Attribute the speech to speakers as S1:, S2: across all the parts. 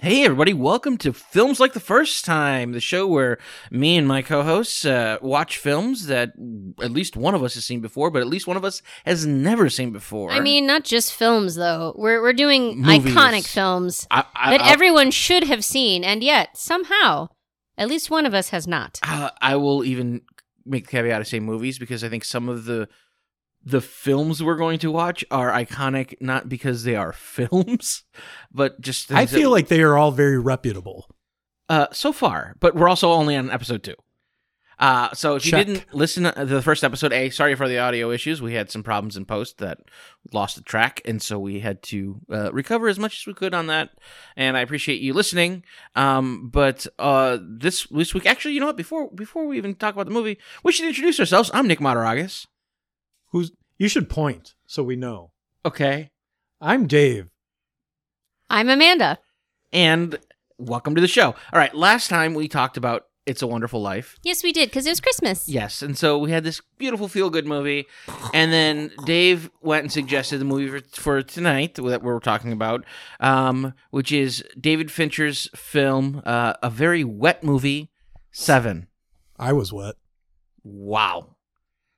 S1: Hey, everybody, welcome to Films Like the First Time, the show where me and my co hosts uh, watch films that at least one of us has seen before, but at least one of us has never seen before.
S2: I mean, not just films though. We're we're doing
S1: Movies.
S2: iconic films
S1: I, I,
S2: that
S1: I-
S2: everyone should have seen, and yet somehow, at least one of us has not.
S1: uh, I will even make the caveat to say movies because I think some of the the films we're going to watch are iconic not because they are films, but just
S3: I
S1: things
S3: feel
S1: that-
S3: like they are all very reputable.
S1: uh, so far, but we're also only on episode two. Uh, so if you
S3: Check.
S1: didn't listen to the first episode, A, sorry for the audio issues. We had some problems in post that lost the track, and so we had to uh, recover as much as we could on that. And I appreciate you listening. Um, but uh, this this week, actually, you know what? Before before we even talk about the movie, we should introduce ourselves. I'm Nick Mataragas.
S3: Who's you should point so we know.
S1: Okay,
S3: I'm Dave.
S2: I'm Amanda.
S1: and welcome to the show. All right, last time we talked about It's a Wonderful Life.
S2: Yes, we did because it was Christmas.
S1: Yes, and so we had this beautiful feel-good movie, and then Dave went and suggested the movie for, for tonight that we're talking about, um, which is David Fincher's film, uh, a very wet movie, Seven.
S3: I was wet.
S1: Wow.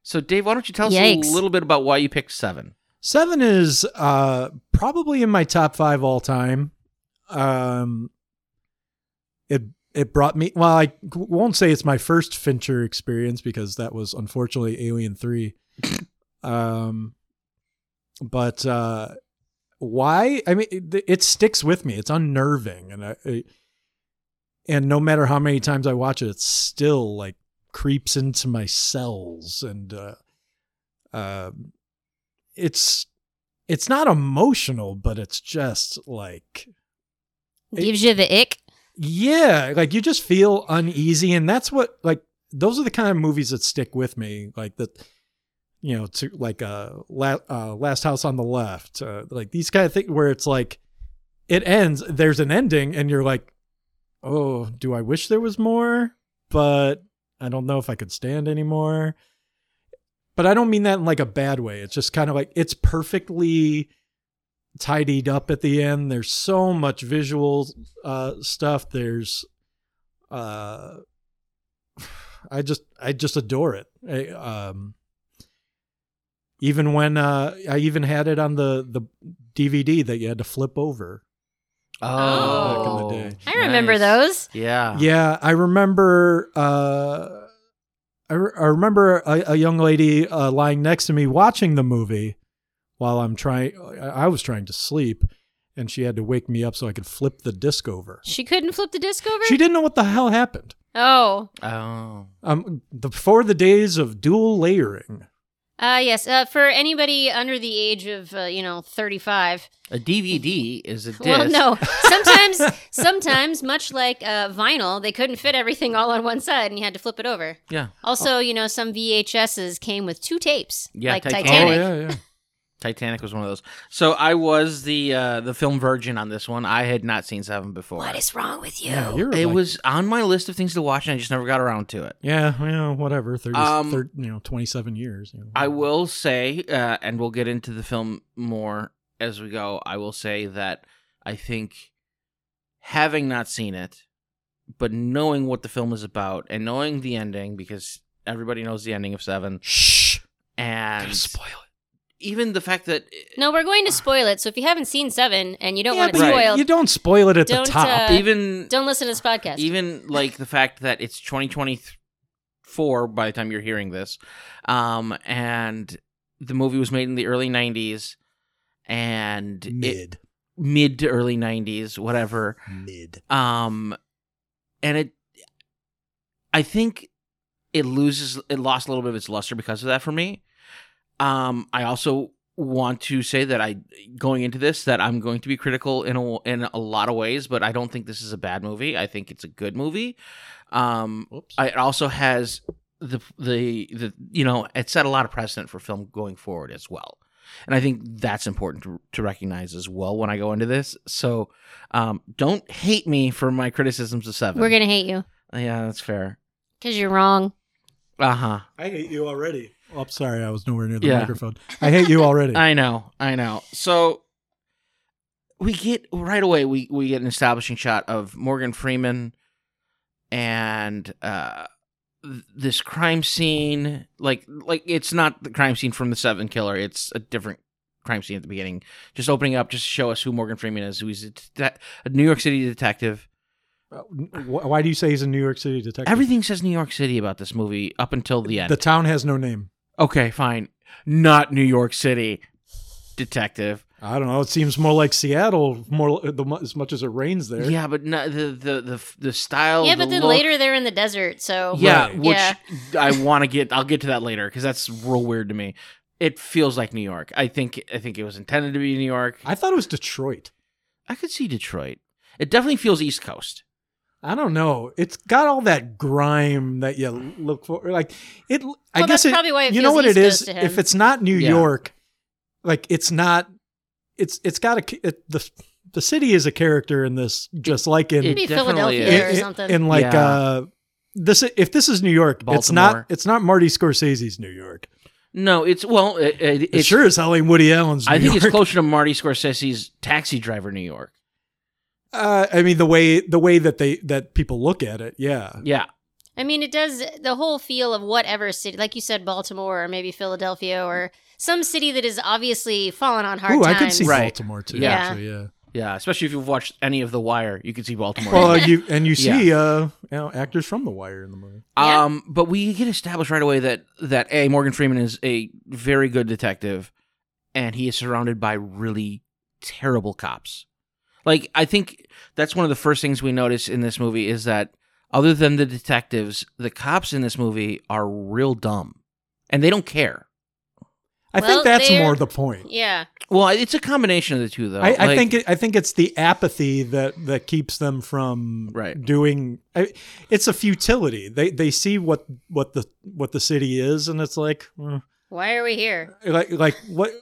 S1: So Dave, why don't you tell us
S2: Yikes.
S1: a little bit about why you picked Seven?
S3: Seven is uh, probably in my top five all time. Um, it it brought me. Well, I won't say it's my first Fincher experience because that was unfortunately Alien Three. um, but uh, why? I mean, it, it sticks with me. It's unnerving, and I, I- and no matter how many times I watch it, it still like creeps into my cells and. Uh, uh, it's it's not emotional, but it's just like
S2: Gives you the ick.
S3: yeah, like you just feel uneasy, and that's what like those are the kind of movies that stick with me. Like that, you know, to like uh, la- uh Last House on the Left, uh, like these kind of things where it's like it ends. There's an ending, and you're like, oh, do I wish there was more? But I don't know if I could stand anymore. But I don't mean that in like a bad way. It's just kind of like it's perfectly tidied up at the end. There's so much visual uh, stuff. There's, uh, I just I just adore it. I, um, even when uh, I even had it on the the DVD that you had to flip over.
S2: Oh.
S3: Back in the day.
S2: I remember
S1: Nice.
S2: those.
S1: Yeah.
S3: Yeah, I remember. Uh, I, re- I remember a, a young lady uh, lying next to me watching the movie while I'm trying. I I was trying to sleep, and she had to wake me up so I could flip the disc over.
S2: She couldn't flip the disc over.
S3: She didn't know what the hell happened.
S2: Oh,
S1: Oh.
S3: Um, the, before the days of dual layering.
S2: uh, yes. Uh, for anybody under the age of uh, you know thirty-five,
S1: A DVD is a disc.
S2: Well, no. Sometimes, sometimes, much like uh, vinyl, they couldn't fit everything all on one side, and you had to flip it over.
S1: Yeah.
S2: Also, you know, some VHSs came with two tapes,
S1: Yeah,
S2: like
S1: Titanic.
S2: Titanic.
S1: Damn
S3: oh
S1: it.
S3: yeah, yeah.
S1: Titanic was one of those. So I was the uh, the film virgin on this one. I had not seen Seven before.
S2: What is wrong with you?
S3: Yeah, you're
S1: It
S3: like-
S1: was on my list of things to watch, and I just never got around to it.
S3: Yeah, well, whatever. 30,
S1: Um,
S3: thir- you know, twenty-seven years. you know.
S1: I will say, uh, and we'll get into the film more as we go. I will say that I think having not seen it, but knowing what the film is about and knowing the ending, because everybody knows the ending of Seven,
S3: Shh.
S1: and
S3: spoil
S1: even the fact that
S2: No, we're going to spoil it. So if you haven't seen Seven and you don't want it
S1: but you-
S2: spoiled,
S3: You don't spoil it at
S2: Don't,
S3: the top.
S2: uh,
S1: even
S2: don't listen to this podcast.
S1: even like the fact that it's 2024 by the time you're hearing this um and the movie was made in the early 90s and it-
S3: mid,
S1: mid to early 90s whatever
S3: mid.
S1: um and it i think it loses it lost a little bit of its luster because of that for me um i also want to say that i going into this that i'm going to be critical in a in a lot of ways but i don't think this is a bad movie i think it's a good movie um
S3: Whoops.
S1: I- it also has the the the you know it set a lot of precedent for film going forward as well and i think that's important to, to recognize as well when i go into this so um don't hate me for my criticisms of seven
S2: we're gonna hate you
S1: yeah that's fair
S2: because you're wrong.
S1: uh-huh
S3: I hate you already. Oh, I'm sorry, I was nowhere near the
S1: Yeah.
S3: microphone. I hate you already.
S1: i know i know so we get right away we we get an establishing shot of Morgan Freeman and uh th- this crime scene like like it's not the crime scene from the seven killer it's a different crime scene at the beginning just opening up just to show us who Morgan Freeman is who he's a, det- a New York City detective
S3: Uh, wh- Why do you say he's a New York City detective?
S1: everything says New York City about this movie up until the end
S3: The town has no name.
S1: okay fine not New York City detective
S3: I don't know. It seems more like Seattle, more the, mu- as much as it rains there.
S1: yeah but not the the the, the
S3: Oh,
S1: style
S2: yeah,
S1: the
S2: but then
S1: look-
S2: later they're in the desert, so
S1: Yeah,
S3: Right.
S1: which
S2: Yeah.
S1: I want to get. I'll get to that later because that's real weird to me. It feels like New York. I think. I think it was intended to be New York. I,
S3: I thought it was Detroit.
S1: could see Detroit. It definitely feels East Coast.
S3: I don't know. It's got all that grime that you look for. Like it. I
S2: Well,
S3: guess
S2: that's
S3: it,
S2: probably why it
S3: you
S2: feels
S3: know what
S2: East
S3: it
S2: Coast
S3: is.
S2: to him.
S3: If it's not New
S1: Yeah.
S3: York, like it's not. It's it's got a ca- it, the the city is a character in this, just like in
S1: it
S2: maybe
S1: definitely
S2: Philadelphia
S1: is.
S3: in,
S2: or
S3: in-
S2: something.
S3: in, like
S1: Yeah.
S3: uh this. If this is New York, it's
S1: Baltimore.
S3: not it's not Marty Scorsese's New York.
S1: No, it's well. It, it,
S3: It
S1: it's,
S3: sure is Helen Woody Allen's. New
S1: I think
S3: York.
S1: it's closer to Marty Scorsese's Taxi Driver, New York.
S3: Uh, I mean the way the way that they that people look at it. Yeah,
S1: Yeah,
S2: I mean, it does the whole feel of whatever city, like you said, Baltimore or maybe Philadelphia or some city that is obviously fallen on hard
S3: ooh, I
S2: times.
S3: could see
S1: Right.
S3: Baltimore too.
S1: Yeah.
S3: actually, yeah.
S1: yeah. Especially if you've watched any of The Wire, you can see Baltimore.
S3: Well, you and you see uh, you know, actors from The Wire in the movie.
S2: Yeah.
S1: Um, but we get established right away that that a Morgan Freeman is a very good detective, and he is surrounded by really terrible cops. Like I think that's one of the first things we notice in this movie is that other than the detectives, the cops in this movie are real dumb, and they don't care.
S3: I
S2: Well,
S3: think that's
S2: they're-
S3: more the point.
S2: Yeah.
S1: Well, it's a combination of the two, though.
S3: I, I
S1: Like-
S3: think it, I think it's the apathy that that keeps them from
S1: Right.
S3: doing. I, it's a futility. They they see what what the what the city is, and it's like mm,
S2: Why are we here?
S3: like like what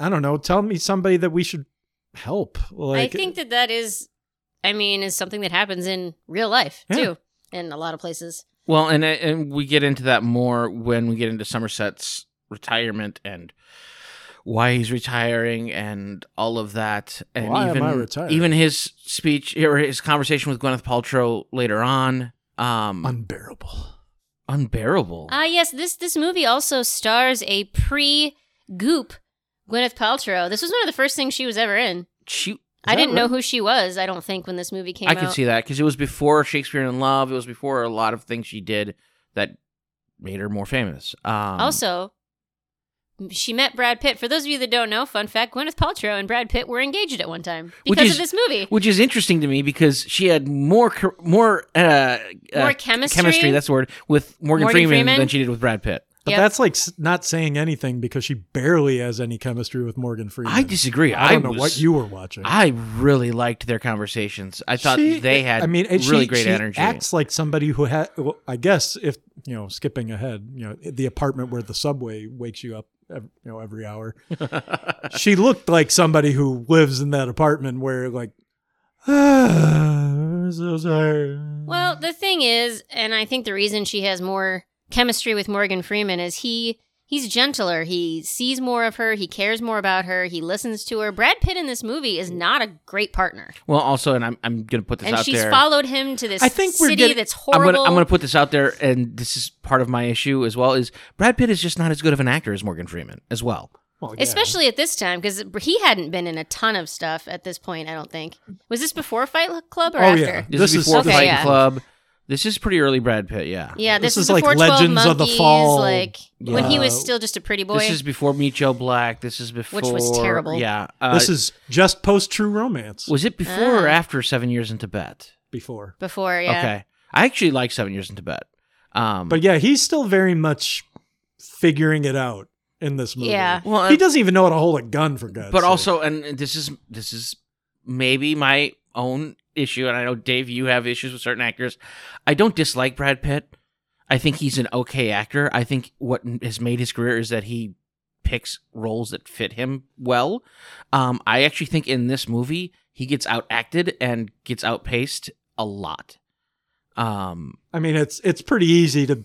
S3: I don't know. Tell me somebody that we should help. Like,
S2: I think that that is, I mean, is something that happens in real life
S3: Yeah.
S2: too, in a lot of places.
S1: Well, and and we get into that more when we get into Somerset's retirement and why he's retiring and all of that, and
S3: Why am
S1: even
S3: I retiring?
S1: even his speech or his conversation with Gwyneth Paltrow later on, um,
S3: unbearable.
S1: unbearable.
S2: Ah, yes, this this movie also stars a pre Goop Gwyneth Paltrow. This was one of the first things she was ever in.
S1: she,
S2: I
S3: that
S2: didn't know
S3: right?
S2: who she was. I don't think when this movie came
S1: I
S2: out.
S1: can see that because it was before Shakespeare in Love. It was before a lot of things she did that made her more famous. Um,
S2: Also, she met Brad Pitt. For those of you that don't know, fun fact: Gwyneth Paltrow and Brad Pitt were engaged at one time
S1: Which
S2: because
S1: is-
S2: of this movie.
S1: which is interesting to me because she had more cur- more uh,
S2: More
S1: uh,
S2: chemistry.
S1: chemistry. That's the word with Morgan,
S2: Morgan
S1: Freeman,
S2: Freeman?
S1: than she did with Brad Pitt.
S3: But
S2: Yep.
S3: that's like s- not saying anything because she barely has any chemistry with Morgan Freeman.
S1: I disagree.
S3: I don't know
S1: was-
S3: what you were watching.
S1: I really liked their conversations. I thought
S3: She-
S1: they had.
S3: I mean, and
S1: really
S3: she,
S1: great
S3: she
S1: energy.
S3: Acts like somebody who had. Well, I guess if you know, skipping ahead, you know, the apartment where the subway wakes you up, ev- you know, every hour. she looked like somebody who lives in that apartment where, like, ah, I'm so sorry.
S2: Well, the thing is, and I think the reason she has more chemistry with Morgan Freeman is he he's gentler. He sees more of her. He cares more about her. He listens to her. Brad Pitt in this movie is not a great partner,
S1: well, also, and I'm I'm gonna put this
S2: and
S1: out
S2: she's
S1: there.
S2: followed him to this
S3: I think we're
S2: city
S3: getting-
S2: that's
S1: I'm
S2: horrible.
S1: gonna I'm gonna put this out there, and this is part of my issue as well. Is Brad Pitt is just not as good of an actor as Morgan Freeman as well.
S3: Well, yeah.
S2: Especially at this time, because he hadn't been in a ton of stuff at this point. I don't think was this before Fight Club or
S3: Oh,
S2: after?
S3: yeah.
S1: This,
S3: This
S1: is
S3: is-
S1: before
S2: Okay,
S1: Fight
S2: yeah.
S1: Club. This is pretty early Brad Pitt. Yeah.
S2: Yeah, this,
S3: This
S2: is,
S3: is like
S2: before 12
S3: Legends
S2: Monkeys,
S3: of the Fall,
S2: like when he was
S3: uh,
S2: still just a pretty boy.
S1: This is before Meet Joe Black. This is before
S2: was terrible.
S1: Yeah. Uh,
S3: this is just post True Romance.
S1: was it before or
S2: Ah.
S1: after Seven Years in Tibet?
S3: before,
S2: before, yeah.
S1: Okay. I actually like Seven Years in Tibet. Um,
S3: but yeah, he's still very much figuring it out in this movie.
S2: Yeah.
S1: well,
S3: He
S1: and-
S3: doesn't even know how to hold a gun for God's
S1: but
S3: sake.
S1: also, and this is this is maybe my own issue, and I know Dave, you have issues with certain actors. I don't dislike Brad Pitt. I think he's an okay actor. I think what has made his career is that he picks roles that fit him well. Um, I actually think in this movie he gets outacted and gets outpaced a lot. Um,
S3: I mean, it's it's pretty easy to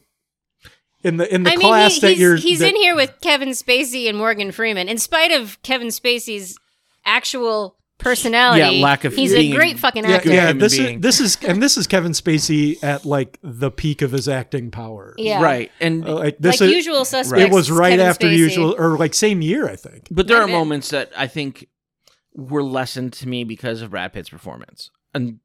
S3: in the in the
S2: I mean,
S3: class
S2: he,
S3: that
S2: he's,
S3: you're
S2: he's
S3: that-
S2: in here with Kevin Spacey and Morgan Freeman, in spite of Kevin Spacey's actual personality.
S1: Yeah, lack of
S2: He's
S1: being-
S2: a great fucking
S3: yeah,
S2: actor.
S1: good
S3: yeah
S1: human
S3: this
S1: being.
S3: is this is and this is Kevin Spacey at like the peak of his acting power.
S2: Yeah.
S1: Right. And
S3: Uh, like this
S2: like
S3: is,
S2: usual suspects.
S1: Right.
S3: it was right
S2: Kevin
S3: after
S2: Spacey.
S3: usual or like same year I think.
S1: but there
S2: Might
S1: are
S2: have been.
S1: moments that I think were lessened to me because of Brad Pitt's performance. And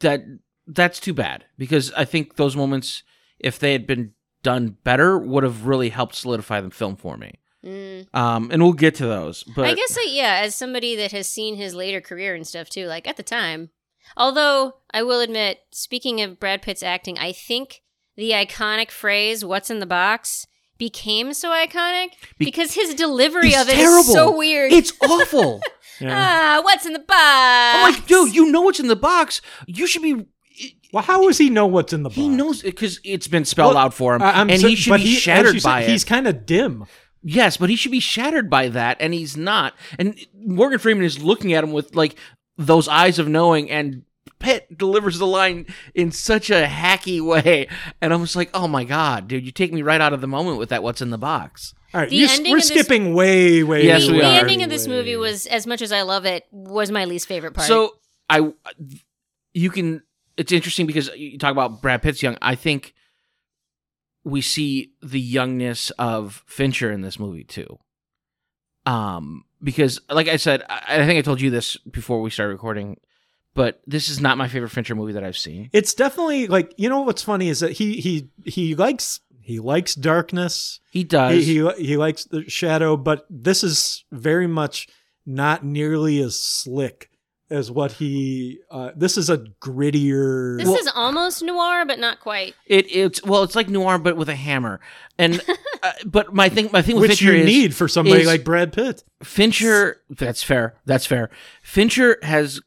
S1: that that's too bad because I think those moments if they had been done better would have really helped solidify the film for me.
S2: Mm.
S1: Um and we'll get to those. But
S2: I guess, like, yeah, as somebody that has seen his later career and stuff too, like at the time. Although I will admit, speaking of Brad Pitt's acting, I think the iconic phrase "What's in the box" became so iconic
S1: Be-
S2: because his delivery
S1: It's
S2: of it is
S1: terrible.
S2: so weird.
S1: it's awful.
S2: ah, what's in the box?
S1: I'm like, dude, you know what's in the box. You should be.
S3: Well, how does he know what's in the box?
S1: He knows because it's been spelled
S3: Well,
S1: out for him,
S3: I- I'm
S1: and
S3: so-
S1: he should
S3: but
S1: be
S3: he- as
S1: shattered
S3: you said,
S1: by it.
S3: He's kind of dim.
S1: Yes, but he should be shattered by that, and he's not. And Morgan Freeman is looking at him with like those eyes of knowing, and Pitt delivers the line in such a hacky way, and I'm just like, oh my god, dude, you take me right out of the moment with that. What's in the box?
S3: All right,
S2: The
S3: you s-
S2: ending
S3: we're
S2: of this-
S3: skipping way, way.
S1: Yes,
S2: the,
S1: we
S2: the
S1: are.
S2: ending of this
S3: way-
S2: movie was, as much as I love it, was my least favorite part.
S1: So I, you can. It's interesting because you talk about Brad Pitt's young. I think we see the youngness of Fincher in this movie too. Um, because like I said, I, I think I told you this before we started recording, but this is not my favorite Fincher movie that I've seen.
S3: It's definitely like you know what's funny is that he he he likes he likes darkness.
S1: He does.
S3: He, he he likes the shadow, but this is very much not nearly as slick as what he. Uh, this is a grittier.
S2: this is almost noir, but not quite.
S1: it it's well, it's like noir but with a hammer. And uh, but my thing, my thing with
S3: which
S1: Fincher
S3: you
S1: is
S3: need for somebody
S1: is-
S3: like Brad Pitt.
S1: Fincher. That's fair. That's fair. Fincher has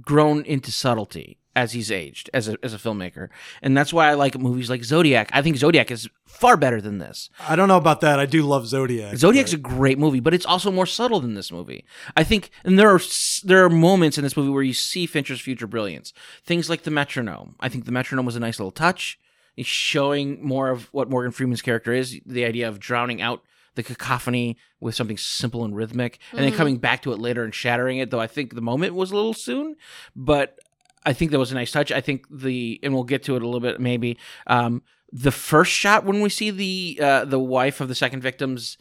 S1: grown into subtlety as he's aged as a as a filmmaker, and that's why I like movies like Zodiac. I think Zodiac is far better than this.
S3: I don't know about that. I do love Zodiac.
S1: Zodiac's
S3: but-
S1: a great movie, but it's also more subtle than this movie. I think, and there are s- there are moments in this movie where you see Fincher's future brilliance. Things like the metronome. I think the metronome was a nice little touch. It's showing more of what Morgan Freeman's character is. The idea of drowning out the cacophony with something simple and rhythmic, and then
S2: Mhm.
S1: coming back to it later and shattering it. Though I think the moment was a little soon, but I think that was a nice touch. I think the and we'll get to it a little bit maybe. Um, the first shot when we see the uh, the wife of the second victim's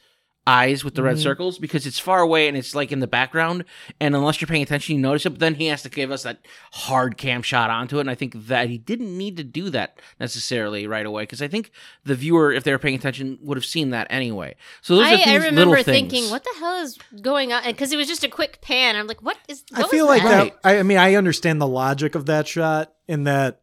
S1: eyes with the red
S2: Mm-hmm.
S3: Mhm.
S1: circles because it's far away and it's like in the background and unless you're paying attention you notice it but then he has to give us that hard cam shot onto it and i think that he didn't need to do that necessarily right away because i think the viewer if they were paying attention would have seen that anyway so those are
S2: I,
S1: things,
S2: I remember
S1: little things.
S2: thinking, what the hell is going on? Because it was just a quick pan. I'm like, what is?
S3: I
S2: what
S3: feel
S2: was
S3: like
S1: that?
S3: that. I, I mean, I understand the logic of that shot in that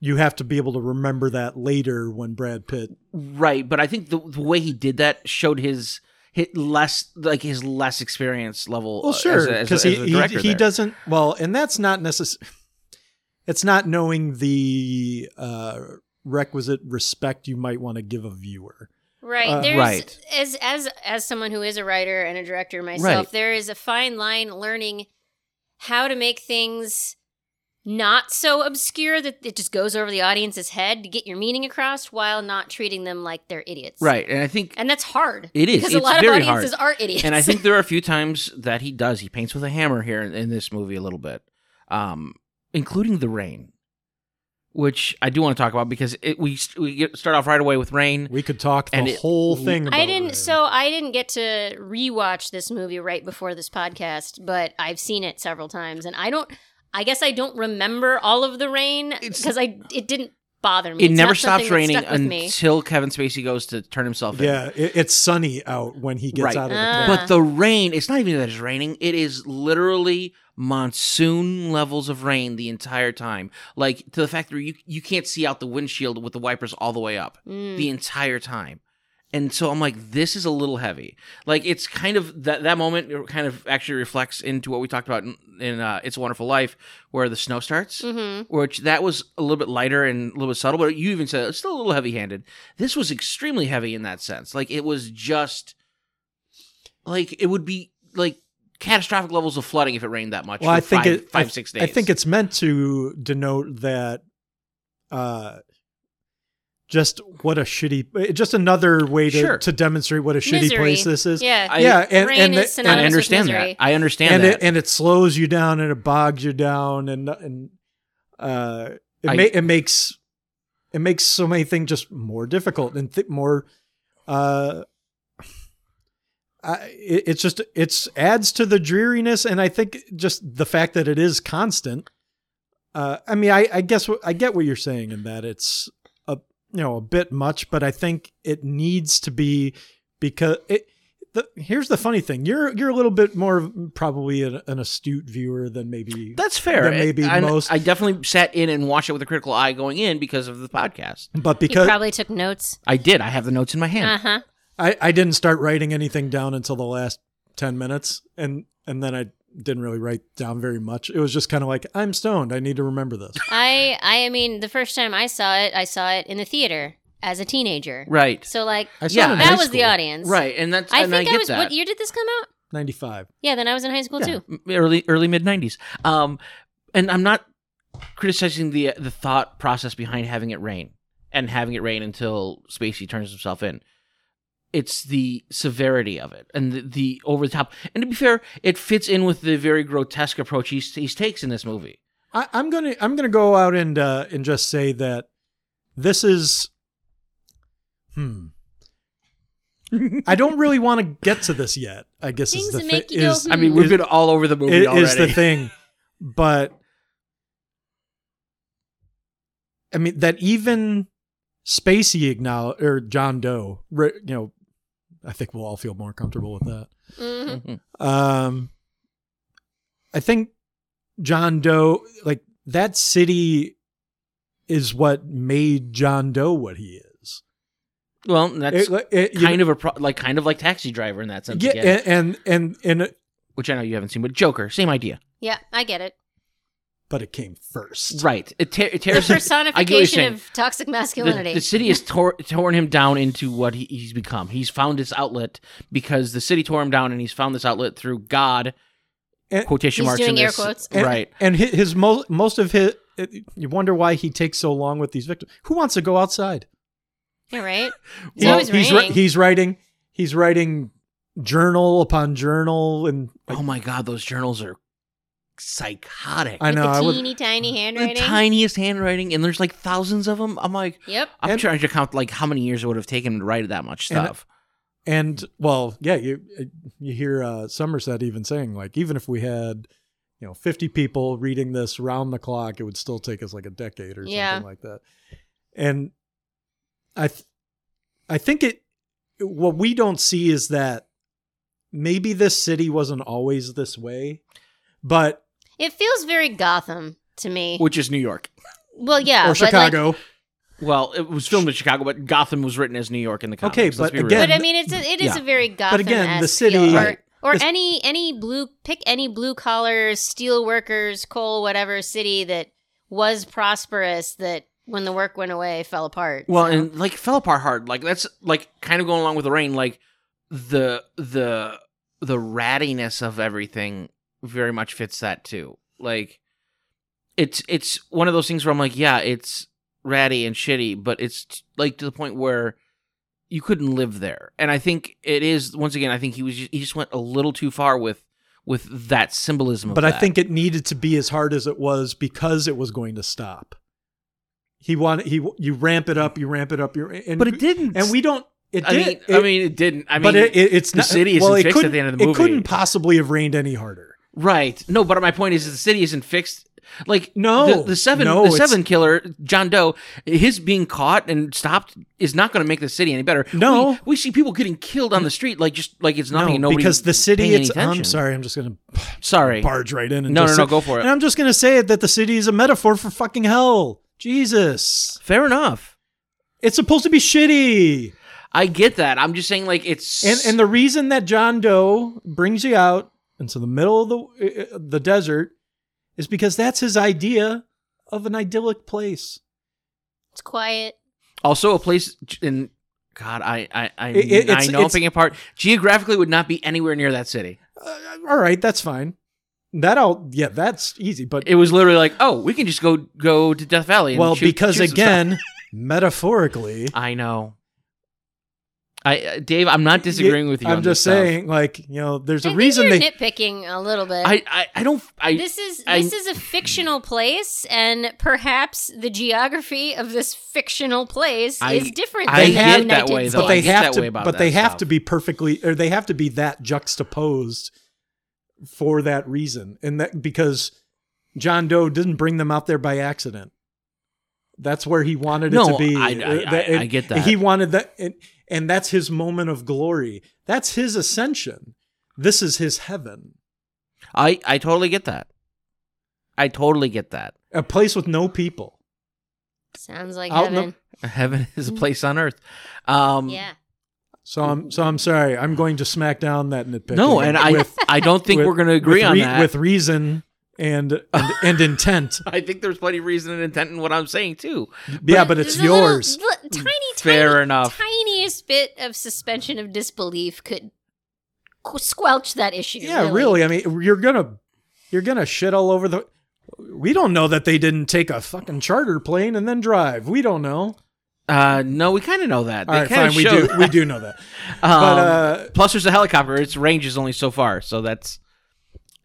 S3: you have to be able to remember that later when Brad Pitt.
S1: Right, but I think the, the way he did that showed his his less like his less experience level.
S3: Well,
S1: uh,
S3: sure,
S1: as a- as a-
S3: because
S1: as
S3: he
S1: a
S3: he,
S1: director
S3: he
S1: there.
S3: doesn't. Well, and that's not necessary. It's not knowing the uh, requisite respect you might want to give a viewer.
S2: Right.
S3: Uh,
S2: there's
S1: Right.
S2: as as as someone who is a writer and a director myself,
S1: Right.
S2: there is a fine line learning how to make things not so obscure that it just goes over the audience's head to get your meaning across while not treating them like they're idiots.
S1: Right, and I think
S2: And that's hard.
S1: It is.
S2: Because a
S1: It's
S2: lot of
S1: very
S2: audiences are idiots.
S1: and I think there are a few times that he does. He paints with a hammer here in, in this movie a little bit, um, including the rain, which I do want to talk about because it, we st- we get, start off right away with rain.
S3: We could talk the
S1: And it-
S3: whole thing. About
S2: I didn't.
S3: it.
S2: So I didn't get to rewatch this movie right before this podcast, but I've seen it several times, and I don't. I guess I don't remember all of the rain
S1: It's-
S2: because I it didn't bother me.
S1: It
S2: It's
S1: never
S2: not something
S1: stops
S2: that
S1: raining
S2: stuck with me.
S1: until Kevin Spacey goes to turn himself in.
S3: yeah, it, it's sunny out when he gets
S1: Right.
S3: out of the
S2: Ah.
S3: tent.
S1: But the rain, it's not even that it's raining. It is literally monsoon levels of rain the entire time. Like to the fact that you you can't see out the windshield with the wipers all the way up
S2: Mm.
S1: the entire time. And so I'm like, this is a little heavy. Like it's kind of that that moment it kind of actually reflects into what we talked about in, in uh, It's a Wonderful Life, where the snow starts
S2: Mhm.
S1: which that was a little bit lighter and a little bit subtle, but you even said it's still a little heavy handed. This was extremely heavy in that sense. Like it was just like it would be like catastrophic levels of flooding if it rained that much.
S3: Well,
S1: for
S3: I think
S1: five,
S3: it-
S1: five, six days.
S3: I think it's meant to denote that uh, just what a shitty, just another way to,
S1: Sure.
S3: to demonstrate what a shitty
S2: Misery.
S3: place this is.
S2: Yeah.
S1: I-
S3: yeah, and,
S2: Rain
S3: and,
S2: is
S3: the-
S1: And I
S2: synonymous with
S1: understand
S2: misery.
S1: that. I understand
S3: and
S1: that.
S3: it and it slows you down and it bogs you down and and uh it
S1: I-
S3: ma- it makes it makes so many things just more difficult and th- more uh I, it, it's just it's adds to the dreariness and I think just the fact that it is constant uh I mean I I guess what, I get what you're saying in that it's a you know a bit much but I think it needs to be because it the, here's the funny thing you're you're a little bit more of probably an, an astute viewer than maybe
S1: That's fair.
S3: than maybe
S1: I, I-
S3: most.
S1: I definitely sat in and watched it with a critical eye going in because of the podcast.
S3: but
S2: He
S3: because
S2: probably took notes.
S1: I did. I have the notes in my hand.
S2: Uh huh.
S3: I, I didn't start writing anything down until the last 10 minutes and and then I didn't really write down very much it was just kind of like I'm stoned I need to remember this
S2: I I mean, the first time I saw it, I saw it in the theater as a teenager.
S1: right.
S2: So like
S3: I saw
S1: Yeah,
S3: it in
S2: that
S3: high
S2: was the
S3: school,
S2: audience.
S1: Right. And that's
S2: I
S1: and
S2: think
S1: I
S2: I,
S1: get
S2: was.
S1: that.
S2: What year did this come out?
S3: 95
S2: Yeah, then I was in high school
S3: Yeah.
S2: too.
S1: M- early early mid 90s. Um and I'm not criticizing the the thought process behind having it rain and having it rain until Spacey turns himself in. It's the severity of it and the, the over the top. And to be fair, it fits in with the very grotesque approach he he takes in this movie.
S3: I, I'm gonna I'm gonna go out and uh, and just say that this is hmm. I don't really want to get to this yet. I guess
S2: Things
S3: is the
S2: that
S3: thi-
S2: make you go, hmm.
S3: is,
S1: I mean,
S3: Is-
S1: we've been all over the movie
S3: it
S1: already.
S3: is the thing, but I mean that even Spacey acknowledge or John Doe, re- you know, I think we'll all feel more comfortable with that.
S2: Mhm.
S1: Mhm.
S3: Um, I think John Doe, like that city, is what made John Doe what he is.
S1: Well, that's
S3: It- like, it- you
S1: kind
S3: know-
S1: of a pro- like kind of like taxi driver in that sense
S3: yeah,
S1: again,
S3: and and and and-
S1: which I know you haven't seen, but Joker, same idea,
S2: Yeah, I get it.
S3: but it came first.
S1: right? It, te- it tears I
S2: The
S1: get what you're
S2: personification
S1: saying.
S2: of toxic
S1: The,
S2: masculinity.
S1: the city has tor- torn him down into what he, he's become. He's found this outlet because the city tore him down, and he's found this outlet through God.
S3: And-
S1: Quotation
S2: He's
S1: marks. in
S2: doing air
S1: this-
S2: quotes.
S3: And,
S1: right?
S3: And his, his most most of his, you wonder why he takes so long with these victims. Who wants to go outside?
S2: You're right. It's
S1: Well,
S2: always
S3: he's
S2: raining.
S3: he's writing he's writing journal upon journal and like,
S1: oh my God, those journals are psychotic.
S3: I
S2: With
S3: know I
S2: the
S3: would
S2: teeny tiny
S1: the
S2: handwriting.
S1: tiniest handwriting, and there's like thousands of them. I'm like,
S2: yep.
S1: I'm
S3: And-
S1: trying to count like how many years it would have taken him to write that much
S3: And-
S1: stuff.
S3: And well, yeah, you you hear uh, Somerset even saying like, even if we had, you know, fifty people reading this round the clock, it would still take us like a decade or
S2: Yeah.
S3: something like that. And I, th- I think it. What we don't see is that maybe this city wasn't always this way, but
S2: It feels very Gotham to me.
S1: which is New York.
S2: well, yeah,
S3: or
S2: but like,
S3: Chicago.
S1: Well, it was filmed in Chicago, but Gotham was written as New York in the comics.
S3: Okay,
S1: let's
S3: but
S1: be real.
S3: again-
S2: But I mean, it's a, it is
S1: Yeah.
S2: a very Gotham.
S3: again, the
S2: esque
S3: city-
S2: feel.
S3: Right.
S2: or, or
S3: It's-
S2: any any blue pick any blue collar steel workers, coal, whatever city that was prosperous that when the work went away fell apart.
S1: Well,
S2: So-
S1: and like fell apart hard. Like that's like kind of going along with the rain. Like the the the rattiness of everything very much fits that too. Like it's it's one of those things where I'm like, yeah, it's ratty and shitty, but it's t- like to the point where you couldn't live there. And I think it is once again. I think he was just, he just went a little too far with with that symbolism. Of
S3: But I
S1: that.
S3: think it needed to be as hard as it was because it was going to stop. He wanted he you ramp it up, you ramp it up, you and
S1: but it didn't.
S3: and we don't. It
S1: I
S3: did.
S1: mean,
S3: it,
S1: I mean, it didn't. I mean,
S3: but it, it- it's
S1: the
S3: not,
S1: city
S3: well,
S1: isn't
S3: it
S1: fixed at
S3: couldn't-
S1: the end of the
S3: It
S1: movie.
S3: couldn't possibly have rained any harder.
S1: Right. No, but my point is, the city isn't fixed. Like
S3: No.
S1: the, the seven,
S3: No,
S1: the
S3: it's-
S1: seven killer John Doe, his being caught and stopped is not going to make the city any better.
S3: No.
S1: we, we see people getting killed on the street, like just like it's nothing. and
S3: no,
S1: nobody
S3: because the city.
S1: paying any
S3: It's. I'm
S1: attention.
S3: sorry. I'm just gonna
S1: Sorry.
S3: barge right in. And
S1: No, no,
S3: just
S1: no,
S3: say-
S1: go for it.
S3: And I'm just gonna say it that the city is a metaphor for fucking hell. Jesus,
S1: Fair enough.
S3: it's supposed to be shitty.
S1: I get that. I'm just saying, like it's
S3: And and the reason that John Doe brings you out into the middle of the uh, the desert is because that's his idea of an idyllic place.
S2: it's quiet.
S1: also a place in. God, I I I,
S3: It- it-
S1: I
S3: it's-
S1: know I'm
S3: it's-
S1: picking apart. Geographically, would not be anywhere near that city.
S3: Uh, all right, that's fine. That I'll yeah, that's easy. But
S1: It was literally like, oh, we can just go go to Death Valley. And
S3: well,
S1: shoot-
S3: because
S1: shoot some stuff.
S3: again, metaphorically.
S1: I know. I uh, Dave, I'm not disagreeing with you.
S3: I'm
S1: on
S3: just
S1: this stuff.
S3: saying, like you know, there's
S2: I
S3: a
S2: think
S3: reason
S2: you're
S3: they.
S2: nitpicking a little bit.
S1: I, I I don't I
S2: this is
S1: I-
S2: this is a fictional place, and perhaps the geography of this fictional place
S1: I-
S2: is different.
S1: I
S2: than the
S3: get
S2: United
S1: that way, though.
S3: but
S1: I
S3: they
S2: States.
S1: get
S3: have
S1: that
S3: to.
S1: way about
S3: but they
S1: that
S3: have
S1: stuff.
S3: to be perfectly, or they have to be that juxtaposed for that reason, and that because John Doe didn't bring them out there by accident. That's where he wanted it
S1: No,
S3: to be.
S1: I- I-
S3: Uh,
S1: I-
S3: and
S1: I get that.
S3: he wanted that, and, and that's his moment of glory. That's his ascension. This is his heaven,
S1: I I totally get that. I totally get that.
S3: a place with no people.
S2: Sounds like
S3: Out in the-
S2: heaven.
S1: Heaven is a place on earth. Um,
S2: Mm. yeah.
S3: So I'm so I'm sorry. I'm going to smack down that nitpick.
S1: No, and I I don't think we're going to agree on that.
S3: with reason and and, and intent.
S1: I think there's plenty of reason and intent in what I'm saying too.
S3: yeah, but it's
S2: There's a little-
S3: yours.
S2: li- tiny,
S1: Fair
S2: tiny,
S1: enough.
S2: Tiniest bit of suspension of disbelief could qu- squelch that issue.
S3: yeah, really. I mean, you're gonna you're gonna shit all over the. We don't know that they didn't take a fucking charter plane and then drive. We don't know.
S1: Uh, no, we kind of know that.
S3: All
S1: They
S3: right,
S1: kinda
S3: fine. We
S1: show
S3: do.
S1: that.
S3: We do know that.
S1: Um,
S3: But uh,
S1: plus, there's a helicopter. Its range is only so far, so that's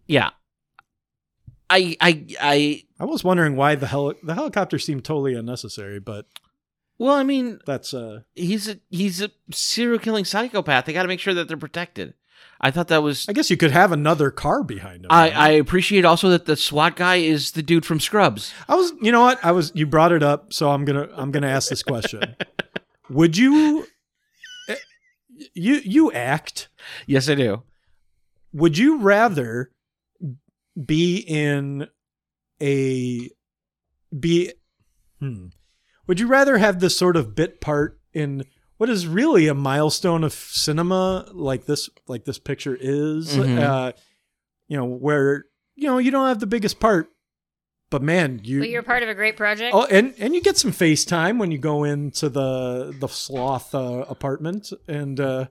S1: yeah. I I I
S3: I was wondering why the heli- the helicopter seemed totally unnecessary, but
S1: well, I mean,
S3: that's uh
S1: he's a he's a serial killing psychopath. They got to make sure that they're protected. I thought that was.
S3: I guess you could have another car behind him.
S1: I,
S3: right?
S1: I appreciate also that the SWAT guy is the dude from Scrubs.
S3: I was, you know what? I was. You brought it up, so I'm gonna, I'm gonna ask this question. Would you, eh, you, you act?
S1: Yes, I do.
S3: Would you rather be in a be? Hmm. Would you rather have this sort of bit part in what is really a milestone of cinema, like this, like this picture is?
S1: Mhm.
S3: Uh, you know, where you know you don't have the biggest part, but man, you
S2: But you're part of a great project.
S3: Oh, and and you get some FaceTime when you go into the the sloth uh, apartment and uh,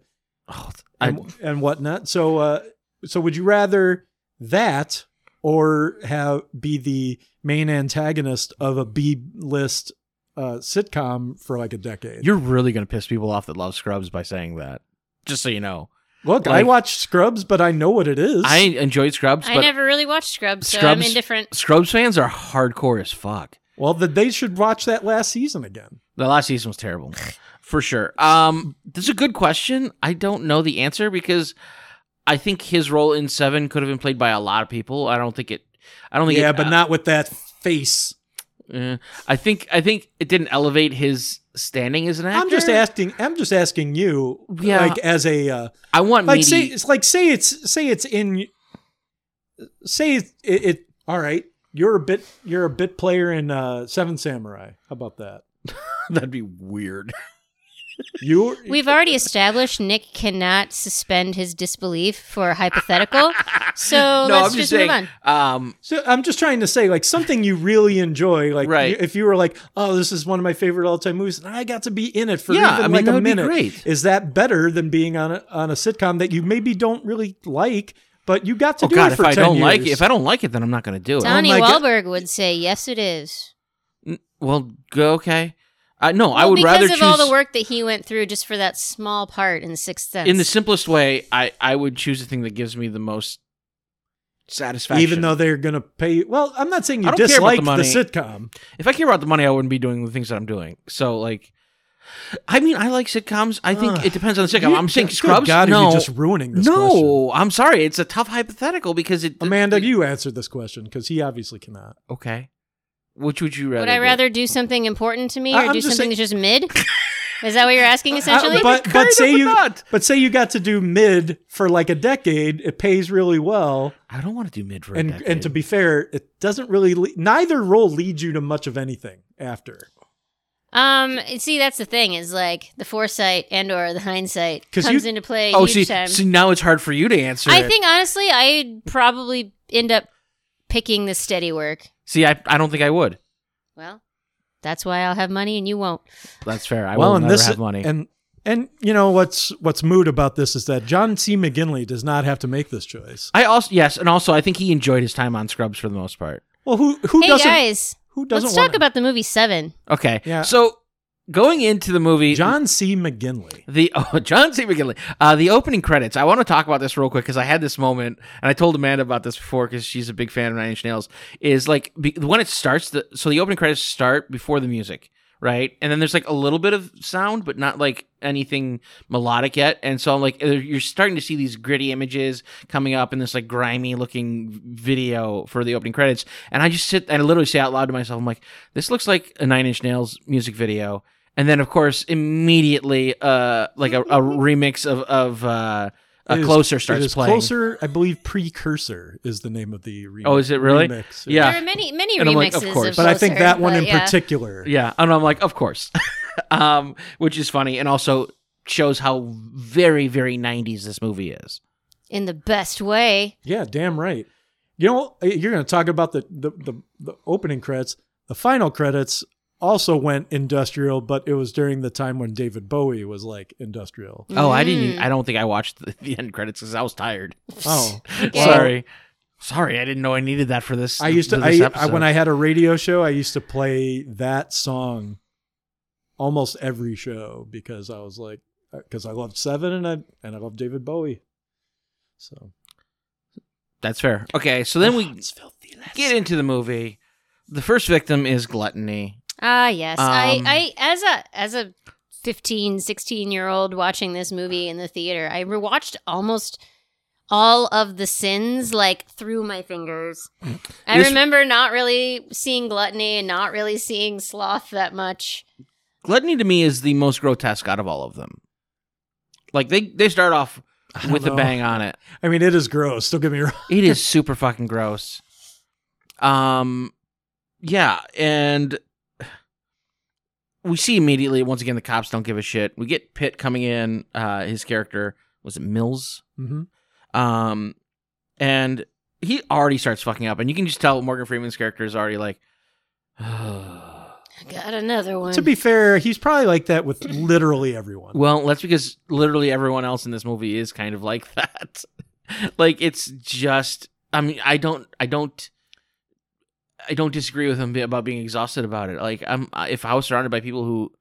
S1: Oh, I,
S3: and, and whatnot. So uh, so would you rather that or have be the main antagonist of a B list uh, sitcom for like a decade?
S1: you're really gonna piss people off that love Scrubs by saying that. Just so you know,
S3: Look, I
S1: like-
S3: watched Scrubs, but I know what it is.
S1: I enjoyed Scrubs,
S2: I
S1: but
S2: never really watched Scrubs, so I'm
S1: Scrubs-
S2: indifferent.
S1: Scrubs fans are hardcore as fuck.
S3: well, then they should watch that last season again.
S1: The last season was terrible, for sure. Um, this is a good question. I don't know the answer because I think his role in Seven could have been played by a lot of people. I don't think it. I don't think.
S3: Yeah,
S1: it,
S3: but
S1: uh,
S3: not with that face.
S1: eh. I think. I think it didn't elevate his standing as an actor.
S3: I'm just asking. I'm just asking you,
S1: Yeah.
S3: like as a. Uh,
S1: I want
S3: like
S1: meaty-
S3: say it's like say it's say it's in say it, it, it all right you're a bit you're a bit player in uh seven samurai how about that
S1: that'd be weird.
S3: you
S2: We've already established Nick cannot suspend his disbelief for hypothetical. So let's just, move on.
S1: Um,
S3: so i'm just trying to say like something you really enjoy like
S1: Right.
S3: you- if you were like oh this is one of my favorite all-time movies and i got to be in it for
S1: Yeah,
S3: even
S1: I mean,
S3: like
S1: that
S3: a
S1: would be
S3: minute
S1: great.
S3: is that better than being on a, on a sitcom that you maybe don't really like but you got to
S1: oh
S3: do
S1: god,
S3: it
S1: if
S3: for
S1: I
S3: 10
S1: don't
S3: years.
S1: like it, if I don't like it, then I'm not going to do it.
S2: Donnie
S3: my God.
S2: Wahlberg would say, "Yes, it is."
S1: N- Well, go okay. Uh, no, I
S2: Well,
S1: would
S2: because
S1: rather
S2: of
S1: choose
S2: all the work that he went through just for that small part in Sixth Sense.
S1: in the simplest way. I I would choose the thing that gives me the most satisfaction.
S3: even though they're gonna pay well i'm not saying you
S1: I don't care about
S3: dislike
S1: the money.
S3: the sitcom
S1: if I care about the money, I wouldn't be doing the things that I'm doing. So like, I mean, I like sitcoms. I think
S3: Ugh.
S1: it depends on the sitcom.
S3: You-
S1: I'm saying
S3: good
S1: Scrubs.
S3: God,
S1: no,
S3: you're just ruining this
S1: no.
S3: question.
S1: I'm sorry. It's a tough hypothetical because it.
S3: Amanda, you answered this question because he obviously cannot.
S1: okay. Which would you rather?
S2: Would I
S1: do?
S2: rather do something important to me or
S3: I- I'm
S2: do
S3: just
S2: something that's
S3: saying-
S2: just mid? Is that what you're asking essentially?
S1: I-
S3: but
S1: kind
S3: but say
S1: of
S3: you
S1: not.
S3: but say you got to do mid for like a decade. It pays really well,
S1: I don't want to do mid for a
S3: and
S1: decade.
S3: and to be fair, it doesn't really. Le- neither role leads you to much of anything after
S2: um, see, that's the thing is like the foresight and or the hindsight
S3: 'Cause
S2: comes
S3: you-
S2: into play
S1: oh,
S2: each
S1: see,
S2: time.
S1: see, now it's hard for you to answer.
S2: I
S1: it.
S2: think honestly, I'd probably end up picking the steady work.
S1: See, I, I don't think I would.
S2: Well, that's why I'll have money and you won't.
S1: That's fair. I
S3: well.
S1: will
S3: and
S1: never
S3: this
S1: have money.
S3: and and you know what's what's mood about this is that John C. McGinley does not have to make this choice.
S1: I also yes, and also I think he enjoyed his time on Scrubs for the most part.
S3: Well, who who
S2: hey
S3: doesn't
S2: guys,
S3: who doesn't
S2: let's talk
S3: wanna-
S2: about the movie Seven.
S1: Okay.
S3: Yeah.
S1: So going into the movie,
S3: John C. McGinley.
S1: the oh, John C. McGinley, uh, the opening credits. I want to talk about this real quick because I had this moment, and I told Amanda about this before because she's a big fan of Nine Inch Nails. Is like be, when it starts, the so the opening credits start before the music, right? And then there's like a little bit of sound, but not like anything melodic yet. And so I'm like, eh, you're starting to see these gritty images coming up in this like grimy looking video for the opening credits, and I just sit and I literally say out loud to myself, I'm like, this looks like a Nine Inch Nails music video. And then, of course, immediately, uh, like a, a remix of of uh, a
S3: It is-
S1: closer
S3: it
S1: starts
S3: is
S1: playing.
S3: Closer, I believe, precursor is the name of the. Remix,
S1: Oh, is it really?
S3: remix.
S1: Yeah.
S2: There are many many
S1: And I'm like,
S2: remixes
S1: of
S2: of,
S1: course.
S3: but I think
S2: Closer,
S3: that one
S2: but
S3: in
S2: yeah.
S3: particular.
S1: Yeah, and I'm like, of course, um, which is funny, and also shows how very very 90s this movie is.
S2: in the best way.
S3: Yeah, damn right. You know, eh, you're going to talk about the, the the the opening credits. The final credits also went industrial, but it was during the time when David Bowie was like industrial.
S1: Oh, I didn't.
S3: Mm.
S1: I don't think I watched the, the end credits because I was tired.
S3: Oh,
S2: Okay.
S1: Sorry, sorry, I didn't know I needed that for this.
S3: I used to
S1: for this
S3: I, I
S1: episode.
S3: when I had a radio show, I used to play that song almost every show because I was like because I loved Seven and I and I loved David Bowie. So
S1: That's fair. Okay, so then we
S3: filthy.
S1: get into the movie. The first victim is gluttony.
S2: Ah, yes. I,
S1: Um,
S2: I as a as a 15, 16 year old watching this movie in the theater, I rewatched almost all of the sins like through my fingers.
S1: Mm.
S2: I
S1: This-
S2: remember not really seeing gluttony and not really seeing sloth that much.
S1: Gluttony to me is the most grotesque out of all of them. Like they they start off
S3: don't
S1: with a
S3: know.
S1: bang on it.
S3: I mean, it is gross. Don't get me wrong.
S1: It is super fucking gross. Um yeah, and we see immediately once again the cops don't give a shit. We get Pitt coming in, uh his character was it Mills?
S3: Mm-hmm.
S1: Um and he already starts fucking up and you can just tell Morgan Freeman's character is already like
S2: I got another one.
S3: To be fair, he's probably like that with literally everyone.
S1: Well, that's because literally everyone else in this movie is kind of like that. like it's just I mean, I don't I don't I don't disagree with him about being exhausted about it. Like I'm if I was surrounded by people who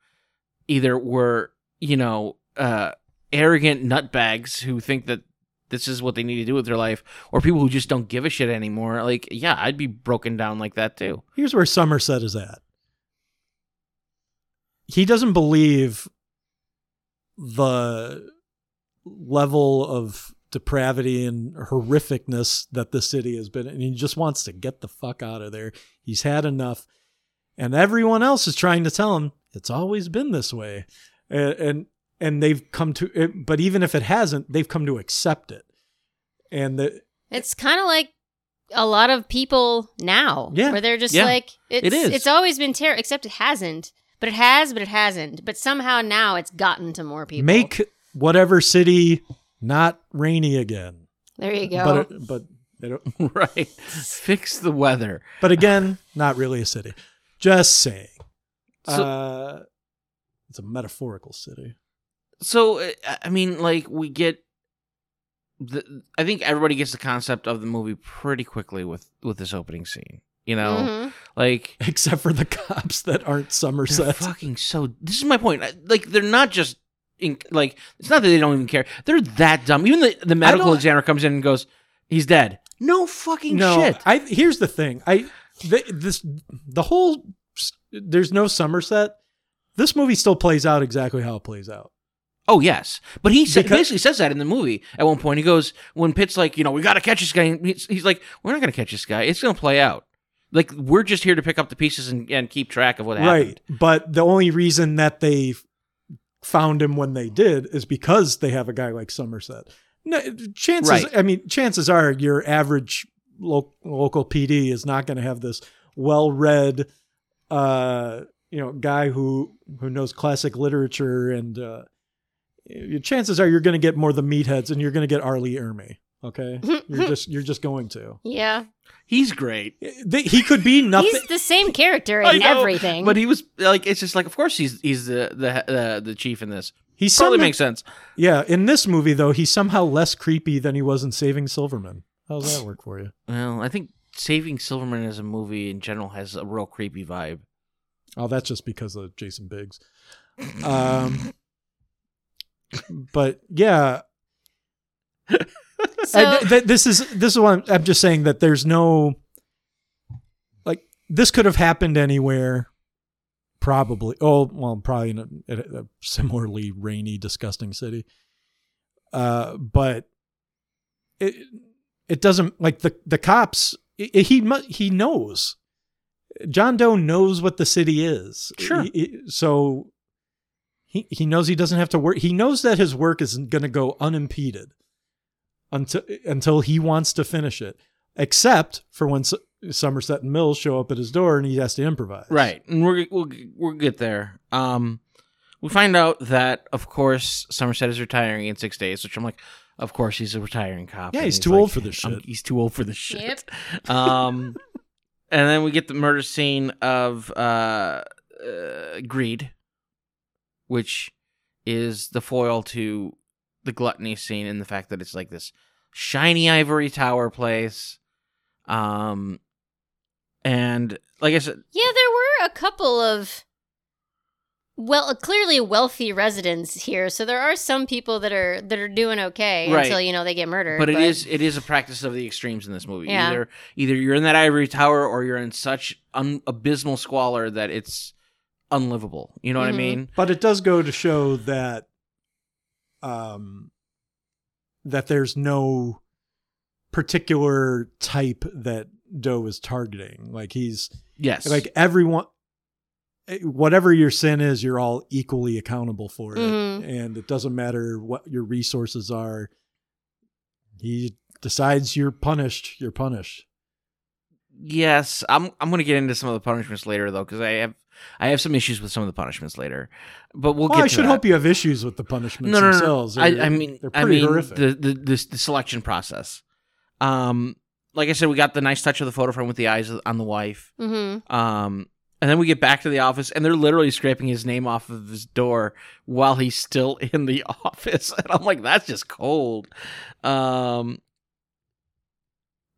S1: either were, you know, uh arrogant nutbags who think that this is what they need to do with their life or people who just don't give a shit anymore, like yeah, I'd be broken down like that too.
S3: Here's where Somerset is at. He doesn't believe the level of depravity and horrificness that the city has been, and he just wants to get the fuck out of there. He's had enough, and everyone else is trying to tell him it's always been this way, and and, and they've come to. It, but even if it hasn't, they've come to accept it, and the,
S2: It's kind of like a lot of people now,
S3: Yeah.
S2: where they're just
S1: Yeah.
S2: like, it's,
S1: It is.
S2: It's always been terrible, except it hasn't. But it has, but it hasn't. But somehow now it's gotten to more people.
S3: make whatever city not rainy again.
S2: there you go.
S3: But it- but they don't,
S1: right. Fix the weather.
S3: but again, not really a city. Just saying.
S1: So-
S3: uh, it's a metaphorical city.
S1: so uh, i mean like we get the, i think everybody gets the concept of the movie pretty quickly with with this opening scene you know
S3: Mm-hmm.
S2: Mhm.
S1: like
S3: Except for the cops that aren't
S1: they're
S3: Somerset.
S1: fucking so this is my point I- like they're not just in, like it's not that they don't even care they're that dumb even the, the medical
S3: don't-
S1: examiner comes in and goes he's dead no fucking
S3: no,
S1: shit
S3: I here's the thing. I th- this the whole s- there's no Somerset. This movie still plays out exactly how it plays out.
S1: oh yes but he sa-
S3: Because-
S1: basically says that in the movie at one point he goes when pitt's like you know we gotta catch this guy and he's, he's like we're not gonna catch this guy it's gonna play out like we're just here to pick up the pieces and, and keep track of what happened
S3: Right. But the only reason that they f- found him when they did is because they have a guy like Somerset. No, chances
S1: Right.
S3: I mean chances are your average lo- local PD is not going to have this well-read uh you know guy who who knows classic literature and uh your chances are you're going to get more the meatheads and you're going to get Arlie Ermey, okay? you're just you're just going to.
S2: Yeah.
S1: He's great.
S3: They- He could be nothing
S2: He's the same character
S1: I
S2: in
S1: know,
S2: everything.
S1: But he was like, it's just like, of course he's he's the the uh, the chief in this.
S3: He's
S1: Probably
S3: something-
S1: makes sense.
S3: Yeah, in this movie though, he's somehow less creepy than he was in Saving Silverman. How's that work for you?
S1: Well, I think Saving Silverman as a movie in general has a real creepy vibe.
S3: Oh, that's just because of Jason Biggs. Um, but yeah,
S2: So
S3: I- th- th- this is this is what I'm, I'm just saying that there's no like this could have happened anywhere. Probably, oh well, probably in a, in a similarly rainy, disgusting city. Uh, but it it doesn't like the the cops. i i- he mu- he knows. John Doe knows what the city is.
S1: Sure.
S3: He- he- so he he knows he doesn't have to work. He knows that his work is going to go unimpeded until until he wants to finish it. Except for when S- Somerset and Mills show up at his door and he has to improvise.
S1: Right, and we're we'll we'll get there. Um, we find out that of course Somerset is retiring in six days, which I'm like, of course he's a retiring cop.
S3: Yeah,
S1: And
S3: he's too
S1: like,
S3: old for this
S1: "I'm-
S3: shit."
S1: He's too old for this shit. Um, and then we get the murder scene of uh, uh greed, which is the foil to the gluttony scene in the fact that it's like this shiny ivory tower place. Um, and like I said,
S2: yeah, there were a couple of well, clearly wealthy residents here, so there are some people that are that are doing okay
S1: Right.
S2: until you know they get murdered.
S1: but it is it is a practice of the extremes in this movie.
S2: Yeah.
S1: Either either you're in that ivory tower or you're in such un- abysmal squalor that it's unlivable. You know what
S2: Mhm.
S1: I mean?
S3: But it does go to show that um that there's no particular type that Doe is targeting. Like he's
S1: Yes.
S3: like everyone eh, whatever your sin is, you're all equally accountable for it.
S2: Mhm.
S3: And it doesn't matter what your resources are. He decides you're punished, you're punished.
S1: yes, I'm I'm going to get into some of the punishments later though cuz I have I have some issues with some of the punishments later. But we'll
S3: Well,
S1: get
S3: Oh, I
S1: to
S3: should
S1: that.
S3: hope you have issues with the punishments
S1: no, no, no, no.
S3: themselves.
S1: I,
S3: They're-
S1: I mean,
S3: they're
S1: I
S3: pretty
S1: mean
S3: horrific.
S1: the, the the the selection process. Um like I said we got the nice touch of the photo frame with the eyes on the wife.
S2: Mm-hmm.
S1: Um, and then we get back to the office, and they're literally scraping his name off of his door while he's still in the office. And I'm like, that's just cold. Um,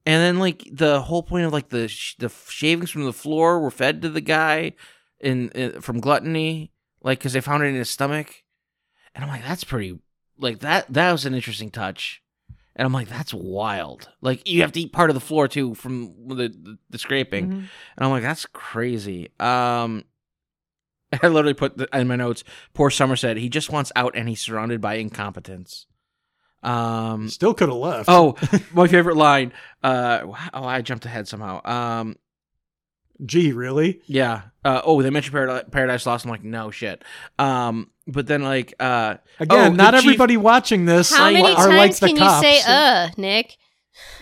S1: and then like the whole point of like the sh- the shavings from the floor were fed to the guy in, in from gluttony, like because they found it in his stomach. And I'm like, that's pretty. Like that that was an interesting touch. And I'm like, that's wild. Like you have to eat part of the floor too from the the, the scraping. And I'm like, that's crazy. Um, I literally put the, in my notes, poor Somerset, he just wants out and he's surrounded by incompetence. Um,
S3: Still could have left.
S1: oh, my favorite line. Uh, wow, oh, I jumped ahead somehow. Um,
S3: Gee, really?
S1: yeah. Uh, oh, they mentioned Paradise, Paradise Lost. I'm like, no shit. Um, but then like, uh,
S3: Again,
S1: Oh,
S3: not
S1: the chief-
S3: everybody watching this
S2: How many
S3: are
S2: times
S3: like the
S2: can
S3: cops.
S2: you say "uh," Nick?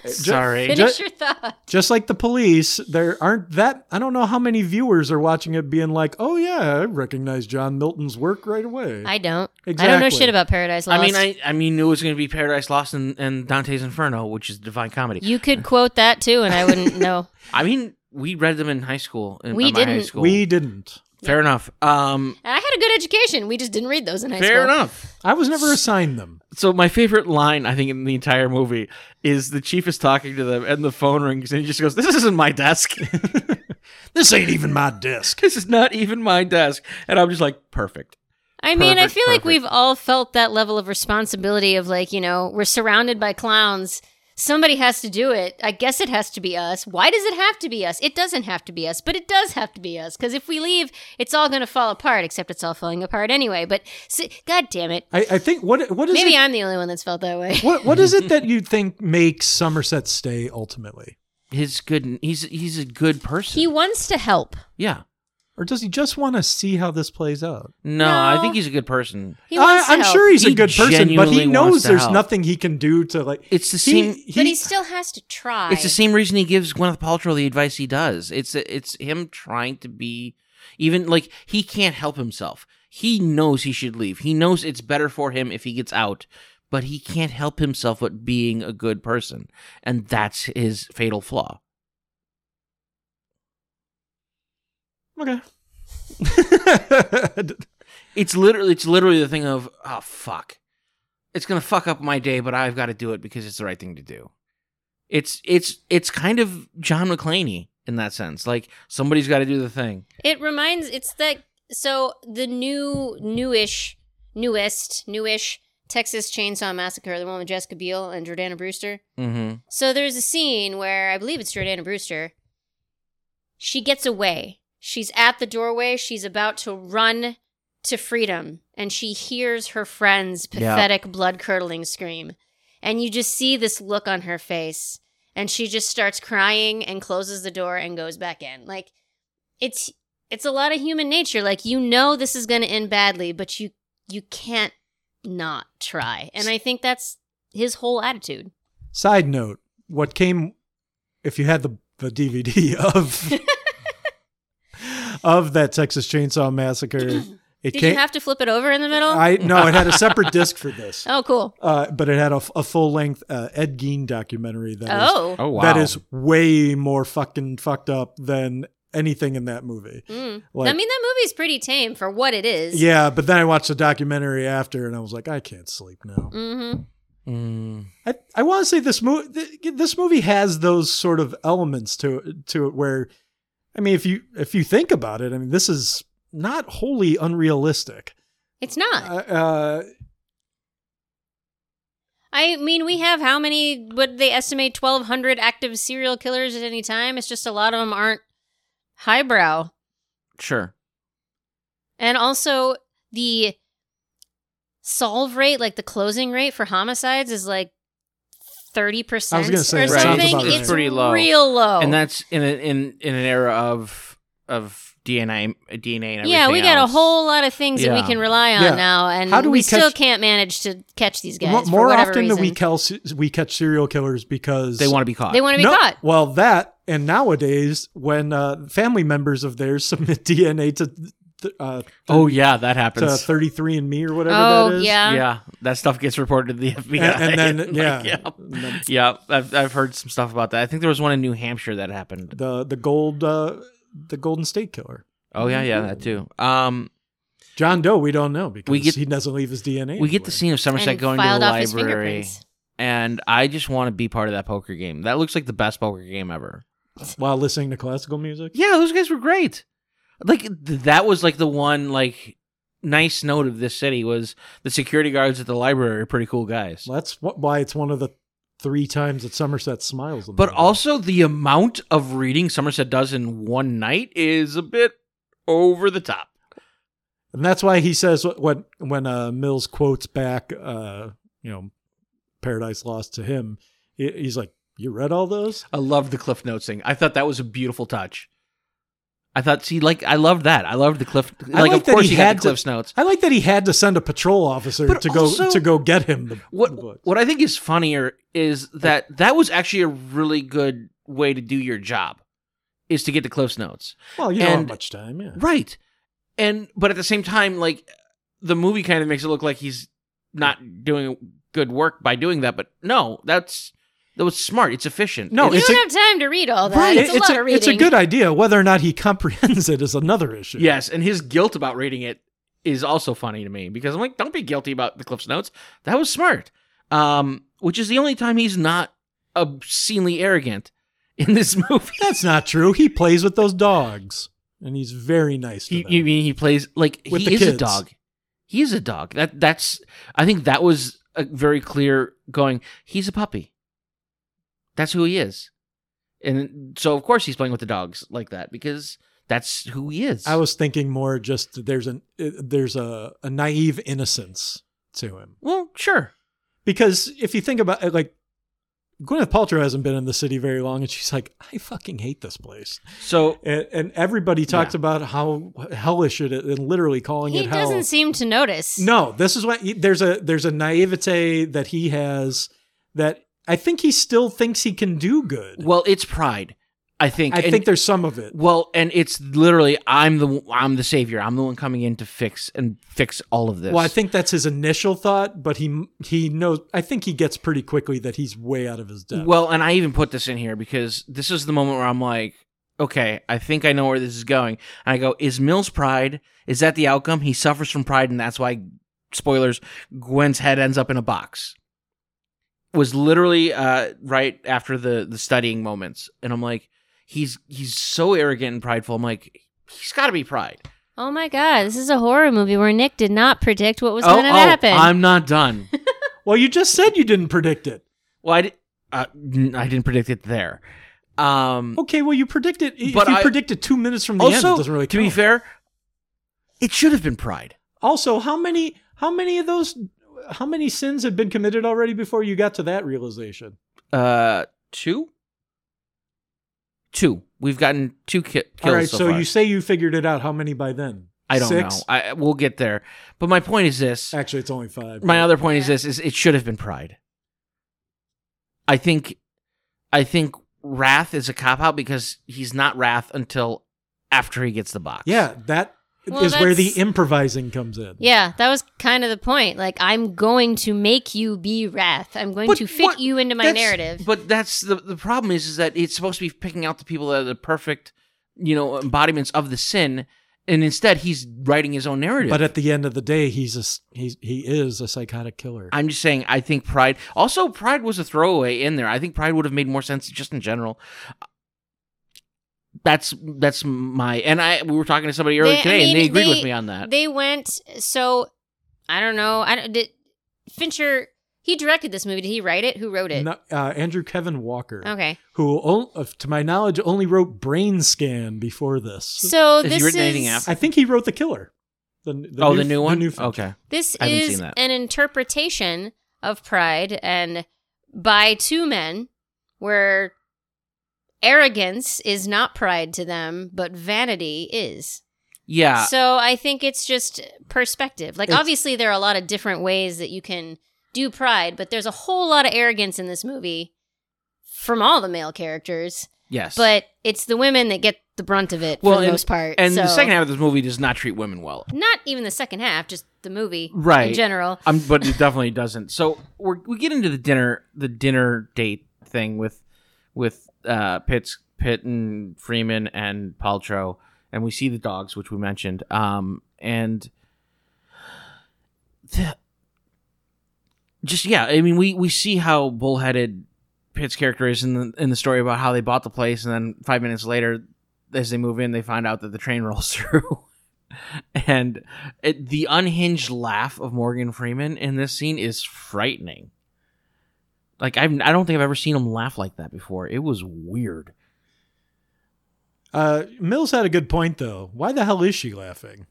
S3: Ju-
S1: sorry.
S2: Finish
S3: Ju-
S2: your thought.
S3: Just like the police, there aren't that. I don't know how many viewers are watching it, being like, "Oh yeah, I recognize John Milton's work right away."
S2: I don't.
S3: exactly.
S2: I don't know shit about Paradise Lost.
S1: I mean, I, I mean, it was going to be Paradise Lost and, and Dante's Inferno, which is divine comedy.
S2: you could quote that too, and I wouldn't know.
S1: I mean, we read them in high school. In,
S2: We
S1: in my High
S2: didn't.
S1: school.
S3: We didn't.
S1: fair enough. Um,
S2: And I had a good education. We just didn't read those in high
S1: fair
S2: school.
S1: enough.
S3: I was never assigned them.
S1: So my favorite line, I think, in the entire movie is the chief is talking to them, and the phone rings, and he just goes, "This isn't my desk.
S3: This ain't even my disc.
S1: this is not even my desk." And I'm just like, "Perfect."
S2: I mean, I
S1: Perfect,
S2: feel like
S1: perfect.
S2: we've all felt that level of responsibility of like, you know, we're surrounded by clowns. Somebody has to do it. I guess it has to be us. Why does it have to be us? It doesn't have to be us, but it does have to be us. Because if we leave, it's all going to fall apart, except it's all falling apart anyway. But si- God damn it.
S3: I, I think what what is
S2: Maybe
S3: it?
S2: I'm the only one that's felt that way.
S3: what what is it that you think makes Somerset stay ultimately,
S1: He's good. He's he's a good person.
S2: He wants to help.
S1: yeah.
S3: or does he just want to see how this plays out?
S1: No,
S2: No.
S1: I think he's a good person.
S2: He wants to
S3: I, am
S2: help.
S3: sure he's a
S1: He
S3: good person, but
S1: genuinely
S3: he knows
S1: wants to
S3: there's
S1: help.
S3: nothing he can do to like.
S1: It's the
S3: he-
S1: same.
S3: he-
S2: but he still has to try.
S1: It's the same reason he gives Gwyneth Paltrow the advice he does. It's it's him trying to be even like he can't help himself. He knows he should leave. He knows it's better for him if he gets out, but he can't help himself but being a good person, and that's his fatal flaw.
S3: Okay.
S1: It's literally it's literally the thing of oh fuck, it's gonna fuck up my day, but I've got to do it because it's the right thing to do. It's it's it's kind of John McClaney in that sense. Like somebody's got to do the thing.
S2: It reminds it's that so the new newish newest newish Texas Chainsaw Massacre, the one with Jessica Biel and Jordana Brewster.
S1: Mm-hmm.
S2: So there's a scene where I believe it's Jordana Brewster. She gets away. She's at the doorway. She's about to run to freedom, and she hears her friend's
S1: Yeah.
S2: pathetic, blood curdling scream. And you just see this look on her face, and she just starts crying and closes the door and goes back in. Like it's it's a lot of human nature. Like you know this is going to end badly, but you you can't not try. And I think that's his whole attitude.
S3: Side note: What came if you had the the DVD of of that Texas Chainsaw Massacre? It
S2: Did
S3: came.
S2: you have to flip it over in the middle?
S3: I no, it had a separate disc for this,
S2: oh, cool.
S3: uh, but it had a, f- a full length uh, Ed Gein documentary that is
S2: Oh.
S1: Oh wow,
S3: that is way more fucking fucked up than anything in that movie.
S2: Mm.
S3: Like,
S2: I mean, that movie's pretty tame for what it is.
S3: yeah, but then I watched the documentary after, and I was like, I can't sleep now.
S2: Mm-hmm.
S1: Mm.
S3: I, I want to say this movie this movie has those sort of elements to to it where I mean if you if you think about it I mean this is not wholly unrealistic.
S2: It's not.
S3: Uh, uh,
S2: I mean, we have how many, would they estimate 1,200 active serial killers at any time? It's just a lot of them aren't highbrow.
S1: sure.
S2: And also, the solve rate, like the closing rate for homicides is like 30%
S3: I was gonna say,
S2: or
S3: it
S1: sounds
S2: something.
S1: about right.
S2: It's,
S1: It's pretty low.
S2: Real low.
S1: And that's in a, in in an era of of DNA DNA and everything.
S2: Yeah, we got
S1: else.
S2: a whole lot of things that
S1: Yeah.
S2: we can rely on
S3: Yeah.
S2: now, and
S3: How do
S2: we,
S3: we
S2: still
S3: catch-
S2: can't manage to catch these guys.
S3: mo-
S2: for
S3: more
S2: whatever
S3: often than we
S2: reason.
S3: catch we catch serial killers because
S1: They want to be caught.
S2: they want to be
S3: No,
S2: caught.
S3: Well, that and nowadays when uh, family members of theirs submit DNA to th- uh,
S1: oh yeah, that
S3: to
S1: happens.
S3: 33andMe or whatever
S2: Oh
S3: that is.
S2: yeah.
S1: yeah, that stuff gets reported to the FBI.
S3: And, and then
S1: Like,
S3: yeah.
S1: yeah.
S3: And then
S1: Yeah, I've I've heard some stuff about that. I think there was one in New Hampshire that happened.
S3: the the gold uh, the Golden State Killer.
S1: Oh yeah, yeah, that too. Um,
S3: John Doe, we don't know because
S1: We get-
S3: he doesn't leave his DNA.
S1: we get the
S3: anywhere.
S1: scene of Somerset
S2: And
S1: going to the
S2: filed off his
S1: library,
S2: fingerprints.
S1: and I just want to be part of that poker game. That looks like the best poker game ever.
S3: while listening to classical music.
S1: Yeah, those guys were great. Like th- that was like the one like nice note of this city was the security guards at the library are pretty cool guys.
S3: Well, that's wh- why it's one of the three times that Somerset smiles. In the
S1: But
S3: movie.
S1: also the amount of reading Somerset does in one night is a bit over the top.
S3: and that's why he says wh- when when uh, Mills quotes back, uh, you know, Paradise Lost to him. he- He's like, "You read all those?
S1: I loved the Cliff Notes thing. I thought that was a beautiful touch. I thought, see, like I loved that. I loved the Cliff. Like,
S3: like
S1: of
S3: that
S1: course,
S3: he
S1: you had
S3: had
S1: the
S3: to-
S1: Cliff Notes.
S3: I like that he had to send a patrol officer
S1: But
S3: to go
S1: also-
S3: to go get him the, the
S1: What
S3: book.
S1: what I think is funnier is that that was actually a really good way to do your job, is to get the Cliff Notes.
S3: Well, you don't have
S1: and-
S3: much time, yeah.
S1: Right. And but at the same time, like the movie kind of makes it look like he's not doing good work by doing that. But no, that's that was smart. It's efficient.
S3: No,
S1: It's-
S2: you
S3: it's
S2: don't
S3: a-
S2: have time to read all that. It's, a lot of reading.
S3: it's a good idea. Whether or not he comprehends it is another issue.
S1: Yes, and his guilt about reading it is also funny to me because I'm like, don't be guilty about the Cliff's Notes. That was smart. Um, which is the only time he's not obscenely arrogant in this movie.
S3: That's not true. He plays with those dogs, and he's very nice to
S1: He,
S3: them.
S1: you mean he plays like
S3: With
S1: he
S3: the
S1: is a
S3: kids.
S1: dog. He is a dog. That that's I think that was a very clear going. He's a puppy. That's who he is. And so of course he's playing with the dogs like that because that's who he is.
S3: I was thinking more just that there's an uh, there's a, a naive innocence to him
S1: well, sure.
S3: because if you think about it, like Gwyneth Paltrow hasn't been in the city very long, and she's like, I fucking hate this place,
S1: So
S3: and, and everybody talks about how hellish it is, and literally calling
S2: He
S3: it hell.
S2: doesn't seem to notice.
S3: No, this is what there's a there's a naivete that he has that I think he still thinks he can do good.
S1: Well, it's pride. I think.
S3: I
S1: And-
S3: think there's some of it.
S1: well, and it's literally I'm the I'm the savior. I'm the one coming in to fix and fix all of this.
S3: Well, I think that's his initial thought, but he he knows. I think he gets pretty quickly that he's way out of his depth.
S1: Well, and I even put this in here because this is the moment where I'm like, okay, I think I know where this is going. And I go, is Mill's pride? Is that the outcome? He suffers from pride, and that's why, spoilers, Gwen's head ends up in a box. Was literally uh, right after the the studying moments, and I'm like, He's he's so arrogant and prideful. I'm like, he's got to be pride.
S2: Oh my god, this is a horror movie where Nick did not predict what was
S1: oh,
S2: going to
S1: oh,
S2: happen.
S1: I'm not done.
S3: Well, you just said you didn't predict it.
S1: well, I, di- uh, n- I didn't predict it there. Um,
S3: Okay, well, you predict it. If
S1: But
S3: you
S1: I-
S3: predict it two minutes from the end,
S1: also,
S3: it doesn't really
S1: to be
S3: count.
S1: fair, it should have been pride.
S3: Also, how many how many of those how many sins had been committed already before you got to that realization?
S1: Uh, two, two. We've gotten two ki- kills.
S3: All right, so,
S1: so, far.
S3: you say you figured it out. How many by then?
S1: I don't
S3: Six?
S1: know. I we'll get there. But my point is this.
S3: Actually, it's only five.
S1: my other point is
S2: Yeah.
S1: this is it should have been pride i think i think wrath is a cop out because he's not wrath until after he gets the box
S3: yeah, that is
S2: Well,
S3: where the
S2: that's-
S3: improvising comes in.
S2: yeah, that was kind of the point. Like, I'm going to make you be Wrath. I'm going
S1: But
S2: to fit
S1: what-
S2: you into my
S1: That's-
S2: narrative.
S1: but that's the the problem is is that it's supposed to be picking out the people that are the perfect you know embodiments of the sin and instead he's writing his own narrative
S3: But at the end of the day, he's a s- he's he is a psychotic killer.
S1: I'm just saying. I think Pride. Also, Pride was a throwaway in there. I think Pride would have made more sense just in general. That's that's my and I. We were talking to somebody earlier
S2: They- I
S1: today,
S2: mean,
S1: and they agreed
S2: they-
S1: with me on that.
S2: they went so I don't know. I don't, did Fincher. He directed this movie. Did he write it? Who wrote it?
S3: No, uh, Andrew Kevin Walker,
S2: Okay.
S3: who, on, uh, to my knowledge, only wrote Brain Scan before this.
S1: Has
S2: So
S1: he
S2: this
S1: written
S2: is
S1: anything after?
S3: I think he wrote The Killer. The, the
S1: oh, the new one.
S3: new Fincher.
S1: okay,
S2: this
S1: I haven't
S2: is
S1: seen that.
S2: an interpretation of Pride and by two men, where arrogance is not pride to them, but vanity is.
S1: yeah.
S2: so I think it's just perspective. Like
S3: It's-
S2: obviously there are a lot of different ways that you can do pride, but there's a whole lot of arrogance in this movie from all the male characters.
S1: yes,
S2: But it's the women that get the brunt of it
S1: Well,
S2: for the
S1: and-
S2: most part.
S1: and the
S2: So-
S1: second half of this movie does not treat women well.
S2: not even the second half, just the movie in
S1: Right.
S2: general.
S1: Um, but it definitely doesn't. So we're, we get into the dinner the dinner date thing with with uh, Pitt's Pitt and Freeman and Paltrow, and we see the dogs, which we mentioned. Um, and the, just yeah, I mean, we we see how bullheaded Pitt's character is in the in the story about how they bought the place, and then five minutes later, as they move in, they find out that the train rolls through. and it, the unhinged laugh of Morgan Freeman in this scene is frightening. Like I've, I don't think I've ever seen him laugh like that before. It was weird.
S3: Uh, Mills had a good point though. Why the hell is she laughing?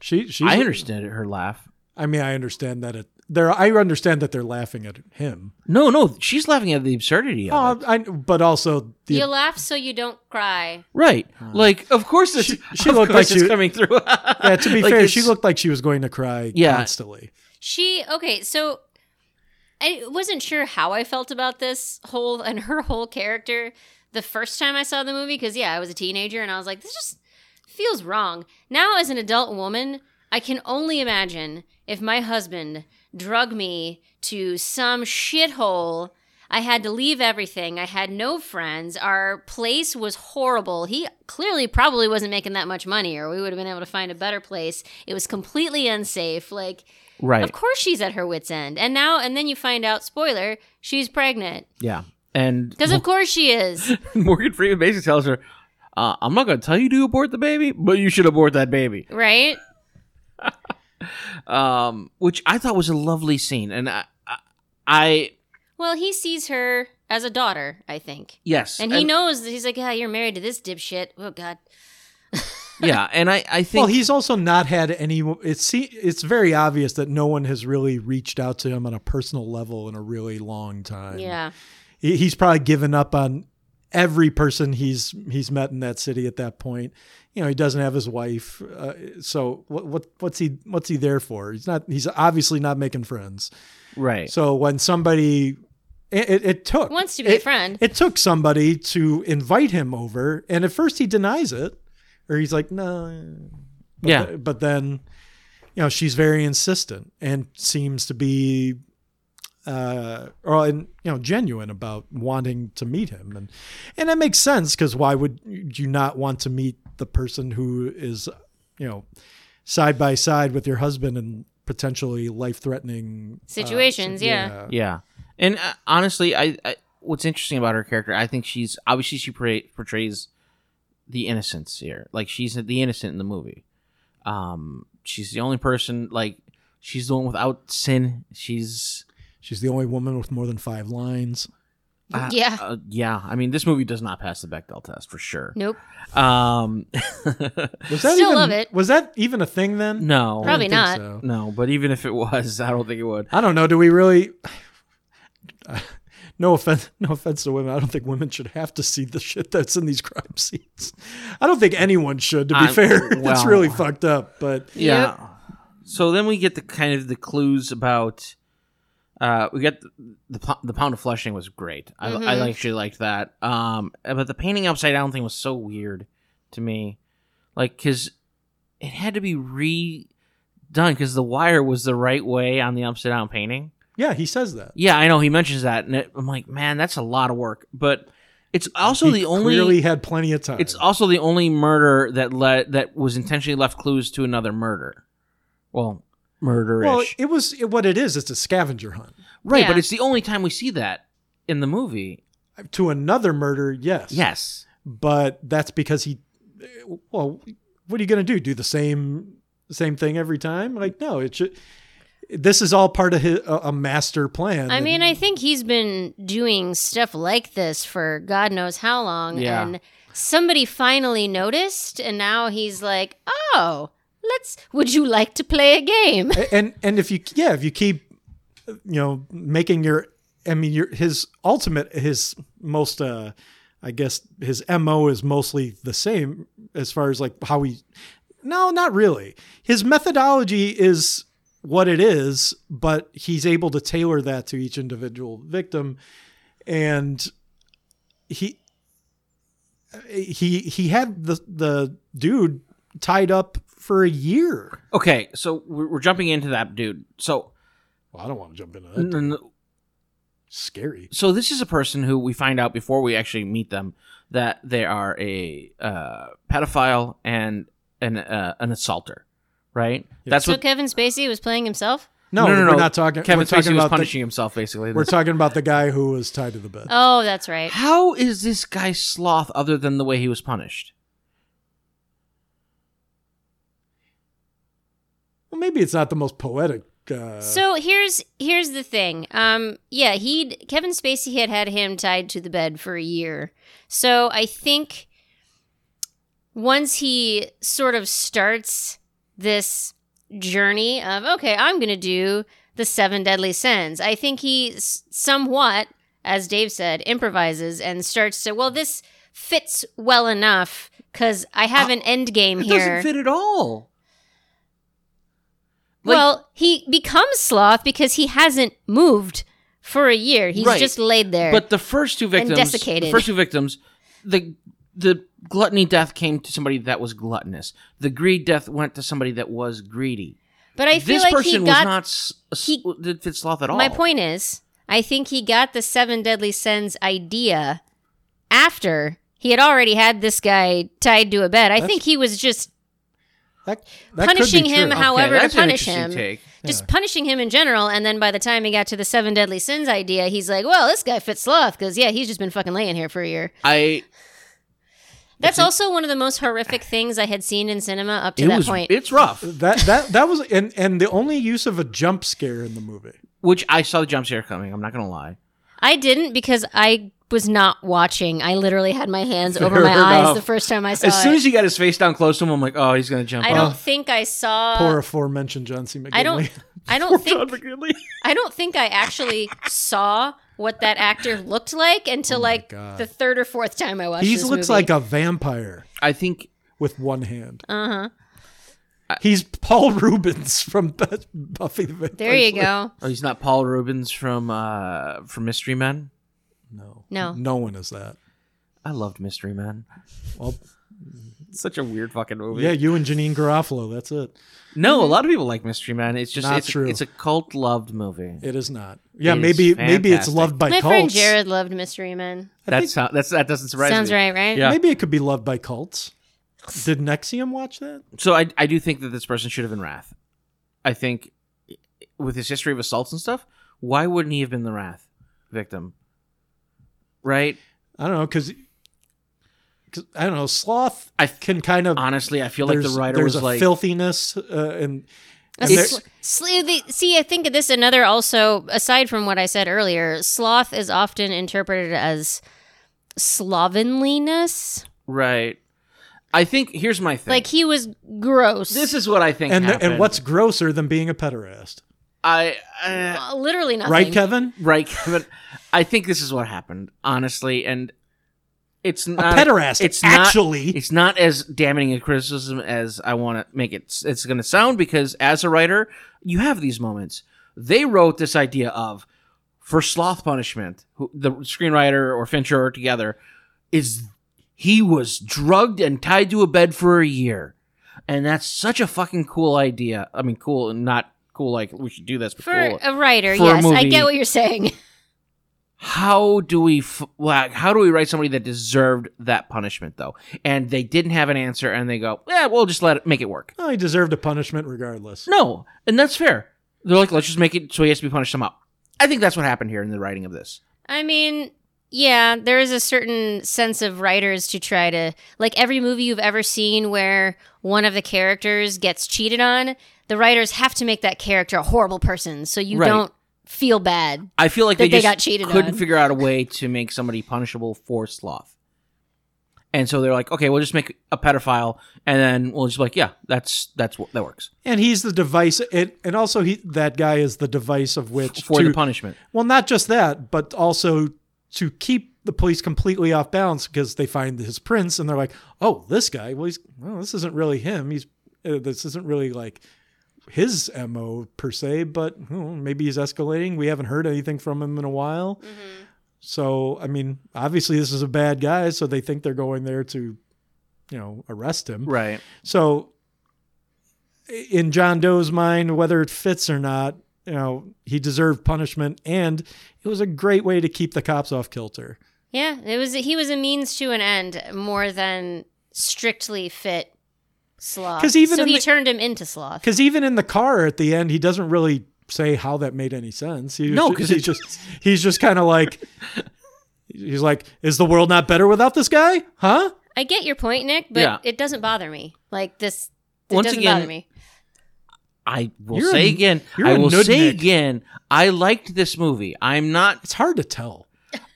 S3: She she.
S1: I understood it, her laugh.
S3: I mean, I understand that it. There, I understand that they're laughing at him.
S1: No, no, she's laughing at the absurdity of it.
S3: Oh, I, but also the
S2: you laugh so you don't cry.
S1: Right, like of course it's,
S3: She- she
S1: of
S3: looked
S1: course
S3: like
S1: it's
S3: she-
S1: coming through.
S3: yeah, to be
S1: Like,
S3: fair,
S1: it's-
S3: she looked like she was going to cry
S1: Yeah.
S3: constantly.
S2: She okay, so I wasn't sure how I felt about this whole and her whole character the first time I saw the movie because yeah, I was a teenager and I was like, this just feels wrong. Now as an adult woman, I can only imagine if my husband drug me to some shithole. I had to leave everything. I had no friends. Our place was horrible. He clearly probably wasn't making that much money, or we would have been able to find a better place. It was completely unsafe. Like,
S1: right.
S2: of course she's at her wits end. And now and then you find out spoiler, she's pregnant.
S1: Yeah, and
S2: Cuz of course she is.
S1: Morgan Freeman basically tells her, uh, "I'm not going to tell you to abort the baby, but you should abort that baby."
S2: Right?
S1: um, which I thought was a lovely scene, and I, I, I
S2: Well, he sees her as a daughter, I think.
S1: yes,
S2: And he knows that he's like, "Yeah, you're married to this dipshit." Oh god.
S1: yeah, and I, I think
S3: Well, he's also not had any. It's see, it's very obvious that no one has really reached out to him on a personal level in a really long time.
S2: Yeah.
S3: He- he's probably given up on every person he's he's met in that city at that point. You know, he doesn't have his wife, uh, so what, what what's he what's he there for? He's not. He's obviously not making friends.
S1: right,
S3: So when somebody, it, it, it took
S2: Wants to be a
S3: it-
S2: friend.
S3: It took somebody to invite him over, and at first he denies it, or he's like, no. But
S1: yeah,
S3: th- but then, you know, she's very insistent and seems to be, uh, or and you know, genuine about wanting to meet him, and and that makes sense because why would you not want to meet the person who is, you know, side by side with your husband and potentially uh, life threatening
S2: Situations, yeah.
S1: yeah, and uh, honestly, I, I what's interesting about her character, I think she's obviously she pra- portrays the innocence here. Like she's the innocent in the movie. Um, she's the only person like she's the one without sin. She's
S3: She's the only woman with more than five lines.
S1: uh,
S2: Yeah.
S1: uh, yeah. I mean, this movie does not pass the Bechdel test for sure.
S2: Nope.
S1: Um,
S3: Was that
S2: Still
S3: even,
S2: love it.
S3: Was that even a thing then?
S1: no,
S3: I
S2: Probably
S3: didn't think
S2: not.
S3: so.
S1: no. But even if it was, I don't think it would.
S3: I don't know. Do we really? no offense, no offense to women. I don't think women should have to see the shit that's in these crime scenes. I don't think anyone should. To be
S1: I'm-
S3: fair, it's
S1: well-
S3: really fucked up. But
S1: Yeah. So then we get the kind of the clues about. Uh, we got the, the po- the pound of flushing was great. I, I
S2: Mhm.
S1: actually liked that. Um, but the painting upside down thing was so weird to me, like because it had to be redone because the wire was the right way on the upside down painting.
S3: yeah, he says that.
S1: Yeah, I know he mentions that, and it, I'm like, man, that's a lot of work. But it's also
S3: He
S1: the only
S3: clearly had plenty of time.
S1: It's also the only murder that led that was intentionally left clues to another murder. Well, murderish,
S3: well, it was it, what it is. It's a scavenger hunt
S1: right? But
S2: Yeah.
S1: it's the only time we see that in the movie.
S3: to another murder. Yes.
S1: Yes,
S3: But that's because he. Well, what are you gonna do? Do the same same thing every time? Like no, it should. This is all part of his, a, a master plan.
S2: I
S3: that
S2: mean, I think he's been doing stuff like this for God knows how long.
S1: Yeah.
S2: And somebody finally noticed, and now he's like, oh, let's, would you like to play a game?
S3: A- and and if you yeah if you keep you know making your i mean your his ultimate his most uh i guess his mo is mostly the same as far as like how he no not really his methodology is what it is but he's able to tailor that to each individual victim and he he he had the the dude tied up for a year
S1: Okay, so we're, we're jumping into that, dude. So,
S3: well i don't want to jump into
S1: n- n-
S3: scary.
S1: so this is a person who we find out before we actually meet them that they are a uh, pedophile and an uh, an assaulter, right?
S3: Yeah.
S1: That's
S2: So
S1: what
S2: Kevin Spacey was playing himself?
S3: No,
S1: No, no, no,
S3: we're
S1: no.
S3: not talking.
S1: Kevin
S3: we're
S1: Spacey
S3: talking
S1: was
S3: about
S1: punishing himself, basically.
S3: The, we're talking about the guy who was tied to the bed.
S2: Oh, that's right.
S1: How is this guy sloth other than the way he was punished?
S3: well, maybe it's not the most poetic. Uh,
S2: So here's here's the thing. Um, yeah, he Kevin Spacey had had him tied to the bed for a year. So I think once he sort of starts this journey of okay, I'm gonna do the seven deadly sins. I think he s- somewhat, as Dave said, improvises and starts to well, this fits well enough because I have an end game
S1: Uh, It
S2: here.
S1: doesn't fit at all. Like-
S2: well, he becomes sloth because he hasn't moved for a year. He's
S1: Right.
S2: just laid there.
S1: But the first two victims,
S2: desiccated.
S1: the first two victims, the the gluttony death came to somebody that was gluttonous. The greed death went to somebody that was greedy.
S2: but I feel
S1: This
S2: like he
S1: person
S2: got.
S1: was not s- s-
S2: he-
S1: did fit sloth at all.
S2: my point is, I think he got the seven deadly sins idea after he had already had this guy tied to a bed. I
S3: That's-
S2: think he was just
S3: that, that
S2: punishing
S3: could be
S2: him
S3: true.
S2: how- however, to
S1: that's an
S2: punish
S1: interesting
S2: him.
S1: Take.
S2: just punishing him in general. And then by the time he got to the seven deadly sins idea, he's like, "Well, this guy fits sloth because yeah, he's just been fucking laying here for a year."
S1: I It's
S2: That's
S1: a-
S2: also one of the most horrific things I had seen in cinema up to
S1: it
S2: that
S1: was
S2: point.
S1: it's rough.
S3: Uh, that that that was and and the only use of a jump scare in the movie.
S1: Which I saw the jump scare coming. I'm not gonna lie.
S2: I didn't because I was not watching. I literally had my hands over
S3: Fair
S2: my eyes
S3: enough.
S2: the first time I saw
S1: As soon
S2: it.
S1: as he got his face down close to him, I'm like, oh, he's gonna jump.
S2: I
S1: off.
S2: don't think I saw.
S3: Poor aforementioned John C. McGinley.
S2: Uh, I don't. I don't
S1: John
S2: think.
S1: McGinley.
S2: I don't think I actually saw what that actor looked like until like
S3: Oh God.
S2: the third or fourth time I watched.
S3: he
S2: this
S3: looks
S2: movie.
S3: like a vampire
S1: I think
S3: with one hand.
S2: Uh huh.
S3: He's Paul Rubens from Bu- Buffy the Vampire.
S2: There you
S3: Slayer.
S2: go.
S1: Oh, he's not Paul Rubens from uh from Mystery Men.
S3: No,
S2: No.
S3: no one is that.
S1: I loved Mystery Men.
S3: Well,
S1: such a weird fucking movie.
S3: yeah, you and Janine Garofalo. That's it.
S1: No, a lot of people like Mystery Men. It's just
S3: Not
S1: it's,
S3: true.
S1: it's a cult loved movie.
S3: It is not. Yeah,
S1: It is
S3: maybe maybe it's
S1: fantastic.
S3: loved by
S2: My
S3: cults.
S2: friend Jared loved Mystery Men.
S3: I
S1: That
S3: think-
S1: sound, that's that doesn't surprise
S2: Sounds
S1: me.
S2: right, right?
S1: Yeah.
S3: Maybe it could be loved by cults. Did Nexium watch that?
S1: So I I do think that this person should have been Wrath. I think with his history of assaults and stuff, why wouldn't he have been the Wrath victim? Right?
S3: I don't know because 'cause, I don't know, sloth
S1: I f-
S3: can kind of
S1: honestly, I feel like the
S3: there's-
S1: writer
S3: there's
S1: was
S3: a
S1: like,
S3: filthiness uh, and
S2: A
S3: And there-
S2: sl- sl- the- see, I think this another also aside from what I said earlier, sloth is often interpreted as slovenliness.
S1: right. I think here's my thing.
S2: Like he was gross.
S1: this is what I think.
S3: and the,
S1: happened.
S3: and what's grosser than being a pederast,
S1: I, I
S2: Uh, literally nothing.
S3: right, Kevin?
S1: right, Kevin? I think this is what happened, honestly, and it's
S3: A
S1: not
S3: pederast.
S1: it's
S3: It's
S1: not-
S3: actually
S1: it's not as damning a criticism as I want to make it. It's going to sound because as a writer, you have these moments. They wrote this idea of for sloth punishment. Who, the screenwriter or Fincher are together is he was drugged and tied to a bed for a year, and that's such a fucking cool idea. I mean, cool and not cool like we should do this. But
S2: For
S1: cool.
S2: a writer,
S1: For a
S2: yes, I
S1: movie.
S2: get what you're saying.
S1: how do we f- like, how do we write somebody that deserved that punishment though and they didn't have an answer and they go yeah we'll just let it make it work
S3: oh, he deserved a punishment regardless.
S1: no and that's fair they're like let's just make it so he has to be punished somehow i think that's what happened here in the writing of this
S2: I mean, yeah, there is a certain sense of writers to try to like every movie you've ever seen where one of the characters gets cheated on, the writers have to make that character a horrible person so you
S1: Right.
S2: don't feel bad.
S1: i feel like
S2: That
S1: they,
S2: they
S1: just
S2: got cheated
S1: couldn't
S2: on.
S1: figure out a way to make somebody punishable for sloth and so they're like okay we'll just make a pedophile and then we'll just be like yeah that's that's what that works
S3: And he's the device, and, and also he that guy is the device of which
S1: for
S3: to
S1: the punishment
S3: Well, not just that, but also to keep the police completely off balance because they find his prints and they're like, "Oh, this guy. Well, he's well, this isn't really him. He's uh, this isn't really like his mo per se, but hmm, maybe he's escalating. We haven't heard anything from him in a while. So, I mean, obviously this is a bad guy, so they think they're going there to, you know, arrest him.
S1: right
S3: So, in John Doe's mind, whether it fits or not, you know, he deserved punishment, and it was a great way to keep the cops off kilter.
S2: Yeah, it was he was a means to an end more than strictly fit sloth.
S3: 'Cause even
S2: so
S3: in
S2: he
S3: the-
S2: turned him into sloth.
S3: Because even in the car at the end, he doesn't really say how that made any sense. He was
S1: No,
S3: ju-
S1: 'cause
S3: he's
S1: it
S3: just he's just kind of like he's like, is the world not better without this guy? Huh?
S2: I get your point, Nick, but
S1: Yeah.
S2: it doesn't bother me. Like this it
S1: Once
S2: doesn't
S1: again,
S2: bother me.
S1: I will
S3: You're a-
S1: say again.
S3: you're
S1: I
S3: a
S1: will say
S3: nudnik.
S1: again. I liked this movie. I'm not.
S3: It's hard to tell.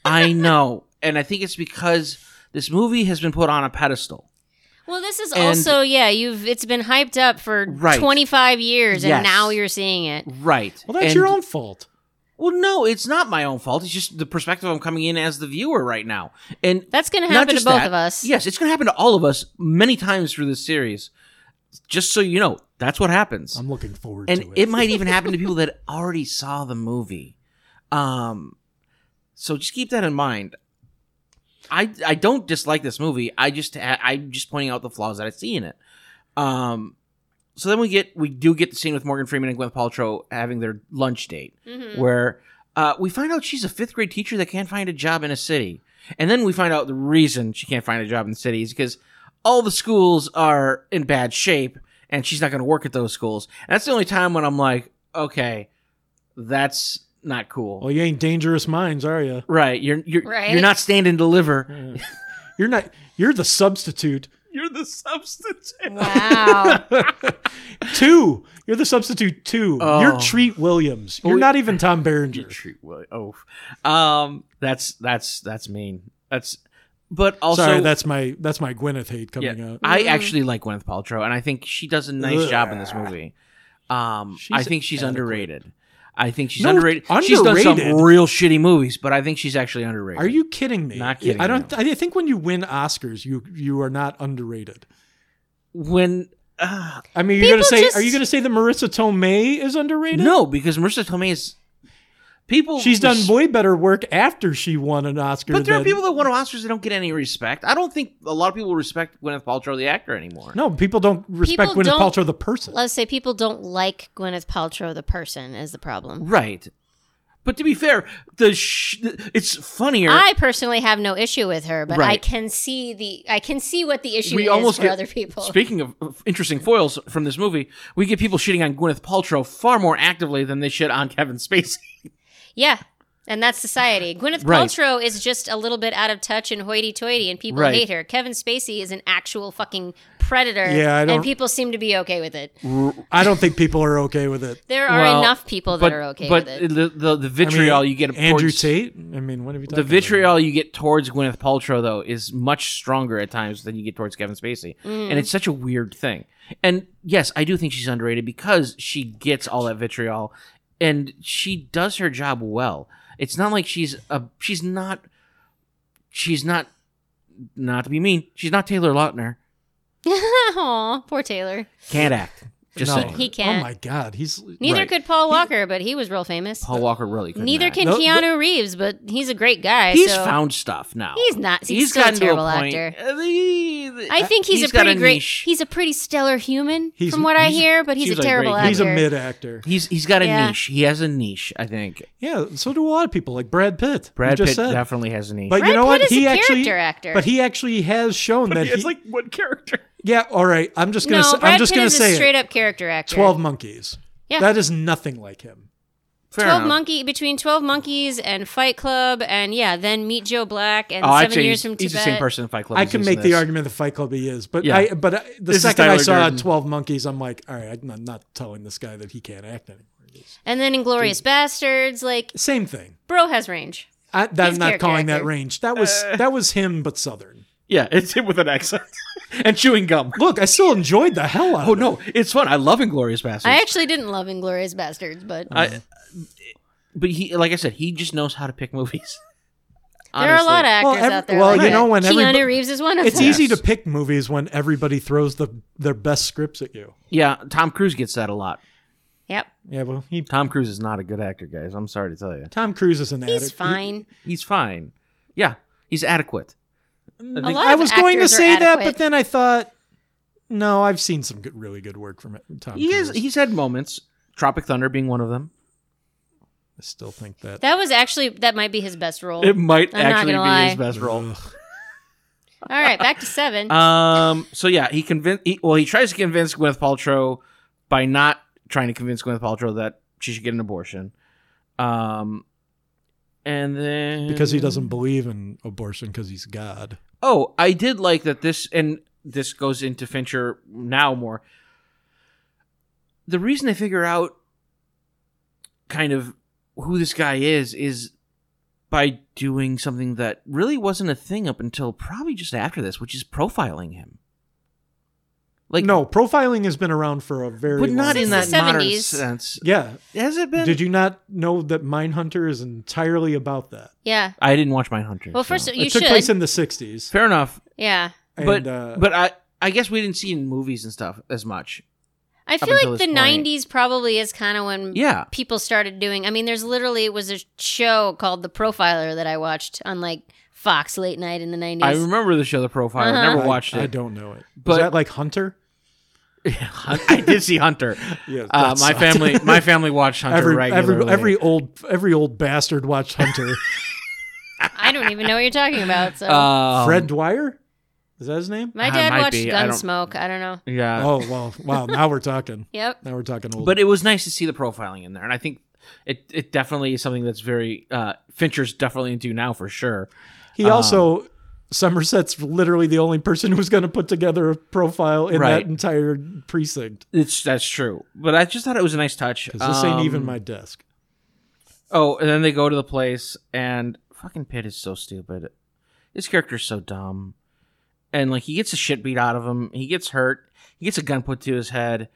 S1: I know, and I think it's because this movie has been put on a pedestal.
S2: Well, this is
S1: And-
S2: also yeah. You've it's been hyped up for
S1: Right.
S2: 25 years,
S1: Yes.
S2: and now you're seeing it.
S1: Right.
S3: Well, that's
S1: And-
S3: your own fault.
S1: Well, no, it's not my own fault. It's just the perspective I'm coming in as the viewer right now, and
S2: That's going to
S1: not
S2: happen to
S1: just
S2: both
S1: that-
S2: of us.
S1: Yes, it's going to happen to all of us many times through this series. Just so you know, that's what happens.
S3: I'm looking forward
S1: and
S3: to
S1: it might even happen to people that already saw the movie um so just keep that in mind i i don't dislike this movie i just ha- i'm just pointing out the flaws that i see in it um so then we get we do get the scene with morgan freeman and gwyneth paltrow having their lunch date
S2: Mhm.
S1: where uh, we find out she's a fifth grade teacher that can't find a job in a city and then we find out the reason she can't find a job in the city is because all the schools are in bad shape and she's not going to work at those schools. And that's the only time when I'm like, okay, that's not cool.
S3: Well, you ain't dangerous minds, are you?
S1: right. You're you're
S2: Right.
S1: you're not stand and deliver.
S3: You're not. You're the substitute.
S1: You're the substitute.
S2: Wow.
S3: two. You're the substitute two.
S1: Oh.
S3: You're Treat Williams. You're
S1: Oh,
S3: not even Tom Berenger.
S1: Treat Willie. Oh, um, that's that's that's mean. That's but also
S3: Sorry, that's my that's my Gwyneth hate coming
S1: yeah,
S3: out.
S1: I
S2: Mhm.
S1: actually like Gwyneth Paltrow, and I think she does a nice
S3: Ugh.
S1: job in this movie. Um,
S3: She's
S1: I think she's
S3: adequate.
S1: underrated. I think she's
S3: No,
S1: underrated. She's done some
S3: underrated?
S1: real shitty movies, but I think she's actually underrated.
S3: Are you kidding me?
S1: Not kidding,
S3: I don't. I think when you win Oscars, you you are not underrated.
S1: when? Uh,
S3: I mean, you're
S2: People
S3: gonna say,
S2: just-
S3: are you gonna say that Marissa Tomei is underrated?
S1: no, because Marissa Tomei is people.
S3: she's done way better work after she won an Oscar.
S1: But there are
S3: than-
S1: people that won Oscars that don't get any respect. I don't think a lot of people respect Gwyneth Paltrow the actor anymore.
S3: No, people don't respect
S2: People
S3: Gwyneth
S2: don't-
S3: Paltrow the person.
S2: Let's say people don't like Gwyneth Paltrow the person is the problem.
S1: Right. But to be fair, the sh- it's funnier.
S2: I personally have no issue with her, but I
S1: Right.
S2: can see the I can see what the issue
S1: We
S2: is
S1: almost
S2: for
S1: get-
S2: other people.
S1: Speaking of of interesting foils from this movie, we get people shitting on Gwyneth Paltrow far more actively than they shit on Kevin Spacey.
S2: yeah, And that's society. Gwyneth
S1: Right.
S2: Paltrow is just a little bit out of touch and hoity-toity, and people
S1: Right.
S2: hate her. Kevin Spacey is an actual fucking predator,
S3: Yeah, I don't-
S2: and people seem to be okay with it.
S3: I don't think people are okay with it.
S2: There are
S1: Well,
S2: enough people that
S1: but
S2: are okay
S1: but
S2: with it.
S1: the the, the vitriol
S3: I mean,
S1: you get
S3: Andrew
S1: towards,
S3: Tate. I mean, what have you?
S1: the vitriol you get towards Gwyneth Paltrow though is much stronger at times than you get towards Kevin Spacey, and it's such a weird thing. And yes, I do think she's underrated because she gets all that vitriol, and she does her job well. It's not like she's a she's not she's not not to be mean. She's not Taylor Lautner.
S2: Aw, poor Taylor.
S1: Can't act. Just
S3: no.
S1: saying.
S2: He can't.
S3: Oh my God, he's
S2: Neither
S1: Right.
S2: could Paul Walker, but he was real famous.
S1: Paul Walker really. Couldn't
S2: Neither
S1: act.
S2: can
S3: No, the-
S2: Keanu Reeves, but he's a great guy.
S1: He's
S2: so.
S1: found stuff now.
S2: He's not- he's still a
S1: gotten to
S2: terrible
S1: point-
S2: actor.
S1: Uh, he-
S2: I think he's, a
S1: got
S2: pretty great.
S1: niche.
S2: He's a pretty stellar human,
S3: He's-
S2: from what I
S1: he's-
S2: hear. But he's a
S1: seems like
S2: terrible
S1: great-
S2: actor.
S3: he's a mid actor.
S1: He's he's got a
S2: Yeah.
S1: niche. He has a niche. I think
S3: Yeah, so do a lot of people, like Brad Pitt.
S1: Brad
S3: you
S1: Pitt
S3: just said.
S1: definitely has a niche.
S3: But
S2: Brad
S3: you know
S2: Pitt
S3: what?
S2: is
S3: he
S2: a
S3: actually,
S2: character actor.
S3: but he actually has shown that he,
S1: like one character.
S3: yeah. All right, I'm just gonna,
S2: no,
S3: say,
S2: Brad
S3: I'm just
S2: Pitt
S3: gonna
S2: is
S3: say,
S2: a
S3: it.
S2: straight up character actor.
S3: Twelve Monkeys.
S2: Yeah.
S3: that is nothing like him.
S1: Fair
S2: 12
S1: enough.
S2: Monkey between Twelve Monkeys and Fight Club, and yeah, then Meet Joe Black and
S1: Oh,
S2: Seven
S1: I'd say
S2: Years
S1: he's,
S2: from Tibet.
S1: he's the same person in Fight Club.
S3: I
S1: as
S3: can
S1: he's
S3: make
S1: in
S3: the
S1: this.
S3: argument the Fight Club he is, but
S1: Yeah.
S3: I, but I, the
S1: This is
S3: second I
S1: Tyler
S3: saw
S1: Durden.
S3: Twelve Monkeys, I'm like, all right, I'm not telling this guy that he can't act anymore.
S2: And then Inglorious Bastards, like
S3: Same thing.
S2: bro has range.
S3: I, that,
S2: He's
S3: I'm not
S2: character
S3: calling that
S2: actor.
S3: range. That was
S1: Uh.
S3: that was him, but southern.
S1: Yeah, it's him with an accent and chewing gum.
S3: Look, I still enjoyed the hell out.
S1: Oh
S3: of it.
S1: no, it's fun. I love Inglorious Bastards.
S2: I actually didn't love Inglorious Bastards, but
S1: I- but he, like I said, he just knows how to pick movies.
S2: there are a lot
S1: Honestly.
S2: of actors
S3: Well, every-
S2: out there.
S3: well,
S2: like
S1: you
S2: that.
S3: know, when everybo-
S2: Keanu Reeves is one of
S3: It's
S2: them.
S3: easy to
S1: Yes.
S3: pick movies when everybody throws the their best scripts at you.
S1: Yeah, Tom Cruise gets that a lot.
S2: Yep,
S3: Yeah, well, he
S1: Tom Cruise is not a good actor, guys. I'm sorry to tell you,
S3: Tom Cruise is an addict.
S2: he's
S3: He-
S2: fine.
S1: he's fine. Yeah, he's adequate.
S2: A
S1: think-
S2: lot
S3: I
S2: of
S3: was going to
S2: actors are
S3: say that,
S2: adequate.
S3: but then I thought, no, I've seen some good, really good work from Tom.
S1: He
S3: Cruise.
S1: is. He's had moments. Tropic Thunder being one of them.
S3: I still think that.
S2: That was actually that might be his best role.
S1: It might
S2: I'm not
S1: actually be
S2: gonna
S1: his
S2: lie.
S1: best role.
S3: Ugh.
S2: All right, back to seven.
S1: Um. So yeah, he convinced. He, well, he tries to convince Gwyneth Paltrow by not trying to convince Gwyneth Paltrow that she should get an abortion. Um, and then
S3: because he doesn't believe in abortion because he's God.
S1: Oh, I did like that. This and this goes into Fincher now more. The reason they figure out kind of who this guy is is by doing something that really wasn't a thing up until probably just after this, which is profiling him. Like
S3: no, profiling has been around for a very.
S1: but not
S3: long
S1: in that
S2: Since the
S3: time.
S1: modern
S2: 70s.
S1: sense.
S3: Yeah.
S1: Has it been?
S3: Did you not know that Mindhunter is entirely about that?
S2: Yeah.
S1: I didn't watch Mindhunter.
S2: Well,
S1: so-
S2: first of- you
S3: it took
S2: should.
S3: place in the '60s.
S1: fair enough.
S2: yeah.
S3: And,
S1: but
S3: uh,
S1: but I I guess we didn't see it in movies and stuff as much.
S2: I
S1: Up
S2: feel
S1: until
S2: like the
S1: this point.
S2: '90s probably is kind of when
S1: Yeah.
S2: people started doing. I mean, there's literally it was a show called The Profiler that I watched on like Fox late night in the '90s.
S1: I remember the show The Profile.
S2: Uh-huh.
S1: I never
S3: I-
S1: watched
S3: I
S1: it.
S3: don't know it. But
S1: But-
S3: that like Hunter?
S1: I did see Hunter.
S3: Yeah,
S1: Uh,
S3: that
S1: my
S3: sucked.
S1: family, my family watched Hunter
S3: every
S1: regularly.
S3: every every old every old bastard watched Hunter.
S2: I don't even know what you're talking about. So
S1: Um,
S3: Fred Dwyer, is that his name?
S2: my
S1: uh,
S2: dad
S1: might
S2: watched
S1: be. I don't-
S2: Gunsmoke. I don't, know.
S1: Yeah,
S3: oh well, wow. Now we're talking.
S2: Yep.
S3: Now we're talking old.
S1: uh, but it was nice to see the profiling in there, and I think it it definitely is something that's very uh, Fincher's definitely into now for sure.
S3: he
S1: um,
S3: also Somerset's literally the only person who's going to put together a profile in
S1: Right.
S3: that entire precinct.
S1: It's that's true, but I just thought it was a nice touch.
S3: 'Cause this ain't
S1: Um,
S3: even my desk.
S1: Oh, and then they go to the place, and fucking Pitt is so stupid. His character's so dumb, and like he gets a shit beat out of him. He gets hurt. He gets a gun put to his head,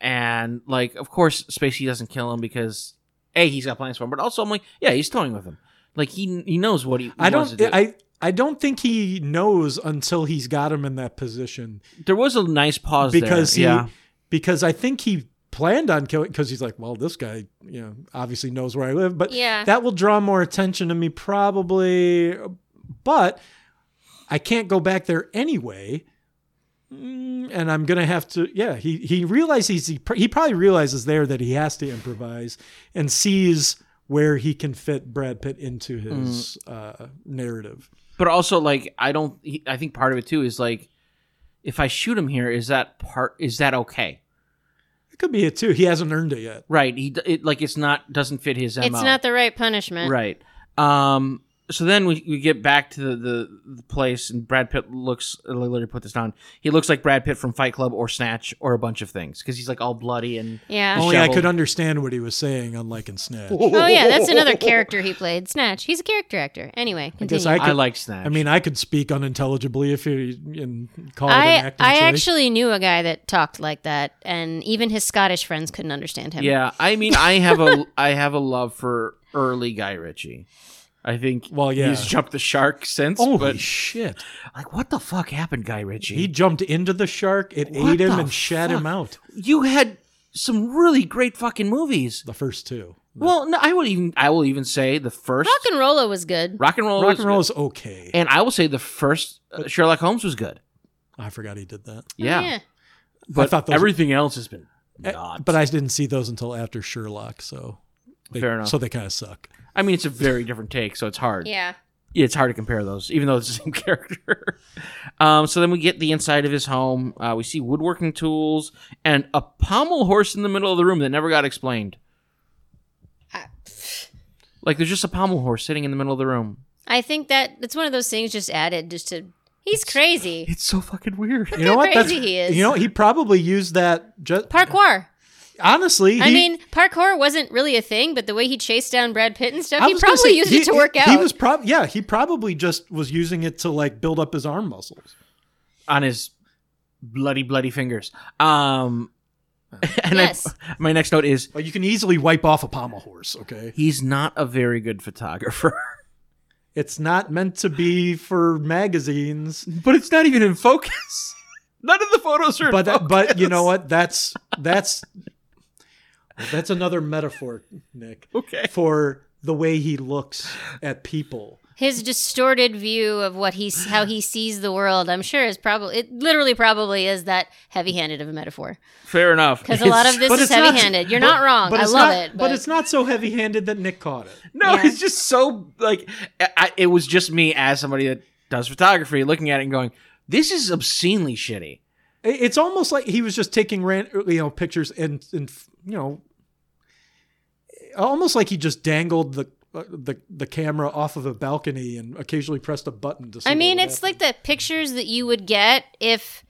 S1: and like of course Spacey doesn't kill him because a he's got plans for him, but also I'm like yeah he's toying with him. Like he he knows what he
S3: I
S1: wants
S3: don't.
S1: to do.
S3: I I don't think he knows until he's got him in that position
S1: there was a nice pause there.
S3: because he
S1: yeah
S3: because I think he planned on killing because he's like, well, this guy, you know, obviously knows where I live, but
S2: Yeah.
S3: that will draw more attention to me probably. But I can't go back there anyway. Mm, And I'm gonna have to, yeah. He he realizes he pr- he probably realizes there that he has to improvise and sees where he can fit Brad Pitt into his
S1: Mm.
S3: uh, narrative.
S1: but also like I don't he, I think part of it too is like if I shoot him here is that part is that okay?
S3: That could be it too. He hasn't earned it yet.
S1: Right. He d- it, like it's not doesn't fit his MO.
S2: It's not the right punishment.
S1: right. Um. So then we, we get back to the, the, the place, and Brad Pitt looks. I literally put this down. He looks like Brad Pitt from Fight Club or Snatch or a bunch of things because he's like all bloody and
S2: Yeah.
S3: Only I
S1: Disheveled.
S3: could understand what he was saying, unlike in Snatch.
S2: Oh yeah, that's another character he played. Snatch. He's a character actor. Anyway,
S3: I
S2: continue.
S3: guess I
S1: I,
S3: could. I,
S1: like Snatch.
S3: mean, I could speak unintelligibly if you and call it an
S2: I
S3: acting
S2: I
S3: choice.
S2: actually knew a guy that talked like that, and even his Scottish friends couldn't understand him.
S1: yeah. I mean, I have a I have a love for early Guy Ritchie. I think.
S3: Well, yeah.
S1: He's jumped the shark since.
S3: Holy
S1: but
S3: shit!
S1: like, what the fuck happened, Guy Ritchie?
S3: He jumped into the shark. It
S1: What
S3: ate him
S1: the
S3: and shat him
S1: fuck?
S3: out.
S1: you had some really great fucking movies.
S3: The first two.
S1: Well, no, I would even I will even say the first
S2: Rock and Rolla was good. Oh,
S1: rock and roll
S3: Rock
S1: was
S3: and roll
S1: good.
S3: is okay.
S1: and I will say the first uh, Sherlock Holmes was good.
S3: I forgot he did that.
S1: Yeah,
S2: Oh, yeah.
S1: but
S3: thought those-
S1: everything else has been.
S3: Eh,
S1: God.
S3: But I didn't see those until after Sherlock, so they,
S1: Fair enough.
S3: So they kind of suck.
S1: I mean, it's a very different take, so it's hard.
S2: Yeah.
S1: it's hard to compare those, even though it's the same character. um, so then we get the inside of his home. Uh, we see woodworking tools and a pommel horse in the middle of the room that never got explained.
S2: I-
S1: Like there's just a pommel horse sitting in the middle of the room.
S2: I think that it's one of those things just added just to he's crazy.
S1: It's so fucking weird.
S3: You know what?
S2: crazy he is.
S3: You know, he probably used that. Just
S2: Parkour.
S3: honestly, he,
S2: I mean, parkour wasn't really a thing, but the way he chased down Brad Pitt and stuff,
S3: I
S2: he
S3: was gonna
S2: probably
S3: say,
S2: used
S3: he-
S2: it to work
S3: he-
S2: out.
S3: He was prob yeah, he probably just was using it to like build up his arm muscles.
S1: on his bloody bloody fingers. Um, and I-
S2: Yes.
S1: my next note is
S3: Like you can easily wipe off a pommel horse. Okay,
S1: he's not a very good photographer,
S3: it's not meant to be for magazines,
S1: but it's not even in focus. uh, None of the photos are. in
S3: but that, but you
S1: focus.
S3: know what? That's that's that's another metaphor, Nick,
S1: Okay.
S3: for the way he looks at people.
S2: His distorted view of what he's how he sees the world, I'm sure, is probably it literally probably is that heavy-handed of a metaphor
S1: Fair enough.
S2: because a lot
S1: It's-
S2: of this
S3: but
S2: is
S3: it's not-
S2: heavy-handed. You're not wrong. I
S3: it's
S2: love
S3: not-
S2: it,
S3: but it's not so heavy-handed that Nick caught it.
S1: No,
S2: Yeah.
S1: it's just so like I, I- it was just me as somebody that does photography looking at it and going, "This is obscenely shitty."
S3: It- It's almost like he was just taking ran, you know pictures and and you know almost like he just dangled the uh, the the camera off of a balcony and occasionally pressed a button to see
S2: I
S3: what
S2: mean,
S3: would
S2: it's
S3: happen.
S2: like the pictures that you would get if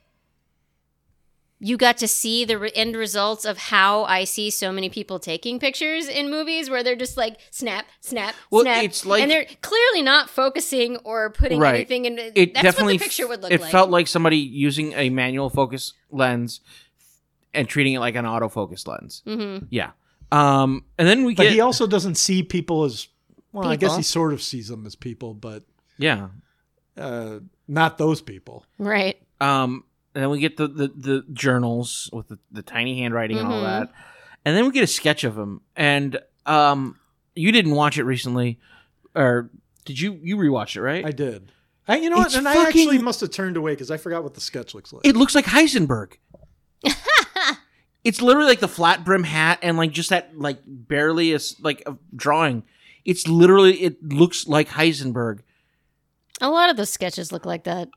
S2: you got to see the re- end results of how I see so many people taking pictures in movies where they're just like snap, snap,
S1: Well,
S2: snap.
S1: it's like-
S2: and they're clearly not focusing or putting
S1: Right.
S2: anything in.
S1: It
S2: that's
S1: definitely
S2: what the picture would look
S1: it
S2: like.
S1: felt like somebody using a manual focus lens and treating it like an autofocus lens.
S2: mm-hmm.
S1: Yeah. Um, and then we
S3: but
S1: get
S3: he also doesn't see people as well. I guess
S2: People.
S3: he sort of sees them as people, but
S1: yeah.
S3: uh, not those people.
S2: Right.
S1: Um, and then we get the the, the journals with the, the tiny handwriting and all
S2: Mhm.
S1: that, and then we get a sketch of him. And um, you didn't watch it recently, or did you? You rewatched it, right?
S3: I did. I, you know what?
S1: It's
S3: And I
S1: fucking-
S3: actually must have turned away because I forgot what the sketch looks like.
S1: It looks like Heisenberg. it's literally like the flat brim hat and like just that like barely is like a drawing. It's literally it looks like Heisenberg.
S2: A lot of those sketches look like that.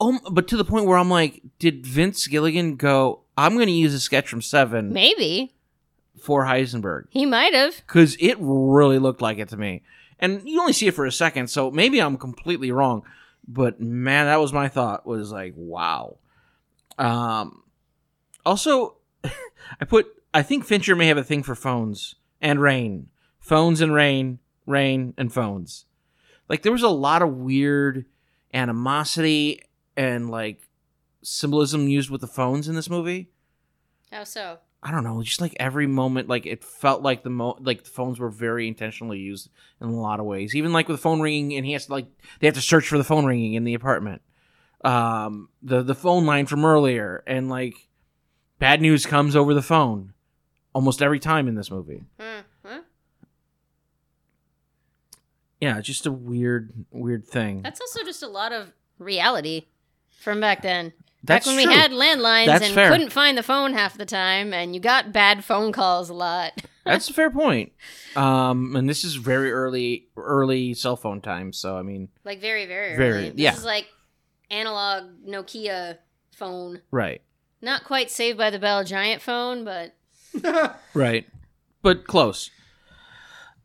S1: Oh, but to the point where I'm like, did Vince Gilligan go? I'm going to use a sketch from Seven
S2: Maybe
S1: for Heisenberg
S2: he might have.
S1: because it really looked like it to me. And you only see it for a second, so maybe I'm completely wrong. But man, that was my thought. Was like, wow. Um. Also, I put. I think Fincher may have a thing for phones and rain. Phones and rain, rain and phones. Like there was a lot of weird animosity and like symbolism used with the phones in this movie.
S2: How so?
S1: I don't know, just like every moment, like it felt like the mo like the phones were very intentionally used in a lot of ways. Even like with the phone ringing, and he has to like they have to search for the phone ringing in the apartment. Um, the the phone line from earlier, and like bad news comes over the phone almost every time in this movie. Yeah, just a weird weird thing.
S2: That's also just a lot of reality from back then.
S1: That's
S2: Back
S1: true.
S2: when we had landlines
S1: That's
S2: and
S1: fair.
S2: couldn't find the phone half the time, and you got bad phone calls a lot.
S1: That's a fair point. Um, and this is very early early cell phone time, so I mean,
S2: Like very, very,
S1: Very,
S2: early. This
S1: yeah.
S2: is like analog Nokia phone.
S1: right.
S2: Not quite saved by the bell giant phone, but
S1: Right. But close.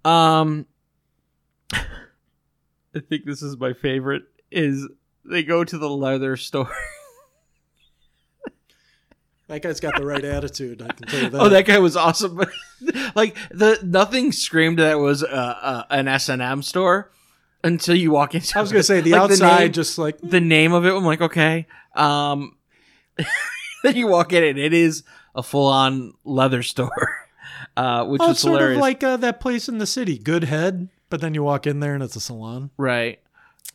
S1: Um I think this is my favorite is they go to the leather store.
S3: that guy's got the right attitude. I can tell you that.
S1: Oh, that guy was awesome. But like the nothing screamed that was uh, uh, an S&M store until you walk into
S3: I was gonna say the
S1: Like,
S3: outside,
S1: name-
S3: just like
S1: the name of it. I'm like, okay. Um, then you walk in and it is a full on leather store, uh, which
S3: oh,
S1: was
S3: it's sort
S1: hilarious.
S3: of like uh, that place in the city, Good Head. But then you walk in there and it's a salon.
S1: right.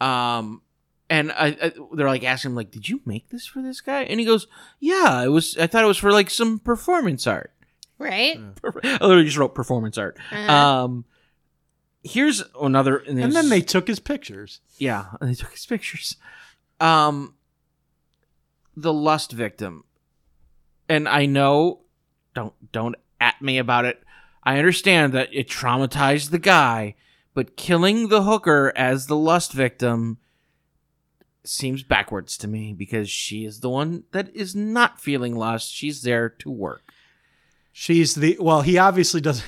S1: Um, and I, I, they're like asking him, like, did you make this for this guy? And he goes, yeah, it was. I thought it was for like some performance art.
S2: right?
S1: I literally just wrote performance art.
S2: Uh-huh.
S1: Um, here's another.
S3: And then they took his pictures.
S1: Yeah, and they took his pictures. Um, the lust victim, and I know, don't don't at me about it. I understand that it traumatized the guy, but killing the hooker as the lust victim seems backwards to me because she is the one that is not feeling lust. She's there to work.
S3: She's the well. He obviously doesn't.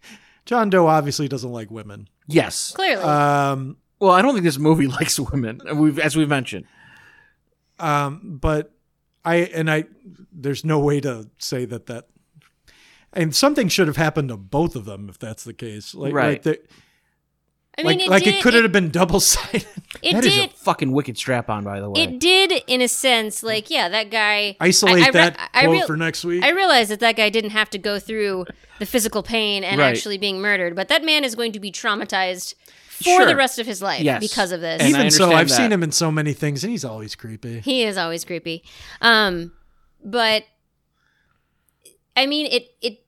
S3: John Doe obviously doesn't like women.
S1: Yes.
S2: Clearly.
S3: Um,
S1: Well, I don't think this movie likes women. We've as we've mentioned.
S3: um, but I and I. There's no way to say that that. And something should have happened to both of them if that's the case. Like,
S1: Right.
S3: Like, the,
S2: I
S3: like,
S2: mean, it
S3: like
S2: did,
S3: it could have been double sided.
S2: it,
S1: That is
S2: did
S1: a fucking wicked strap on, by the way.
S2: it did in a sense like yeah, that guy I-
S3: Isolate
S2: I re-
S3: that
S2: I
S3: quote
S2: real-
S3: for next week.
S2: I realize that that guy didn't have to go through the physical pain and
S1: Right.
S2: actually being murdered, but that man is going to be traumatized for
S1: Sure.
S2: the rest of his life
S1: Yes.
S2: because of this.
S1: And I
S3: Even so,
S1: understand
S3: I've seen
S1: that.
S3: him in so many things, and he's always creepy.
S2: He is always creepy. Um, but I mean, it it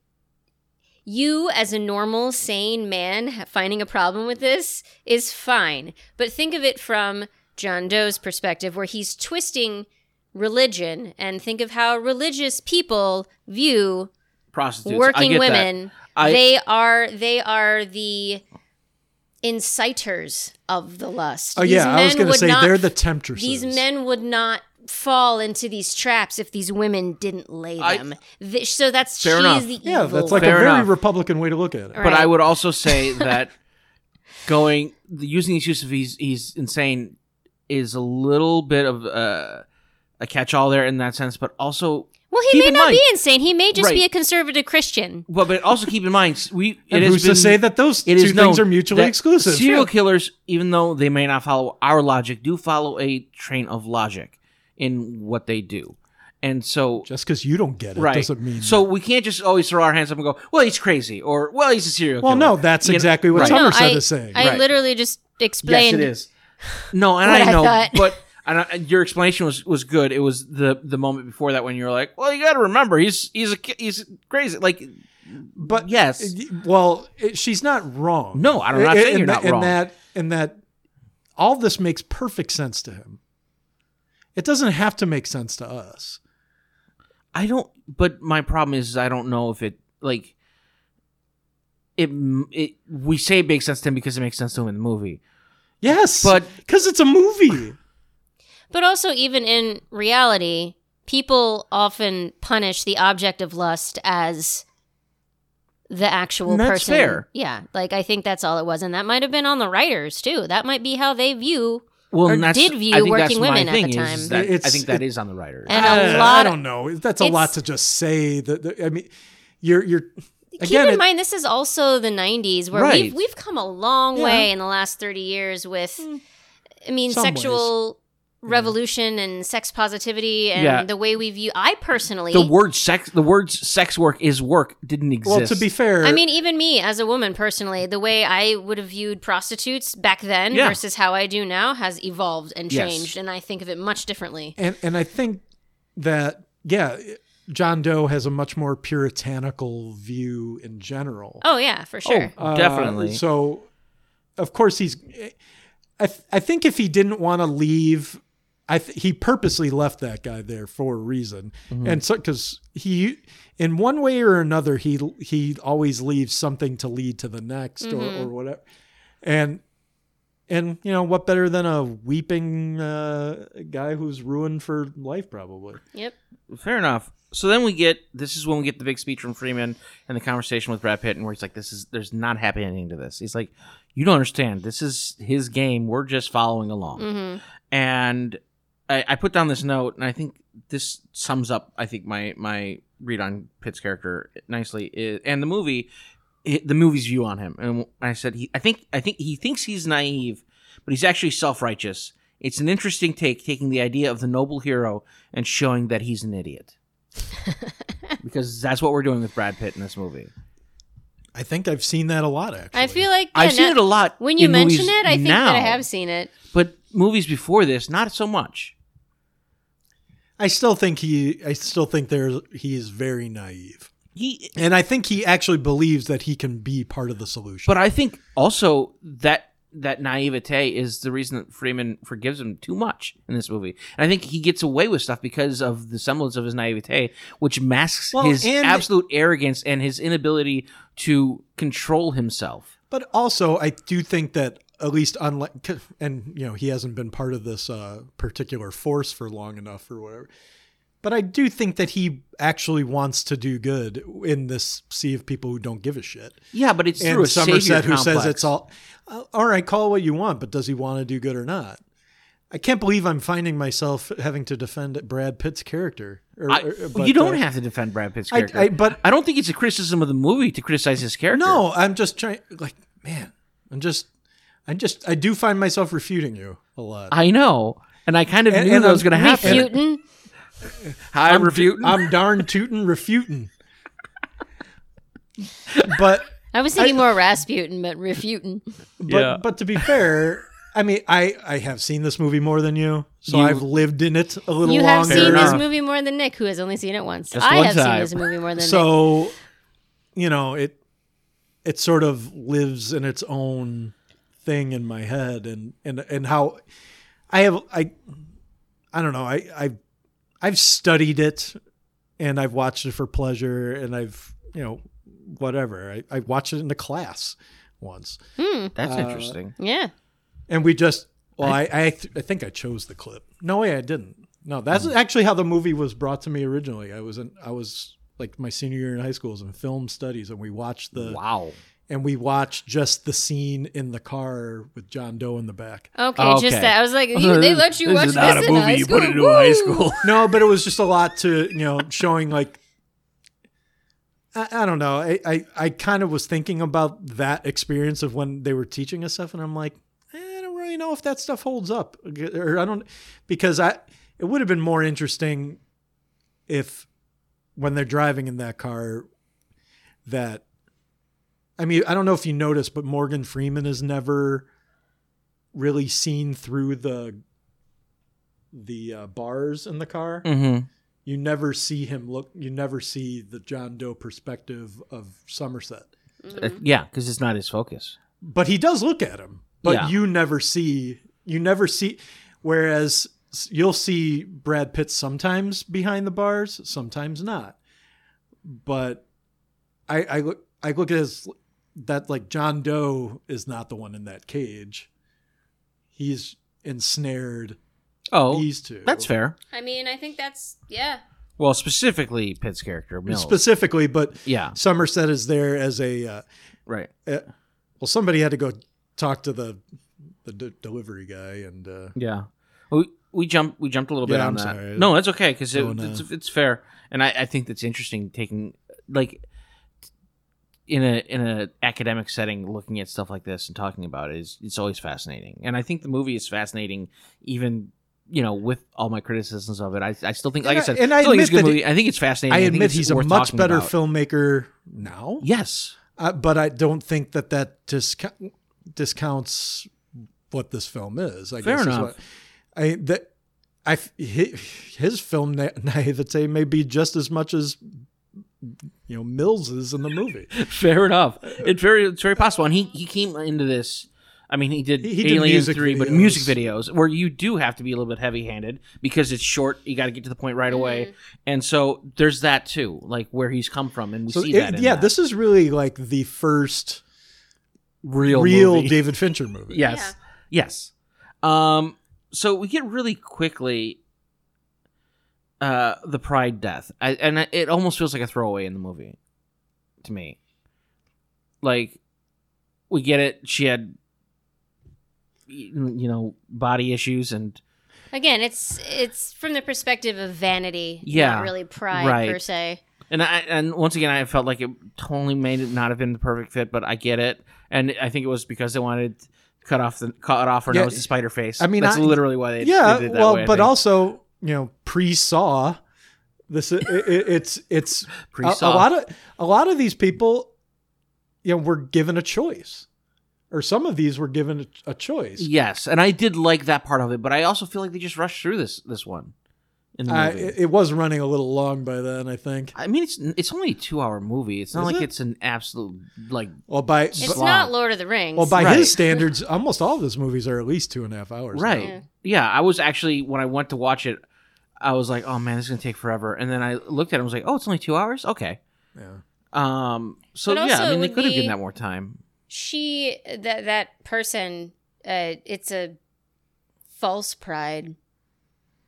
S2: you as a normal sane man ha- finding a problem with this is fine. But think of it from John Doe's perspective where he's twisting religion and think of how religious people view
S1: prostitutes. I
S2: working
S1: get that.
S2: women.
S1: I-
S2: they are they are the inciters of the lust.
S3: Oh
S2: These
S3: yeah, I was
S2: men
S3: going to
S2: would
S3: say
S2: not
S3: they're the temptresses.
S2: these men would not fall into these traps if these women didn't lay
S1: I-
S2: them. Th- so that's she
S1: Fair enough.
S2: is the
S3: Yeah,
S2: evil.
S3: that's like
S1: Fair
S3: a very
S1: enough.
S3: Republican way to look at it.
S1: But I
S2: Right.
S1: would also say that going using the excuse of he's he's insane is a little bit of uh, a catch-all there in that sense. But also,
S2: well, he
S1: keep
S2: may
S1: in
S2: not
S1: mind-
S2: be insane. He may just be
S1: Right.
S2: a conservative Christian.
S1: but but also keep in mind we it
S3: And
S1: has
S3: who's
S1: been-
S3: to say that those
S1: it
S3: two
S1: is
S3: things
S1: known
S3: are mutually
S1: that
S3: exclusive?
S1: Serial killers, even though they may not follow our logic, do follow a train of logic in what they do, and so.
S3: Just because you don't get it
S1: Right.
S3: doesn't mean
S1: so we can't just always throw our hands up and go, well, he's crazy, or well, he's a serial
S3: Well,
S1: killer.
S3: no, that's
S1: You know,
S3: exactly what
S1: right.
S3: Summer
S2: I,
S3: said is saying.
S2: I
S1: Right.
S2: literally just explained.
S1: is. No, and
S2: What
S1: I
S2: I
S1: know,
S2: thought.
S1: but and I, your explanation was was good. It was the the moment before that when you were like, "Well, you got to remember, he's he's a ki- he's crazy." Like,
S3: but
S1: yes,
S3: well, it, she's not wrong.
S1: No, I'm not
S3: I-
S1: saying
S3: in
S1: you're
S3: that-
S1: not wrong.
S3: In that, in that, all this makes perfect sense to him. It doesn't have to make sense to us.
S1: I don't. But my problem is, I don't know if it like it. it we say it makes sense to him because it makes sense to him in the movie.
S3: Yes,
S1: But-
S3: because it's a movie.
S2: But also, even in reality, people often punish the object of lust as the actual
S1: And that's
S2: person.
S1: fair.
S2: Yeah, like I think that's all it was, and that might have been on the writers too. That might be how they view
S1: Well,
S2: Or
S1: and that's,
S2: did view
S1: I think
S2: working
S1: that's my
S2: women at the
S1: thing is-
S2: time.
S1: is that- I
S3: It's-
S1: think that is on the writer.
S2: And a
S3: I- Uh, I
S2: lot-
S3: don't know. That's a lot
S2: it's-
S3: to just say. That, that- I mean, you're you're again.
S2: Keep in
S3: it-
S2: mind, this is also the '90s, where
S1: Right.
S2: we've we've come a long
S3: Yeah.
S2: way in the last 30 years with,
S1: Hmm.
S2: I mean,
S3: Some
S2: sexual revolution and sex positivity and
S1: Yeah.
S2: the way we view. I personally,
S1: the word sex, the words sex work is work didn't exist.
S3: well, to be fair,
S2: I mean, even me as a woman personally, the way I would have viewed prostitutes back then
S1: Yeah.
S2: versus how I do now has evolved and
S1: Yes.
S2: changed, and I think of it much differently.
S3: and and I think that yeah, John Doe has a much more puritanical view in general.
S2: Oh yeah, for sure.
S3: Uh,
S1: definitely.
S3: So, of course, he's. I th- I think if he didn't want to leave, I th- he purposely left that guy there for a reason,
S2: Mm-hmm.
S3: and so because he, in one way or another, he he always leaves something to lead to the next
S2: Mm-hmm.
S3: or or whatever, and. And you know what better than a weeping uh, guy who's ruined for life, probably.
S2: Yep.
S1: fair enough. So then we get this is when we get the big speech from Freeman and the conversation with Brad Pitt, and where he's like, "This is there's not a happy ending to this." He's like, "You don't understand. This is his game. We're just following along."
S2: hmm
S1: And I, I put down this note, and I think this sums up I think my my read on Pitt's character nicely, is, and the movie, it, the movie's view on him. And I said, he, I think I think he thinks he's naive, but he's actually self righteous. It's an interesting take, taking the idea of the noble hero and showing that he's an idiot because that's what we're doing with Brad Pitt in this movie.
S3: I think I've seen that a lot. Actually,
S2: I feel like yeah,
S1: I've seen
S2: no-
S1: it a lot.
S2: when you
S1: in
S2: mention
S1: movies
S2: it, I think
S1: now,
S2: that I have seen it.
S1: But movies before this, not so much.
S3: I still think he. I still think there's. He is very naive,
S1: He,
S3: and I think he actually believes that he can be part of the solution.
S1: but I think also that that naivete is the reason that Freeman forgives him too much in this movie. And I think he gets away with stuff because of the semblance of his naivete, which masks
S3: Well,
S1: his
S3: and-
S1: absolute arrogance and his inability to control himself.
S3: But also, I do think that at least unlike, and you know, he hasn't been part of this uh, particular force for long enough or whatever. But I do think that he actually wants to do good in this sea of people who don't give a shit.
S1: Yeah, but it's through a
S3: And
S1: savior
S3: Somerset, who
S1: complex.
S3: says it's all, uh, all right, call it what you want, but does he want to do good or not? I can't believe I'm finding myself having to defend Brad Pitt's character. Or,
S1: I-
S3: or- but,
S1: you don't
S3: uh,
S1: have to defend Brad Pitt's
S3: I-
S1: character.
S3: I- but
S1: I don't think it's a criticism of the movie to criticize his character.
S3: No, I'm just trying. Like, man, I'm just, I just, I do find myself refuting you a lot.
S1: I know, and I kind of
S3: And-
S1: knew
S3: and
S1: that was
S3: I'm
S1: going to happen.
S2: Refutin.
S1: I'm refuting.
S3: I'm darn tootin' refuting. But,
S2: I was thinking more Rasputin, but Refutin.
S3: but,
S1: Yeah.
S3: but to be fair, I mean, I, I have seen this movie more than you, so
S1: You-
S3: I've lived in it a little
S2: You
S3: longer.
S2: have seen
S1: enough.
S2: this movie more than Nick, who has only seen it once.
S1: Just
S2: I
S1: one
S2: have
S1: time.
S2: seen this movie more than Nick.
S3: so, you know, it, it sort of lives in its own thing in my head, and and and how I have I, I don't know, I I, I've studied it, and I've watched it for pleasure, and I've you know whatever I, I watched it in the class once
S2: Hmm.
S1: That's
S3: Uh,
S1: interesting.
S2: Yeah.
S3: and we just well i I, th- I think i chose the clip Mm. no way i didn't no that's actually how the movie was brought to me originally i was in i was like my senior year in high school I was in film studies and we watched the
S1: Wow.
S3: and we watched just the scene in the car with john doe in the back
S2: Okay,
S1: Okay.
S2: just that. I was like, you, they let you watch this in high school. Woo!
S3: no but it was just a lot to you know showing like I, I don't know i i, I kind of was thinking about that experience of when they were teaching us stuff and i'm like eh, i don't really know if that stuff holds up or i don't because i it would have been more interesting if when they're driving in that car that i mean i don't know if you noticed but morgan freeman is never really seen through the the uh, bars in the car
S1: hmm
S3: you never see him look you never see the john doe perspective of somerset
S1: yeah, because it's not his focus.
S3: but he does look at him but
S1: Yeah.
S3: you never see you never see whereas s- you'll see brad pitt sometimes behind the bars sometimes not but i i look i look at his that like john doe is not the one in that cage he's ensnared
S1: Oh,
S3: these two
S1: that's fair.
S2: I mean, I think that's yeah.
S1: Well, specifically Pitt's character, Mills.
S3: specifically but
S1: yeah,
S3: somerset is there as a uh,
S1: right.
S3: uh, well somebody had to go talk to the the de- delivery guy and uh
S1: Yeah, we we jump we jumped a little bit
S3: Yeah,
S1: on
S3: I'm
S1: that.
S3: sorry.
S1: No, that's okay because it,
S3: Going, uh,
S1: it's it's fair, and I, I think that's interesting. Taking like in a in a academic setting, looking at stuff like this and talking about it is it's always fascinating, and I think the movie is fascinating, even. You know, with all my criticisms of it, I, I still think,
S3: And
S1: like I,
S3: I-
S1: said,
S3: and I
S1: still think it's a
S3: admit
S1: good
S3: that-
S1: movie. I think it's fascinating.
S3: I
S1: think
S3: admit
S1: it's
S3: he's a
S1: worth
S3: much
S1: talking
S3: better
S1: about.
S3: filmmaker now,
S1: Yes,
S3: uh, but I don't think that that discou- discounts what this film is. I
S1: Fair
S3: guess
S1: enough.
S3: Is what, I that I f- hi- his film na- naivete may be just as much as you know Mills's in the movie.
S1: Fair enough. It's very it's very possible. And he he came into this. I mean, he did
S3: He- he did
S1: Alien
S3: music
S1: Three, but
S3: videos.
S1: music videos where you do have to be a little bit heavy handed because it's short. You got to get to the point
S2: Hmm.
S1: right away,
S2: Mm-hmm.
S1: and so there's that too, like where he's come from, and we
S3: So
S1: see
S3: it-
S1: that. in
S3: yeah,
S1: that.
S3: this is really like the first
S1: real
S3: real
S1: movie.
S3: David Fincher movie.
S1: Yes. Yes. Um, so we get really quickly uh, the Pride death, I, and it almost feels like a throwaway in the movie, to me. Like, we get it. She had, y- you know, body issues, and
S2: Again, it's it's from the perspective of vanity,
S1: Yeah,
S2: not really pride
S1: right.
S2: per se.
S1: and I and once again, I felt like it totally may not have been the perfect fit, but I get it, and I think it was because they wanted. to Cut off the cut off her
S3: Yeah,
S1: nose to spite her face.
S3: I mean,
S1: that's
S3: I-
S1: literally why they
S3: yeah,
S1: They did that
S3: well,
S1: way, I
S3: but
S1: think.
S3: also you know pre Saw, this i- i- it's it's a, a
S1: Pre-saw.
S3: lot of a lot of these people, you know, were given a choice, or some of these were given a, a choice.
S1: Yes, and I did like that part of it, but I also feel like they just rushed through this this one in the
S3: I,
S1: movie.
S3: Uh, it it was running a little long by then, I think.
S1: I mean, it's it's only a two hour movie. It's not
S3: Is
S1: like
S3: it?
S1: it's an absolute like
S3: Well, by
S2: It's
S1: Slog.
S2: not Lord of the Rings.
S3: well by
S1: Right.
S3: his standards, almost all of his movies are at least two and a half hours.
S1: right.
S2: Yeah.
S1: Yeah. I was actually when I went to watch it, I was like, oh man, this is gonna take forever. And then I looked at it and was like, oh, it's only two hours. Okay.
S3: Yeah.
S1: Um. So
S2: But
S1: yeah,
S2: also
S1: I mean,
S2: it
S1: they
S2: would
S1: could have
S2: be-
S1: given that more time.
S2: she that that person uh it's a false pride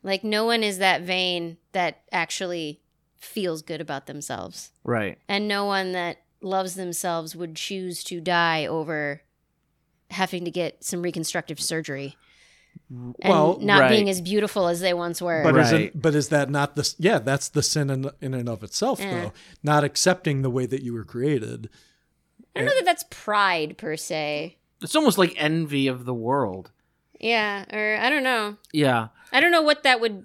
S2: like no one is that vain that actually feels good about themselves
S1: Right.
S2: and no one that loves themselves would choose to die over having to get some reconstructive surgery and
S3: Well,
S2: not
S1: right.
S2: being as beautiful as they once were
S3: But is
S1: Right.
S3: it, but is that not the yeah? That's the sin in, in and of itself,
S2: Eh.
S3: though. Not accepting the way that you were created.
S2: i don't know that that's pride per se
S1: It's almost like envy of the world.
S2: yeah or i don't know
S1: Yeah.
S2: I don't know what that would.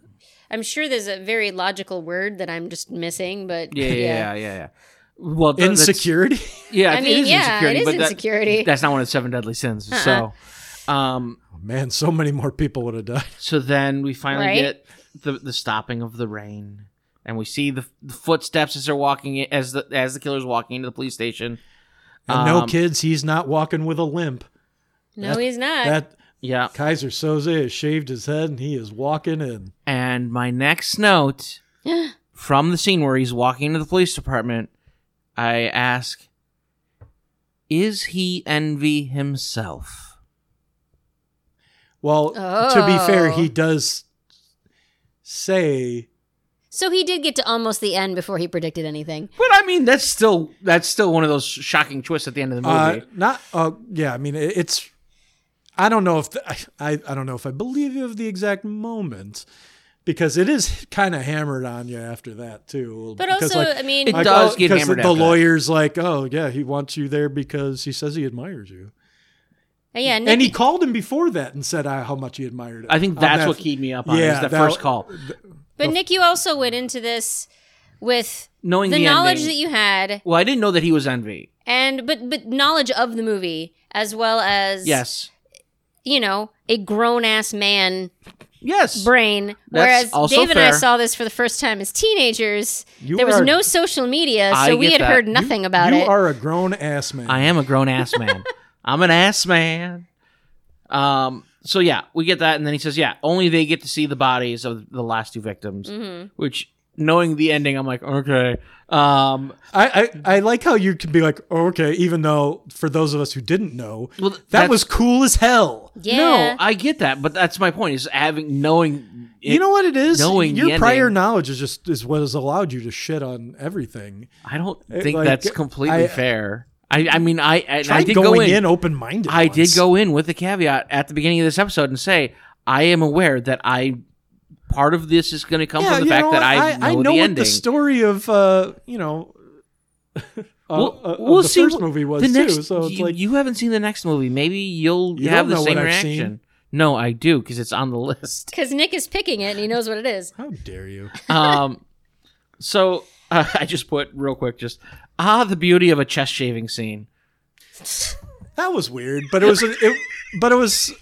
S2: I'm sure there's a very logical word that I'm just missing, but
S1: Yeah. Yeah. Yeah. Yeah. yeah. Well, th- that's-
S3: Insecurity.
S1: Yeah,
S2: I
S1: it
S2: mean,
S1: is
S2: yeah,
S1: insecurity.
S2: it is
S1: but that-
S2: insecurity.
S1: that's not one of the seven deadly
S2: Uh-uh.
S1: sins. So, um,
S3: Oh, man, so many more people would have died.
S1: So then we finally
S2: Right?
S1: get the the stopping of the rain, and we see the, the footsteps as they're walking in, as the as the killer's walking into the police station.
S3: And no
S1: Um,
S3: kids, he's not walking with a limp.
S2: no, he's not.
S3: That
S1: Yeah,
S3: Kaiser Soze has shaved his head and he is walking in.
S1: and my next note from the scene where he's walking into the police department, I ask, is he envy himself?
S3: Well, to be fair,
S2: Oh.
S3: he does say
S2: so he did get to almost the end before he predicted anything.
S1: But I mean, that's still that's still one of those shocking twists at the end of the
S3: uh,
S1: movie.
S3: not. Uh, yeah, I mean it, it's. I don't know if the, I, I don't know if I believe you of the exact moment because it is kind of hammered on you after that too.
S2: But
S3: because,
S2: also,
S3: like,
S2: I mean,
S1: It does
S3: oh,
S1: get
S3: 'cause
S1: hammered
S3: The
S1: after that.
S3: lawyer's like, oh yeah, he wants you there because he says he admires you,
S2: yeah, Nick,
S3: and he called him before that and said uh, how much he admired it. Uh,
S1: I think
S3: On
S1: that's
S3: that-
S1: what keyed me up on.
S3: Yeah,
S1: is that,
S3: that-
S1: first call,
S2: but Nick, you also went into this with
S1: knowing
S2: the
S1: the
S2: knowledge
S1: ending-
S2: that you had,
S1: well, I didn't know that he was envy.
S2: and but but knowledge of the movie as well as
S1: Yes.
S2: you know, a grown ass man
S1: Yes.
S2: brain.
S1: That's
S2: Whereas
S1: also
S2: Dave and I
S1: fair.
S2: saw this for the first time as teenagers.
S3: You
S2: there was
S3: are-
S2: no social media,
S1: I
S2: so we
S1: get
S2: had
S1: that.
S2: heard nothing about
S3: you
S2: it.
S3: are a grown ass man.
S1: I am a grown ass man. I'm an ass man. Um. So yeah, we get that, and then he says, "Yeah, only they get to see the bodies of the last two victims." Which, knowing the ending, I'm like, okay. Um.
S3: I, I I like how you can be like, oh, okay, even though for those of us who didn't know,
S1: Well,
S3: that
S1: that's-
S3: was cool as hell.
S2: yeah.
S1: No, I get that, but that's my point: is having knowing. it-
S3: you know what it is?
S1: knowing
S3: Your
S1: the
S3: prior
S1: ending-
S3: knowledge is just is what has allowed you to shit on everything.
S1: I don't
S3: It,
S1: think
S3: like,
S1: that's completely
S3: I-
S1: fair. I, I mean, I and
S3: Try
S1: I did
S3: going
S1: go in.
S3: in open minded.
S1: I did go in with a caveat at the beginning of this episode and say I am aware that I part of this is going to come
S3: yeah,
S1: from
S3: you
S1: the fact
S3: know,
S1: that I, know,
S3: I, know
S1: the
S3: what
S1: ending.
S3: the story of uh you know. uh,
S1: We'll-
S3: uh, of
S1: we'll
S3: the
S1: see
S3: first
S1: what-
S3: movie was
S1: the
S3: too,
S1: next,
S3: so it's
S1: you,
S3: like
S1: you haven't seen the next movie. Maybe you'll
S3: You
S1: have
S3: don't
S1: the
S3: know
S1: same
S3: what I've
S1: reaction. No, I do because it's on the list.
S2: Because Nick is picking it and he knows what it is.
S3: how dare you?
S1: Um, so uh, I just put real quick, just ah, the beauty of a chest shaving scene.
S3: That was weird, but it was a, it, but it was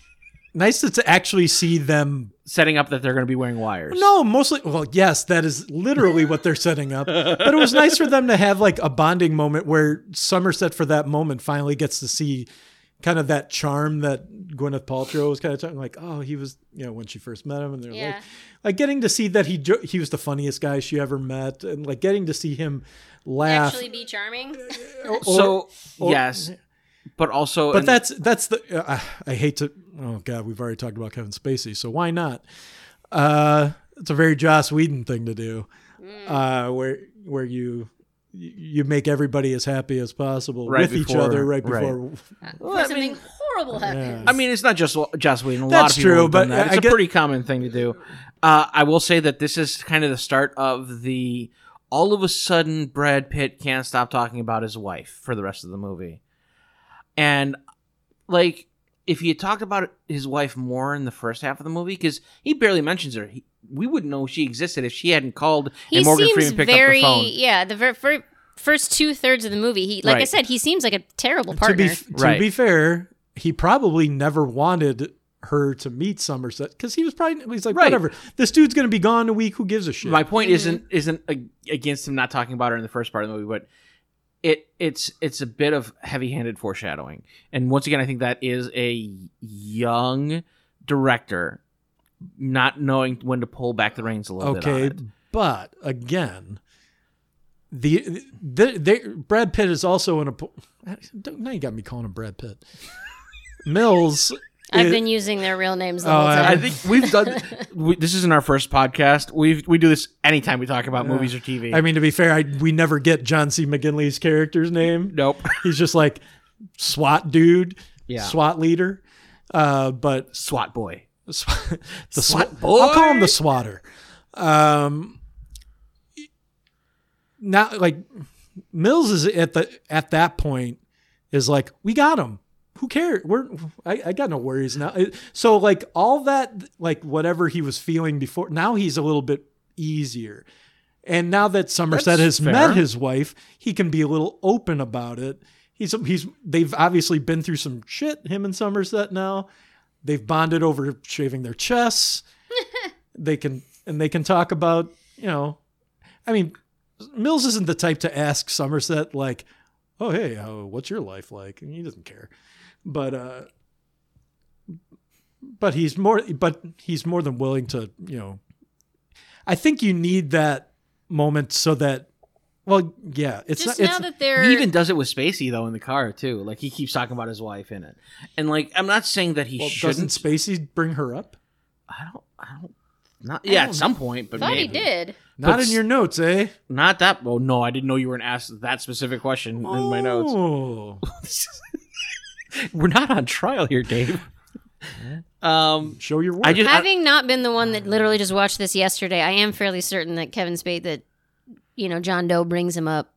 S3: nice to, to actually see them
S1: Setting up that they're going to be wearing wires.
S3: No, mostly. Well, yes, that is literally what they're setting up. But it was nice for them to have like a bonding moment where Somerset, for that moment, finally gets to see kind of that charm that Gwyneth Paltrow was kind of talking like, oh, he was, you know, when she first met him, and they're
S2: Yeah.
S3: like, like getting to see that he jo- he was the funniest guy she ever met, and like getting to see him laugh.
S2: Actually, be charming.
S3: or-
S1: so
S3: or-
S1: yes, but also,
S3: but
S1: and-
S3: that's that's the uh, I hate to oh god we've already talked about Kevin Spacey so why not uh it's a very Joss Whedon thing to do,
S2: Mm.
S3: uh, where where you you make everybody as happy as possible
S1: Right
S3: with each
S1: before-
S3: other right
S1: right.
S3: before.
S2: Uh,
S1: well,
S2: before
S1: I
S2: something
S1: mean-
S2: horrible happens.
S1: I mean, it's not just Lo- Joss Whedon. A lot
S3: That's
S1: of people
S3: true,
S1: have done
S3: but
S1: that.
S3: I
S1: It's a
S3: get-
S1: pretty common thing to do. Uh, I will say that this is kind of the start of the all of a sudden Brad Pitt can't stop talking about his wife for the rest of the movie, and like if he had talked about his wife more in the first half of the movie because he barely mentions her. He, we wouldn't know she existed if she hadn't called
S2: he
S1: and Morgan
S2: seems
S1: Freeman picked
S2: very
S1: up the phone.
S2: yeah. The ver- fir- first two thirds of the movie, he like I
S1: Right.
S2: said, he seems like a terrible
S3: To
S2: partner.
S3: be to
S1: Right.
S3: be fair, he probably never wanted her to meet Somerset because he was probably he's like
S1: Right.
S3: whatever this dude's gonna be gone a week who gives a shit
S1: My point
S2: Mhm.
S1: isn't isn't ag- against him not talking about her in the first part of the movie, but it it's it's a bit of heavy-handed foreshadowing. And once again, I think that is a young director not knowing when to pull back the reins a little bit. on
S3: okay
S1: it.
S3: but again the, the they brad pitt is also in a po- don't- now you got me calling him brad pitt mills
S2: I've
S3: it-
S2: been using their real names the
S3: Oh,
S2: whole
S3: I-
S1: I
S2: time.
S1: think we've done we, this isn't our first podcast. We we do this anytime we talk about
S3: Yeah.
S1: movies or TV.
S3: i mean to be fair I, we never get john c mcginley's character's name
S1: nope.
S3: he's just like swat dude
S1: Yeah.
S3: swat leader uh but
S1: SWAT boy.
S3: Sw- the
S1: Swat
S3: swat I'll call him
S1: boy?
S3: the swatter. Um, not like Mills is at the at that point is like we got him. Who cares? We're I, I got no worries now. It- So like all that like whatever he was feeling before now he's a little bit easier. And now that Somerset
S1: That's
S3: has
S1: fair.
S3: met his wife, he can be a little open about it. He's he's they've obviously been through some shit him and Somerset now they've bonded over shaving their chests. they can and they can talk about, you know, I mean, Mills isn't the type to ask Somerset like, "Oh hey, how, what's your life like?" And he doesn't care. But uh but he's more but he's more than willing to, you know, I think you need that moment so that well, yeah, it's
S2: Just
S3: not,
S2: now
S3: it's,
S2: that they're
S1: He even does it with Spacey though in the car too. Like he keeps talking about his wife in it, and like I'm not saying that he
S3: well, doesn't
S1: shouldn't.
S3: Spacey bring her up?
S1: I don't. I don't. Not yeah.
S3: don't
S1: At some point, but
S2: thought he
S1: maybe
S2: did.
S3: Not
S1: But
S3: in
S1: s-
S3: your notes, eh?
S1: not that. Well, no, I didn't know you were going to ask that specific question in my notes.
S3: Oh.
S1: We're not on trial here, Dave. um,
S3: Show your work.
S1: I just. I-
S2: Having not been the one that literally just watched this yesterday, I am fairly certain that Kevin Spade that you know John Doe brings him up,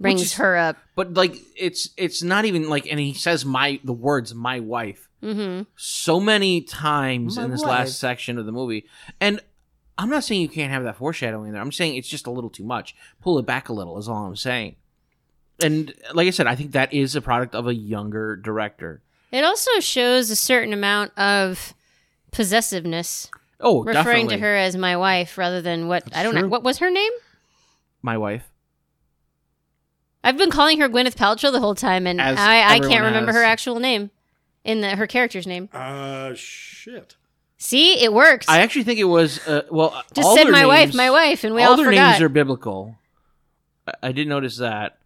S2: brings
S1: is-
S2: her up.
S1: but like, it's it's not even like, and he says my the words my wife
S2: Mm-hmm.
S1: so many times
S3: My
S1: in this
S3: wife.
S1: last section of the movie, and. I'm not saying you can't have that foreshadowing there. I'm saying it's just a little too much. Pull it back a little is all I'm saying. And like I said, I think that is a product of a younger director.
S2: It also shows a certain amount of possessiveness,
S1: Oh,
S2: referring
S1: definitely.
S2: to her as my wife rather than what
S3: That's
S2: I don't know
S3: true.
S2: what was her name.
S1: my wife.
S2: I've been calling her Gwyneth Paltrow the whole time, and
S1: As
S2: I, I
S1: everyone
S2: can't remember
S1: has.
S2: her actual name in the her character's name.
S3: Uh, shit.
S2: See, it works.
S1: I actually think it was uh, well. uh,
S2: just
S1: all
S2: said
S1: their
S2: my wife,
S1: names-
S2: my wife, and we
S1: all
S2: all,
S1: their
S2: forgot.
S1: names are biblical. I, I did notice that.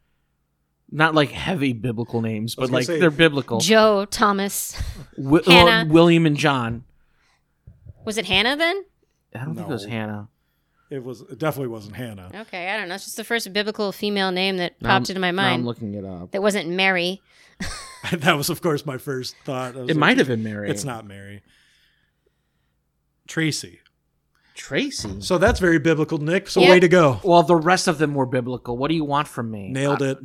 S1: Not like heavy biblical names,
S3: I was
S1: but
S3: gonna
S1: like
S3: say-
S1: they're biblical.
S2: Joe Thomas.
S1: Wi-
S2: Hannah.
S1: well, William and John.
S2: Was it Hannah then?
S1: I don't think it was
S3: No.
S1: Hannah.
S3: It was it definitely wasn't Hannah.
S2: Okay, I don't know. It's just the first biblical female name that
S1: Now I'm-
S2: popped into my
S1: now I'm
S2: mind
S1: looking it up.
S2: that wasn't Mary.
S3: that was, of course, my first thought. I was
S1: It
S3: like,
S1: might have been Mary.
S3: It's not Mary. Tracy.
S1: Tracy.
S3: So that's very biblical, Nick. So
S2: Yep.
S3: way to go.
S1: Well, the rest of them were biblical. What do you want from me?
S3: Nailed
S1: Uh,
S3: it.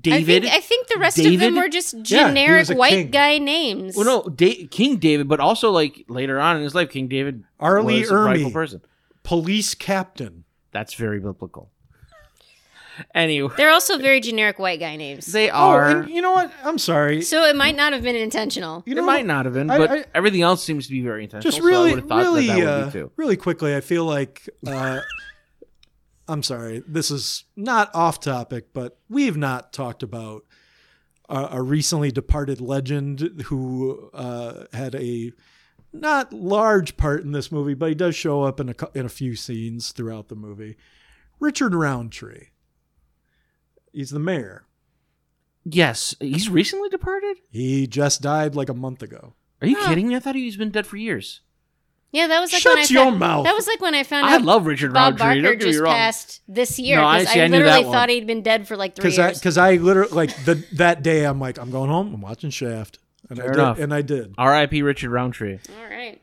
S1: David.
S2: I think, I think the rest of
S1: David?
S2: them were just
S3: Yeah, he
S2: generic
S3: was a
S2: white
S3: king.
S2: guy names.
S1: well, no, da- King David, but also like later on in his life, King David
S3: Arlie
S1: was a prideful
S3: Ermey.
S1: person.
S3: Police captain.
S1: That's very biblical. anyway,
S2: They're also very generic white guy names.
S1: they are.
S3: Oh, and you know what? I'm sorry.
S2: so it might not have been intentional.
S3: you
S1: it
S3: know,
S1: might not have been,
S3: I-
S1: but
S3: I-
S1: everything else seems to be very intentional.
S3: Just
S1: so I
S3: really,
S1: would have thought
S3: really,
S1: that, that would
S3: uh,
S1: be too.
S3: really quickly. I feel like uh, I'm sorry. This is not off topic, but we've not talked about a, a recently departed legend who uh, had a not large part in this movie, but he does show up in a cou- in a few scenes throughout the movie. Richard Roundtree. He's the mayor.
S1: Yes, he's recently departed.
S3: He just died like a month ago.
S1: Are you
S2: Huh.
S1: kidding me? I thought he's been dead for years.
S2: Yeah, that was like when I
S3: Shut
S2: found,
S3: your mouth.
S2: that was like when I found
S1: I
S2: out
S1: love Richard
S2: Bob
S1: Roundtree.
S2: Barker
S1: Don't get me
S2: just
S1: wrong.
S2: passed this year
S1: No, I-
S2: because
S1: see,
S2: I,
S1: I knew that
S2: literally
S1: one.
S2: thought he'd been dead for like three
S3: because I
S2: years.
S3: because I literally like the that day I'm like I'm going home. I'm watching Shaft, and
S1: Fair
S3: I
S1: enough.
S3: did, and I did.
S1: R.I.P. Richard Roundtree.
S2: All right.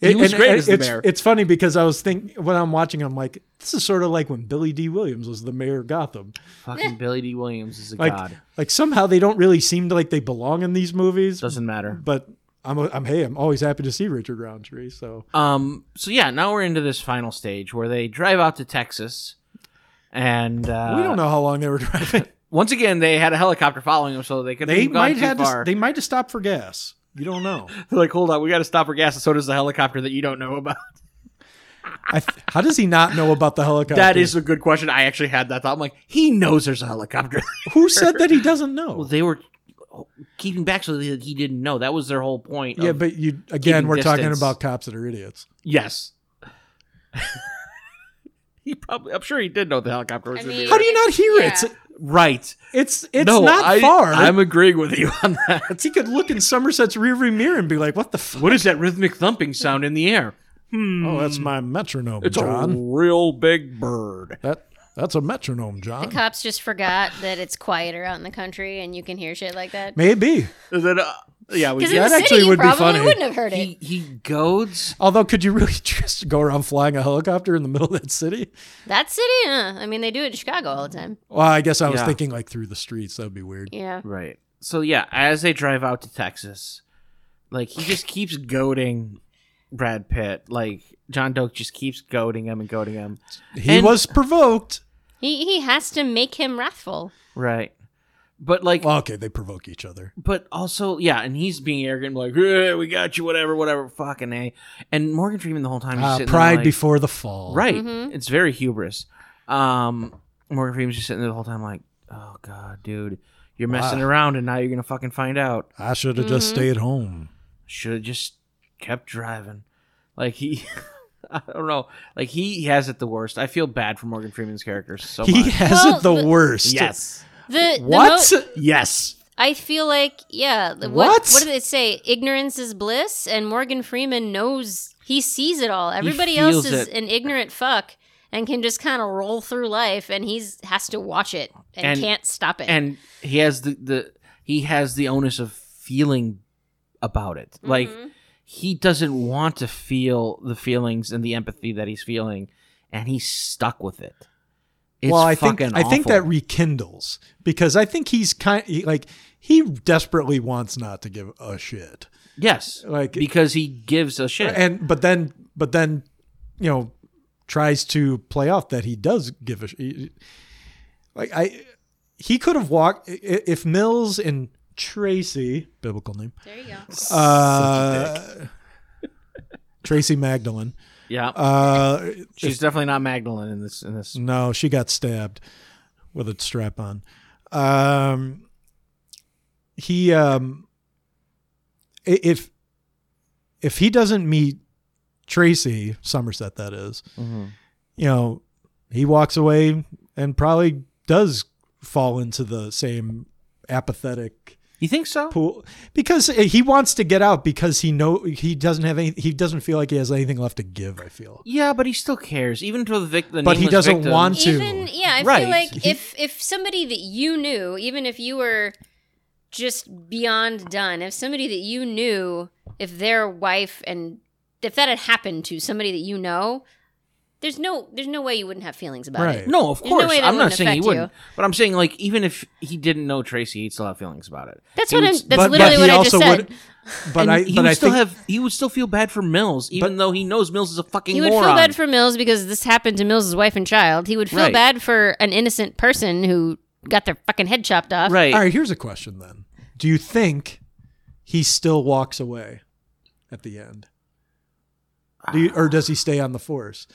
S1: He was
S3: and-
S1: great
S3: and
S1: as the
S3: it's,
S1: mayor.
S3: It's funny because I was thinking when I'm watching, I'm like, this is sort of like when Billy D. Williams was the mayor of Gotham.
S1: Fucking Billy D. Williams is a
S3: Like,
S1: god.
S3: like somehow they don't really seem to like they belong in these movies.
S1: Doesn't matter.
S3: But I'm I'm hey, I'm always happy to see Richard Roundtree. So
S1: Um. So yeah, now we're into this final stage where they drive out to Texas, and uh,
S3: we don't know how long they were driving.
S1: Once again, they had a helicopter following them, so they could
S3: They
S1: have gone
S3: might
S1: too
S3: had to,
S1: far.
S3: s- they might have stopped for gas. You don't know.
S1: They're like, hold on, we got to stop for gas, and so does the helicopter that you don't know about.
S3: I th- how does he not know about the helicopter?
S1: That is a good question. I actually had that thought. I'm like, he knows there's a helicopter.
S3: who said that he doesn't know.
S1: well, they were keeping back so that he didn't know. That was their whole point.
S3: yeah,
S1: of-
S3: but you again, we're talking
S1: distance.
S3: about cops that are idiots.
S1: yes. he probably. I'm sure he did know the helicopter was.
S2: I
S1: in the
S2: mean-
S1: air.
S3: How do you not hear it?
S2: Yeah.
S3: It's
S1: right.
S3: it's, it's
S1: No,
S3: not
S1: I-
S3: far.
S1: I'm agreeing with you on that.
S3: he could look in Somerset's rearview mirror and be like, "What the fuck?
S1: What is that rhythmic thumping sound in the air? Hmm.
S3: Oh, that's my metronome,
S1: It's a
S3: John.
S1: real big bird.
S3: That that's a metronome,
S2: The
S3: John.
S2: cops just forgot that it's quieter out in the country and you can hear shit like that.
S3: Maybe.
S1: And then, uh, yeah, we
S2: Because
S1: get
S2: in the
S3: that
S2: city,
S3: actually
S2: you
S3: would be
S2: probably
S3: funny.
S2: wouldn't have heard it.
S1: he he goads.
S3: Although, could you really just go around flying a helicopter in the middle of that city?
S2: that city, uh, I mean, they do it in Chicago all the time.
S3: Well, I guess I was
S1: Yeah.
S3: thinking like through the streets. That'd be weird.
S2: Yeah.
S1: Right. So yeah, as they drive out to Texas, like he just keeps goading Brad Pitt. Like John Doe just keeps goading him and goading him.
S3: He
S1: And-
S3: was provoked.
S2: He, he has to make him wrathful.
S1: Right. But like,
S3: Well, okay, they provoke each other.
S1: but also yeah, and he's being arrogant, like "Eh, we got you, whatever, whatever, fucking a. And Morgan Freeman the whole time, is
S3: Uh,
S1: sitting there
S3: pride
S1: like-
S3: before the fall.
S1: Right.
S2: Mhm.
S1: It's very hubris. Um, Morgan Freeman's just sitting there the whole time, like, oh god, dude, you're messing
S3: Wow.
S1: around, and now you're gonna fucking find out.
S3: I should have just
S2: Mhm.
S3: stayed home.
S1: should have just kept driving. Like he, I don't know. Like he has it the worst. I feel bad for Morgan Freeman's character so
S3: he
S1: much.
S3: has
S2: Well,
S3: it the,
S2: the-
S3: worst.
S1: Yes,
S2: The, the
S3: What?
S2: mo-
S1: yes.
S2: I feel like, yeah. the-
S3: What?
S2: What? What do they say? Ignorance is bliss, and Morgan Freeman knows he sees it all. Everybody
S1: feels
S2: else is
S1: it.
S2: an ignorant fuck and can just kind of roll through life, and he's has to watch it and,
S1: And-
S2: can't stop it.
S1: And he has the the he has the onus of feeling about it. Like
S2: Mhm.
S1: he doesn't want to feel the feelings and the empathy that he's feeling, and he's stuck with it. It's
S3: well, I
S1: fucking
S3: think I think
S1: awful.
S3: that rekindles because I think he's kind he- like he desperately wants not to give a shit.
S1: yes,
S3: Like
S1: because he gives a shit.
S3: and but then but then you know tries to play off that he does give a sh- like I he could have walked i- i- if Mills and Tracy biblical name
S2: there you go.
S3: uh, Tracy Magdalene
S1: yeah,
S3: uh,
S1: she's definitely not Magdalene in this in this
S3: No, she got stabbed with a strap on. Um, he um, i- if if he doesn't meet Tracy Somerset, that is,
S1: Mhm.
S3: you know, he walks away and probably does fall into the same apathetic
S1: You think so?
S3: pool because he wants to get out because he know he doesn't have any he doesn't feel like he has anything left to give. I feel
S1: Yeah, but he still cares, even to the victim.
S3: But he doesn't want- too.
S2: Even yeah, I
S1: Right.
S2: feel like
S3: He-
S2: if if somebody that you knew, even if you were just beyond done, if somebody that you knew, if their wife and if that had happened to somebody that you know, there's no there's no way you wouldn't have feelings about
S3: right.
S2: it.
S1: No, of
S2: There's no
S1: course.
S2: way that
S1: I'm not
S2: wouldn't
S1: saying he
S2: affect
S1: wouldn't,
S2: you.
S1: but I'm saying like even if he didn't know Tracy, he'd still have feelings about it.
S2: That's
S1: He
S2: what
S1: would
S2: I'm.
S1: s-
S2: That's
S3: but-
S2: literally
S3: but
S2: what
S3: he
S2: I just
S3: also
S2: said.
S3: would- But
S1: and
S3: I
S1: he
S3: but
S1: would
S3: I
S1: still
S3: think
S1: have he would still feel bad for Mills, even though he knows Mills is a fucking
S2: He would
S1: moron.
S2: feel bad for Mills because this happened to Mills' wife and child. He would feel
S1: Right.
S2: bad for an innocent person who got their fucking head chopped off.
S1: right.
S3: All right, here's a question then. Do you think he still walks away at the end? Do you, or does he stay on the force?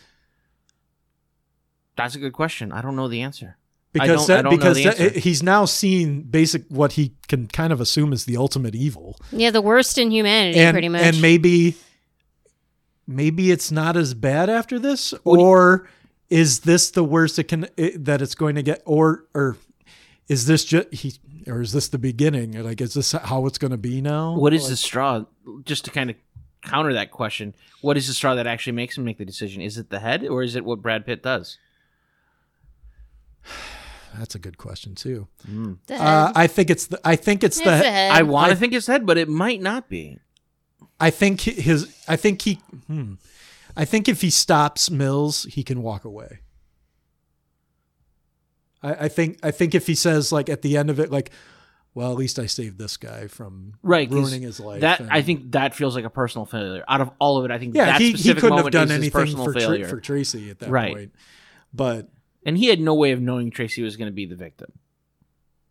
S1: That's a good question. I don't know the answer. I
S3: Because
S1: don't- I
S3: that-
S1: don't know
S3: because
S1: the
S3: that-
S1: answer.
S3: he's now seen basic what he can kind of assume is the ultimate evil,
S2: Yeah, the worst in humanity,
S3: and
S2: pretty much.
S3: and maybe maybe it's not as bad after this, or is this the worst it can it, that it's going to get, or or is this just he or is this the beginning? Like, is this how it's going to be now?
S1: What is
S3: Like-
S1: the straw? Just to kind of counter that question. What is the star that actually makes him make the decision? Is it the head, or is it what Brad Pitt does?
S3: That's a good question too.
S1: Mm.
S2: The head.
S3: Uh, I think it's the, I think it's
S2: It's
S3: the,
S2: the head.
S1: I want
S3: I-
S1: to think it's the head, but it might not be.
S3: I think his I think he hmm. I think if he stops Mills, he can walk away. I, I think I think if he says like at the end of it, like, well, at least I saved this guy from
S1: Right, 'cause
S3: ruining his life.
S1: That
S3: and-
S1: I think that feels like a personal failure. Out of all of it, I think
S3: um, yeah,
S1: that
S3: he, he
S1: specific
S3: couldn't have
S1: moment
S3: done
S1: is his
S3: anything
S1: personal
S3: for, Tr-
S1: failure.
S3: for Tracy at that
S1: Right.
S3: point. But
S1: and he had no way of knowing Tracy was going to be the victim.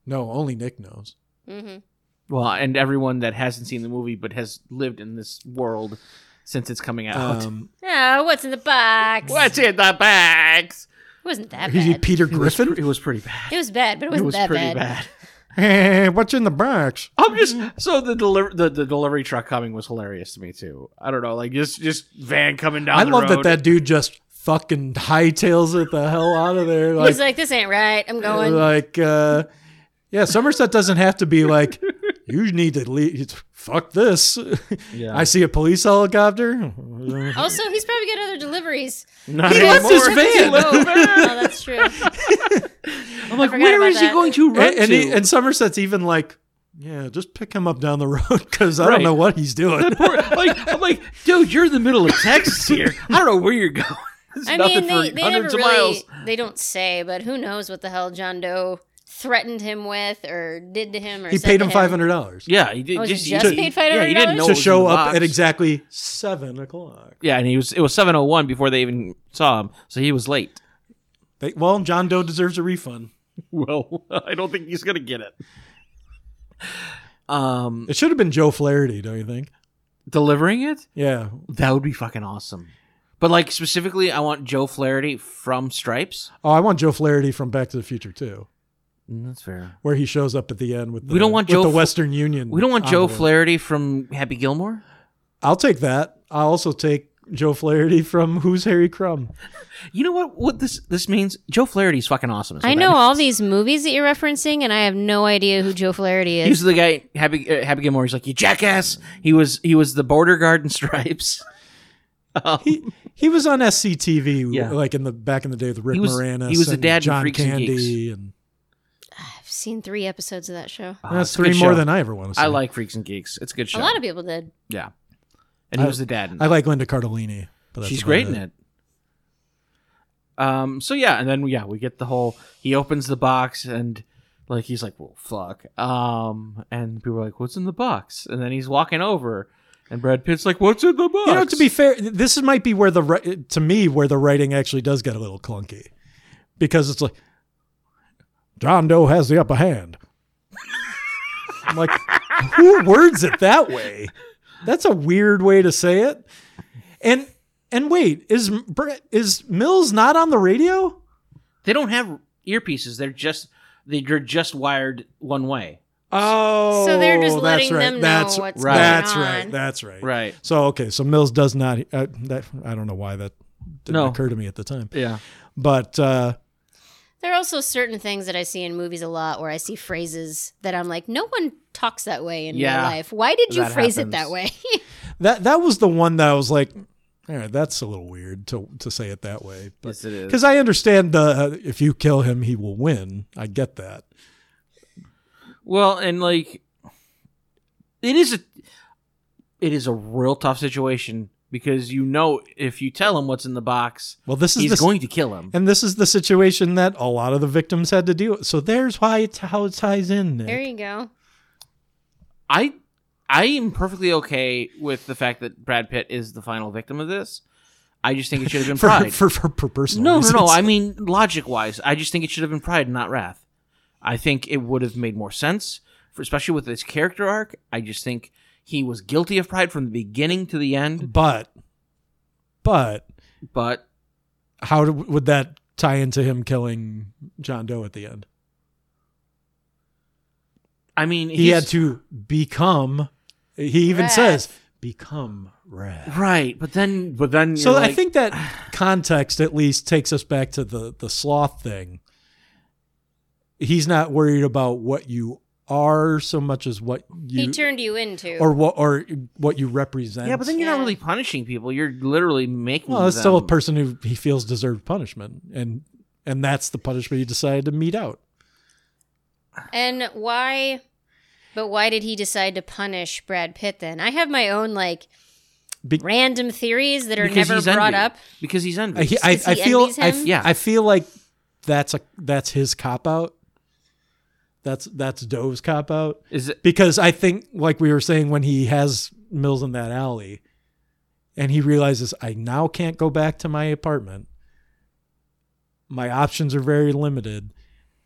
S3: no, only Nick knows.
S2: Mhm.
S1: Well, and everyone that hasn't seen the movie but has lived in this world since it's coming out.
S3: Um,
S2: Oh, what's in the box?
S1: What's in the bags?
S2: It wasn't that
S3: he-
S2: bad.
S3: Peter
S1: It was,
S3: Griffin.
S1: pre- it was pretty bad.
S2: It was bad, but it wasn't that
S1: pretty
S2: bad.
S3: Hey, what's in the box?
S1: I'm just so the deliver the, the delivery truck coming was hilarious to me too. I don't know, like just just van coming down.
S3: I
S1: the
S3: love that
S1: road.
S3: that dude just fucking hightails it the hell out of there. Like,
S2: He's like, this ain't right. I'm going.
S3: like uh yeah somerset doesn't have to be like you need to leave fuck this
S1: Yeah.
S3: i see a police helicopter
S2: also, he's probably got other deliveries.
S1: Not
S3: He
S1: anymore.
S3: wants his van.
S2: oh, that's true.
S1: I'm like,
S2: forgot
S1: where
S2: about
S1: is he
S2: that.
S1: going to
S3: and,
S1: run
S3: and,
S1: to?
S3: he, and somerset's even like yeah just pick him up down the road because i
S1: Right.
S3: don't know what he's doing
S1: Poor- like, I'm like, dude, you're in the middle of Texas here. I don't know where you're going. There's
S2: I
S1: nothing
S2: mean, they,
S1: for
S2: they never
S1: hundreds of
S2: really,
S1: miles.
S2: they don't say, but who knows what the hell John Doe threatened him with or did to him or
S3: he
S2: said
S3: paid
S2: to
S3: him 500 dollars
S1: Yeah, he did
S2: Oh, he
S1: just,
S2: just
S1: he,
S2: paid
S1: Yeah, he didn't
S2: $500?
S1: know
S3: to
S1: it was in
S3: show
S1: the
S3: up
S1: box.
S3: at exactly seven o'clock
S1: Yeah, and he was it was 7:01 before they even saw him, so he was late.
S3: They- well john doe deserves a refund
S1: Well, I don't think he's gonna get it. Um,
S3: it should have been joe flaherty don't you think
S1: delivering it
S3: yeah
S1: that would be fucking awesome. But like specifically, I want Joe Flaherty from Stripes.
S3: oh i want joe flaherty from back to the future too
S1: Mm, That's fair.
S3: where he shows up at the end with the,
S1: We don't want
S3: with
S1: Joe
S3: the
S1: F-
S3: Western Union.
S1: We don't want Joe
S3: envelope.
S1: Flaherty from Happy Gilmore.
S3: I'll take that. I'll also take Joe Flaherty from Who's Harry Crumb.
S1: You know what? What this this means? Joe Flaherty's fucking awesome. is what
S2: I
S1: that
S2: know
S1: means.
S2: all these movies that you're referencing, and I have no idea who Joe Flaherty is.
S1: He's the guy Happy uh, Happy Gilmore. He's like you jackass. He was he was the border guard in Stripes. Um,
S3: He he was on SCTV
S1: Yeah.
S3: like in the back in the day with Rick
S1: He was-
S3: Moranis.
S1: he was the
S3: and
S1: dad in
S3: John
S1: Freaks and
S3: Candy, and,
S2: I've seen three episodes of that show.
S1: oh,
S3: that's
S1: it's a good
S3: three more
S1: show.
S3: than I ever want to see.
S1: I like Freaks and Geeks. It's a good show.
S2: A lot of people did.
S1: yeah, and he
S3: I-
S1: was the dad. In
S3: I like Linda Cardellini. But that's
S1: She's
S3: about
S1: great in it. Um. So yeah, and then yeah, we get the whole. He opens the box and like he's like, "Well, fuck." Um. And people are like, "What's in the box?" And then he's walking over, and Brad Pitt's like, "What's in the box?"
S3: You know, to be fair, this might be where the ri- to me where the writing actually does get a little clunky, because it's like John Doe has the upper hand. I'm like, who words it that way? That's a weird way to say it. And and wait, is Brett is Mills not on the radio?
S1: they don't have earpieces. They're just they're just wired one way.
S3: Oh,
S2: So they're just letting
S3: that's right.
S2: them know
S3: that's,
S2: what's
S1: going
S3: That's
S2: on.
S3: right. That's right.
S1: Right.
S3: So okay, so Mills does not. Uh, that I don't know why that didn't
S1: No.
S3: occur to me at the time,
S1: Yeah.
S3: but. uh
S2: There are also certain things that I see in movies a lot where I see phrases that I'm like, no one talks that way in
S1: Yeah.
S2: real life. Why did you
S1: That
S2: phrase it that
S1: happens.
S2: way?
S3: That that was the one that I was like, all right, that's a little weird to to say it that way,
S1: Yes, it is.
S3: because I understand the uh, if you kill him, he will win. I get that.
S1: Well, and like it is a it is a real tough situation because you know if you tell him what's in the box,
S3: Well, this is
S1: he's
S3: the,
S1: going to kill him.
S3: and this is the situation that a lot of the victims had to deal. with. So there's why it's how it ties in. Nick.
S2: there you go.
S1: I I am perfectly okay with the fact that Brad Pitt is the final victim of this. I just think it should have been
S3: for,
S1: pride.
S3: for, for for personal
S1: no, no,
S3: reasons.
S1: no. I mean, logic wise, I just think it should have been pride, not wrath. I think it would have made more sense, for, especially with his character arc. I just think he was guilty of pride from the beginning to the end.
S3: but but
S1: But
S3: how do, would that tie into him killing John Doe at the end?
S1: I mean,
S3: He had
S1: he's-
S3: to become. He even
S2: Wrath.
S3: says become wrath.
S1: right, but then, but then, you're
S3: So I
S1: like- "Ah."
S3: think that context at least takes us back to the the sloth thing. He's not worried about what you are so much as what you
S2: he turned you into.
S3: or what or what you represent.
S1: Yeah, but then you're not
S2: Yeah.
S1: really punishing people. You're literally making
S3: well, that's
S1: them.
S3: still a person who he feels deserved punishment, and and that's the punishment he decided to mete out.
S2: and why? But why did he decide to punish Brad Pitt then? I have my own like
S3: Be-
S2: random theories that are
S1: Because
S2: never
S1: he's envied.
S2: brought up.
S1: because he's
S3: I,
S1: envious.
S3: Uh, he- I,
S2: Because he
S3: I feel
S2: envies
S3: I,
S2: him?
S1: Yeah.
S3: yeah. I feel like that's a that's his cop out. That's that's Dove's cop out
S1: Is it?
S3: because I think like we were saying when he has Mills in that alley, and he realizes I now can't go back to my apartment. My options are very limited.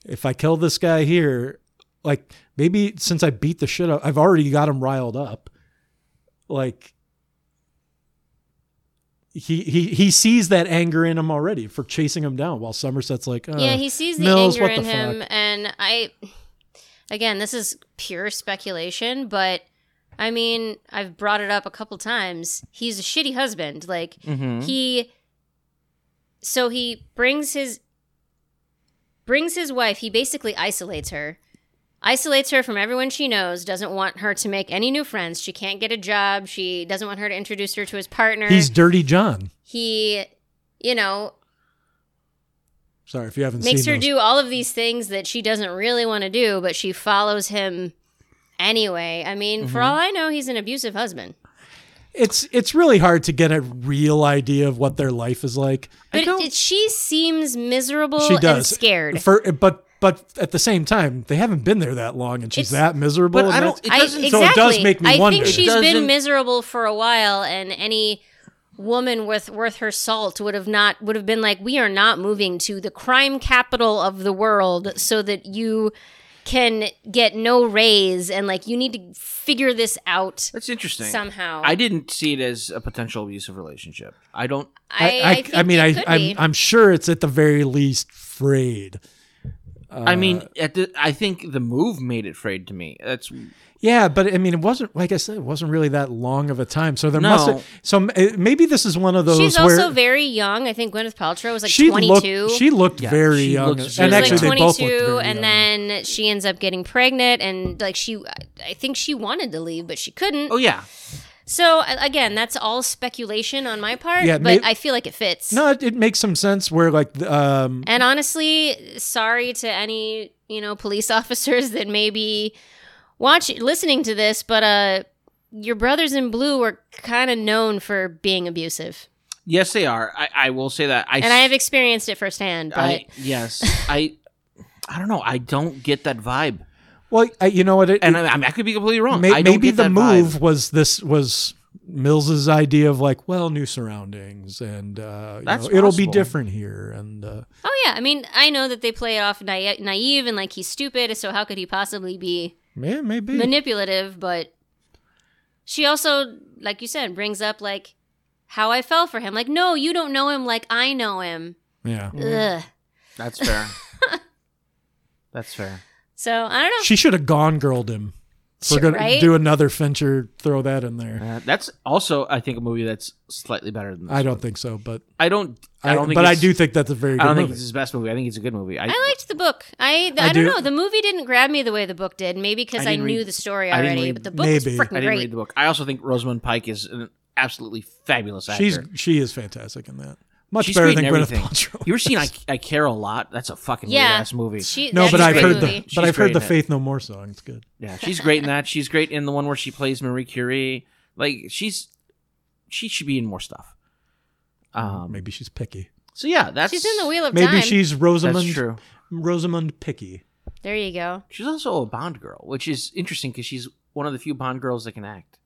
S3: If I kill this guy here, like maybe since I beat the shit out, I've already got him riled up. Like he he he sees that anger in him already for chasing him down. While Somerset's like, uh,
S2: yeah, he sees the
S3: Mills,
S2: anger
S3: what
S2: in
S3: the
S2: him, and I, again, this is pure speculation, but I mean, I've brought it up a couple times. He's a shitty husband. Like
S3: Mm-hmm.
S1: Mhm.
S2: he, so he brings his brings his wife. He basically isolates her, isolates her from everyone she knows. Doesn't want her to make any new friends. She can't get a job. She doesn't want her to introduce her to his partner.
S3: he's Dirty John.
S2: he, you know,
S3: Sorry if you haven't
S2: makes
S3: seen
S2: her
S3: those.
S2: do all of these things that she doesn't really want to do, but she follows him anyway. I mean,
S3: Mm-hmm.
S2: for all I know, he's an abusive husband.
S3: it's it's really hard to get a real idea of what their life is like.
S2: But
S1: don't-
S2: it, she seems miserable
S3: She does
S2: and scared.
S3: For but but at the same time, they haven't been there that long, and she's
S2: It's-
S3: that miserable.
S1: But I
S3: and
S1: don't. It
S3: that's-
S2: I-
S1: doesn't.
S3: so it does make me
S2: I
S3: wonder.
S2: think
S3: It
S2: she's
S1: doesn't-
S2: been miserable for a while, and any woman worth worth her salt would have not would have been like, "We are not moving to the crime capital of the world so that you can get no raise, and like you need to figure this out
S1: That's interesting.
S2: somehow."
S1: I didn't see it as a potential abusive relationship. I don't.
S2: I, I, think
S3: mean,
S2: it
S3: I,
S2: could
S3: I'm
S2: be.
S3: I'm sure it's at the very least frayed.
S1: I mean,
S3: Uh,
S1: at the, I think the move made it frayed to me. That's
S3: Yeah, but I mean, it wasn't like I said, it wasn't really that long of a time. So there
S1: No.
S3: must have. So m- it- maybe this is one of those
S2: She's
S3: where
S2: also very young. I think Gwyneth Paltrow was like
S3: she
S2: 22.
S3: looked she looked
S1: Yeah,
S3: very
S1: she
S3: young,
S1: looks
S3: and
S1: very
S2: was
S3: actually
S2: like
S1: young.
S3: they both looked
S2: 22,
S3: very
S2: and
S3: young.
S2: then she ends up getting pregnant, and like she, I think she wanted to leave, but she couldn't.
S1: oh yeah.
S2: So a- again, that's all speculation on my part,
S3: Yeah,
S2: but
S3: may-
S2: I feel like it fits.
S3: no, it, it makes some sense. Where like the, um,
S2: And honestly, sorry to any you know police officers that may be watching, listening to this, but uh, your brothers in blue are kind of known for being abusive,
S1: Yes, they are. I, I will say that. I
S2: and I have experienced it firsthand. But
S1: I, yes. I. I don't know. I don't get that vibe,
S3: well, I, you know what? It,
S1: and I, I, mean, I could be completely wrong.
S3: May-
S1: I don't
S3: maybe
S1: get
S3: the
S1: that
S3: move
S1: vibe.
S3: was this was Mills's idea of like, well, new surroundings, and uh, you
S1: That's
S3: know, it'll be
S1: possible.
S3: different here, and uh,
S2: Oh yeah, I mean, I know that they play it off naive, naive and like he's stupid, so how could he possibly be
S3: yeah,
S1: Hmm.
S3: maybe.
S2: manipulative? But she also, like you said, brings up like how I fell for him. Like, no, you don't know him. Like I know him.
S3: yeah,
S2: Ugh.
S1: That's fair. That's fair.
S2: So I don't know.
S3: she should have gone girled him. If We're
S2: Sure,
S3: gonna
S2: right?
S3: do another Fincher. Throw that in there.
S1: Uh, that's also, I think, a movie that's slightly better than. This.
S3: I don't think so, but
S1: I don't. I don't think.
S3: but I
S1: it's-
S3: do think that's a very good
S1: I don't think
S3: movie.
S1: it's his best movie. I think it's a good movie. I,
S2: I liked the book. I I,
S3: I
S2: don't
S3: do-
S2: know. The movie didn't grab me the way the book did. Maybe because
S1: I
S2: I,
S1: didn't
S2: knew
S1: read-
S2: the story
S1: I didn't
S2: already.
S1: read-
S2: but the book was
S3: Maybe.
S1: I
S2: freaking
S1: didn't read
S2: great.
S1: the book. I also think Rosamund Pike is an absolutely fabulous actor.
S3: She's she is fantastic in that. Much
S1: She's
S3: better
S1: great
S3: than
S1: in
S3: Gwyneth
S1: everything.
S3: Paltrow.
S1: You ever seen I, I Care a Lot? That's a fucking
S2: Yeah.
S1: weird ass movie.
S2: She,
S3: no,
S2: that's
S3: but
S2: a
S3: I've
S2: great
S3: heard
S2: movie.
S3: the
S1: She's
S3: but I've
S1: great
S3: heard the
S1: in it.
S3: Faith No More song. It's good.
S1: yeah, she's great in that. She's great in the one where she plays Marie Curie. Like she's she should be in more stuff. Um.
S3: Maybe she's picky.
S1: So yeah, that's
S2: She's in the Wheel of
S3: Maybe
S2: Time.
S3: she's
S1: That's
S3: Rosamund
S1: true.
S3: Rosamund Picky.
S2: there you go.
S1: She's also a Bond girl, which is interesting because she's one of the few Bond girls that can act.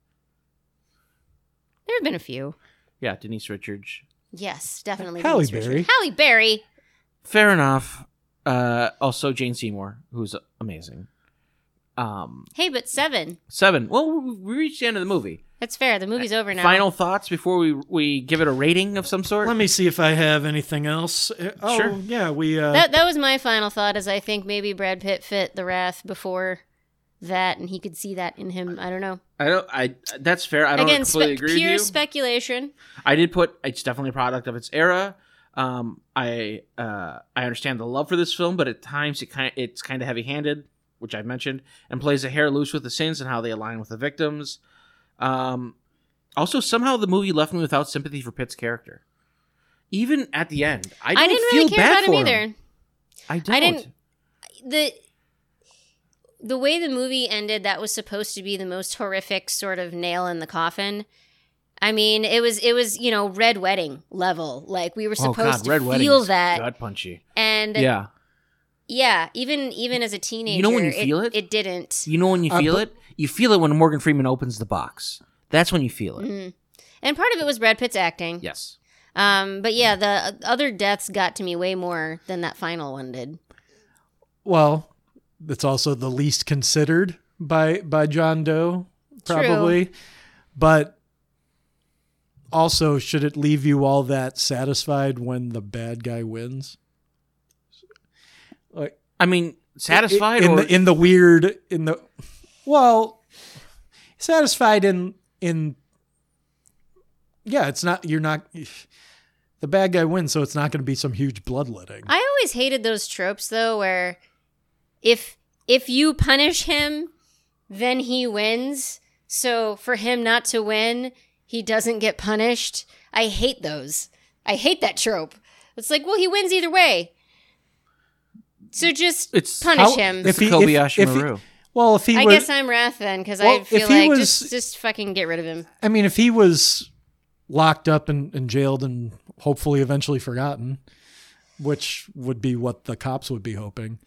S2: There have been a few.
S1: Yeah, Denise Richards.
S2: Yes, definitely.
S3: Halle
S2: Denise Richards.
S3: Berry.
S2: Halle Berry.
S1: Fair enough. Uh, also Jane Seymour, who's amazing. Um,
S2: Hey, but seven.
S1: seven. Well, we we reached the end of the movie.
S2: That's fair. The movie's over now.
S1: Final thoughts before we we give it a rating of some sort.
S3: Let me see if I have anything else. Uh, Oh,
S1: Sure.
S3: yeah, we. Uh,
S2: That that was my final thought. Is I think maybe Brad Pitt fit the wrath before that, and he could see that in him. I don't know.
S1: I don't. I that's fair. I don't
S2: Again,
S1: completely
S2: spe-
S1: agree
S2: pure
S1: with you.
S2: speculation.
S1: I did put. It's definitely a product of its era. Um, I uh, I understand the love for this film, but at times it kind of, it's kind of heavy handed. which I mentioned, and plays a hair loose with the sins and how they align with the victims. Um, also, somehow the movie left me without sympathy for Pitt's character. Even at the end, I,
S2: I,
S1: don't
S2: didn't
S1: feel
S2: really care
S1: bad
S2: about him
S1: for
S2: either.
S1: I don't.
S2: didn't- the the way the movie ended that was supposed to be the most horrific sort of nail in the coffin i mean it was it was you know red wedding level like we were
S1: Oh,
S2: supposed
S1: God,
S2: to
S1: Red Wedding
S2: feel
S1: is
S2: that
S1: gut punchy.
S2: and yeah.
S1: Yeah,
S2: even even as a teenager
S1: when you feel it?
S2: it didn't
S1: you know when you
S3: Uh,
S1: feel
S3: but-
S1: it. You feel it when Morgan Freeman opens the box. That's when you feel it.
S2: Mm. and part of it was brad pitt's acting
S1: Yes.
S2: um but yeah the other deaths got to me way more than that final one did
S3: Well, it's also the least considered by by John Doe, probably. But also, should it leave you all that satisfied when the bad guy wins? Like
S1: I mean, satisfied
S3: in
S1: or
S3: the in the weird in the well, satisfied in in yeah, it's not you're not the bad guy wins, so it's not going to be some huge bloodletting.
S2: I always hated those tropes though where if if you punish him then he wins. So for him not to win, he doesn't get punished. I hate those. I hate that trope. It's like, well, he wins either way. So just
S1: it's
S2: punish
S3: How-
S2: him.
S3: if he-
S1: Kobayashi
S3: if he-
S1: Maru.
S3: well, if he
S2: I
S3: were-
S2: guess I'm Wrath then because
S3: Well,
S2: I feel
S3: if he
S2: like
S3: was-
S2: just just fucking get rid of him.
S3: I mean, if he was locked up and, and jailed and hopefully eventually forgotten, which would be what the cops would be hoping.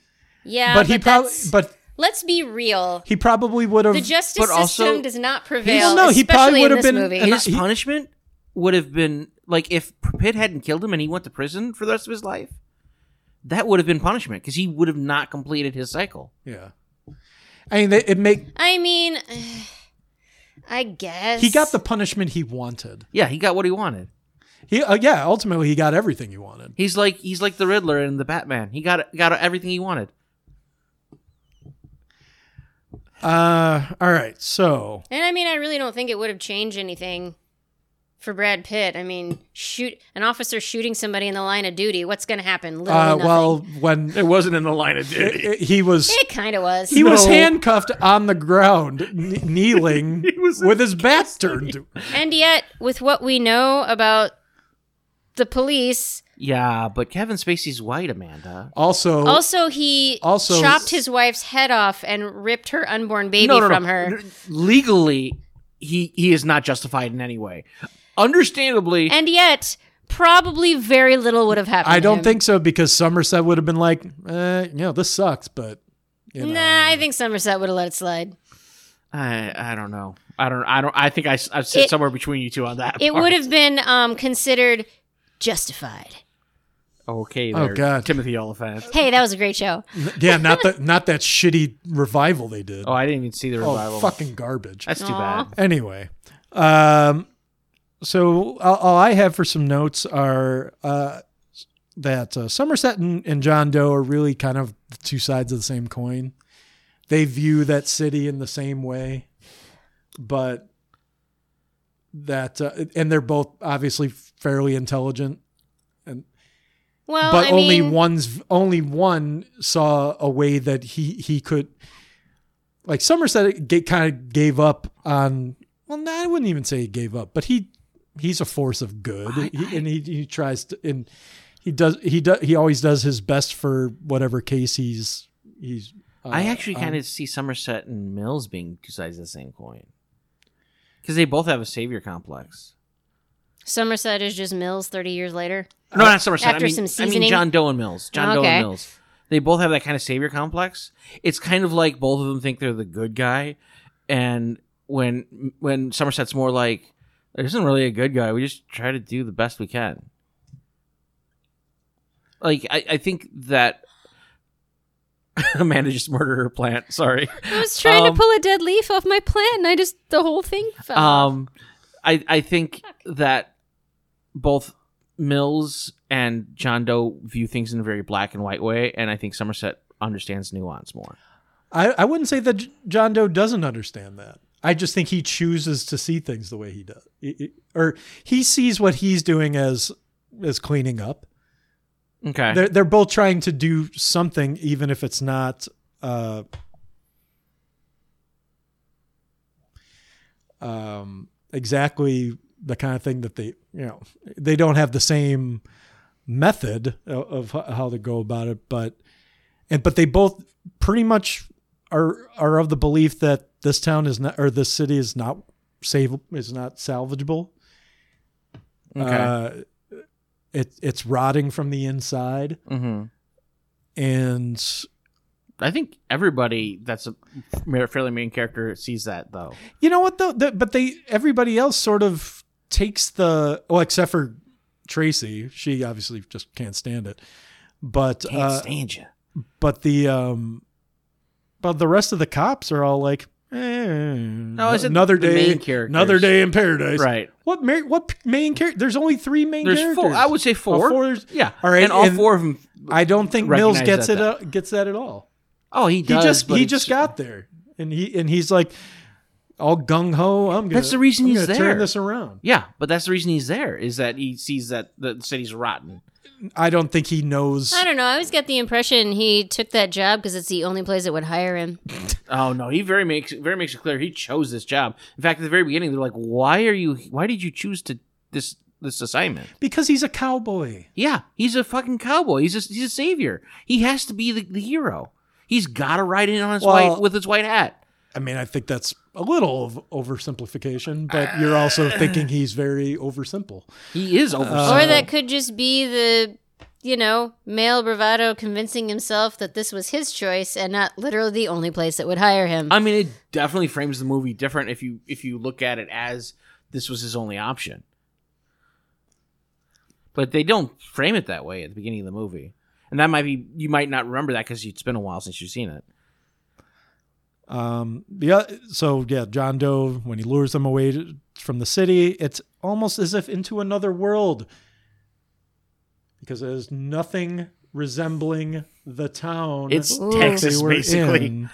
S2: Yeah,
S3: but he probably,
S2: that's-
S3: but
S2: let's be real.
S3: he probably would have.
S2: The justice
S1: but also-
S2: system does not prevail.
S3: Well, no, he
S2: especially
S3: probably
S2: in
S3: would have
S2: this
S3: been
S2: movie.
S3: an-
S1: his
S3: he-
S1: punishment would have been like if Pitt hadn't killed him and he went to prison for the rest of his life. That would have been punishment because he would have not completed his cycle.
S3: yeah. I mean, it, it make
S2: I mean, I guess
S3: he got the punishment he wanted.
S1: Yeah, he got what he wanted.
S3: He uh, yeah, ultimately he got everything he wanted.
S1: He's like he's like the Riddler in the Batman. He got got everything he wanted.
S3: Uh, all right. So
S2: And I mean, I really don't think it would have changed anything for Brad Pitt. I mean, shoot an officer shooting somebody in the line of duty. What's going to happen? Literally
S3: uh,
S2: nothing.
S3: well, when
S4: It wasn't in the line of
S3: it-
S4: duty.
S3: it- he was.
S2: it kind of was.
S3: He was
S1: No.
S3: handcuffed on the ground, kn- kneeling, with his back turned.
S2: and yet, with what we know about the police,
S1: Yeah, but Kevin Spacey's white, Amanda.
S3: Also,
S2: also he
S3: Oh. Also-
S2: chopped his wife's head off and ripped her unborn baby
S1: No, no, no.
S2: from her.
S1: Legally, he he is not justified in any way. Understandably,
S2: And yet, probably very little would have happened.
S3: I
S2: to
S3: don't
S2: him.
S3: think so because Somerset would have been like, eh, you know, this sucks, but you know,
S2: Nah, I think Somerset would have let it slide.
S1: I I don't know. I don't I don't I think I s- I've sit
S2: It-
S1: somewhere between you two on that.
S2: It
S1: part.
S2: would have been um, considered justified.
S1: Okay,
S3: Oh,
S1: there,
S3: God.
S1: Timothy Oliphant.
S2: Hey, that was a great show.
S3: n- yeah, not that not that shitty revival they did.
S1: Oh, I didn't even see the
S3: Oh,
S1: revival.
S3: fucking garbage.
S1: That's too
S2: Aw.
S1: bad.
S3: Anyway, um, so all, all I have for some notes are uh, that uh, Somerset and, and John Doe are really kind of the two sides of the same coin. They view that city in the same way, but that uh, and they're both obviously fairly intelligent.
S2: Well,
S3: but
S2: I
S3: only
S2: mean,
S3: one's only one saw a way that he he could like Somerset get, kind of gave up on well no, I wouldn't even say he gave up but he he's a force of good
S1: I-
S3: He- and he, he tries to and he does he does he always does his best for whatever case he's he's uh,
S1: I actually
S3: on.
S1: kind of see Somerset and Mills being two sides of the same coin because they both have a savior complex.
S2: Somerset is just Mills 30 years later.
S1: No, not Somerset.
S2: After
S1: I mean,
S2: some
S1: I mean
S2: seasoning?
S1: John Doe and Mills. John Doe
S2: Okay.
S1: and Mills. They both have that kind of savior complex. It's kind of like both of them think they're the good guy, and when when Somerset's more like, "There isn't really a good guy. We just try to do the best we can." Like I, I think that Amanda just murdered her plant. Sorry.
S2: I was trying
S1: Um,
S2: to pull a dead leaf off my plant and I just, the whole thing fell. off.
S1: Um, I I think that both Mills and John Doe view things in a very black and white way, and I think Somerset understands nuance more.
S3: I, I wouldn't say that J- John Doe doesn't understand that. I just think he chooses to see things the way he does, It- it- or he sees what he's doing as as cleaning up.
S1: Okay,
S3: They're they're both trying to do something, even if it's not uh, um, exactly the kind of thing that they you know they don't have the same method of, of how to go about it, but and but they both pretty much are are of the belief that this town is not or this city is not save is not salvageable.
S1: Okay.
S3: Uh, it it's rotting from the inside,
S1: mm-hmm.
S3: and
S1: I think everybody that's a ma- fairly main character sees that though.
S3: you know what though? The, but they everybody else sort of takes the well, except for Tracy. She obviously just can't stand it. But uh,
S1: stand you.
S3: but the um, but the rest of the cops are all like, eh,
S1: No, it's
S3: another
S1: Oh, the
S3: day,
S1: main characters.
S3: another day in paradise.
S1: Right.
S3: What mar- what p- main character? There's only three main
S1: There's
S3: characters.
S1: four. I would say
S3: Oh,
S1: four.
S3: four is-
S1: Yeah.
S3: All right,
S1: And all
S3: and-
S1: four of them.
S3: I don't think
S1: Recognize
S3: Mills gets
S1: that,
S3: it. Uh, gets that at all.
S1: Oh, he
S3: He
S1: does.
S3: just
S1: but
S3: he
S1: it's-
S3: just got there, and he and he's like all gung ho. I'm gonna.
S1: That's the reason
S3: I'm
S1: he's
S3: gonna
S1: there.
S3: Turn this around.
S1: Yeah, but that's the reason he's there is that he sees that the city's rotten.
S3: I don't think he knows.
S2: I don't know. I always get the impression he took that job because it's the only place that would hire him.
S1: Oh no, he very makes very makes it clear he chose this job. In fact, at the very beginning, they're like, "Why are you? Why did you choose to this this assignment?"
S3: Because he's a cowboy.
S1: Yeah, he's a fucking cowboy. He's a, he's a savior. He has to be the, the hero. He's got to ride in on his
S3: Well-
S1: white with his white hat.
S3: I mean, I think that's a little of oversimplification, but you're also thinking he's very oversimple.
S1: He is over.
S3: Uh,
S2: or that could just be the, you know, male bravado convincing himself that this was his choice and not literally the only place that would hire him.
S1: I mean, it definitely frames the movie different if you if you look at it as this was his only option. But they don't frame it that way at the beginning of the movie, and that might be you might not remember that because it's been a while since you've seen it.
S3: Um, yeah. So yeah, John Doe when he lures them away to- from the city, it's almost as if into another world because there's nothing resembling the town.
S1: It's
S2: Ooh.
S1: Texas
S3: they were
S1: basically.
S3: in.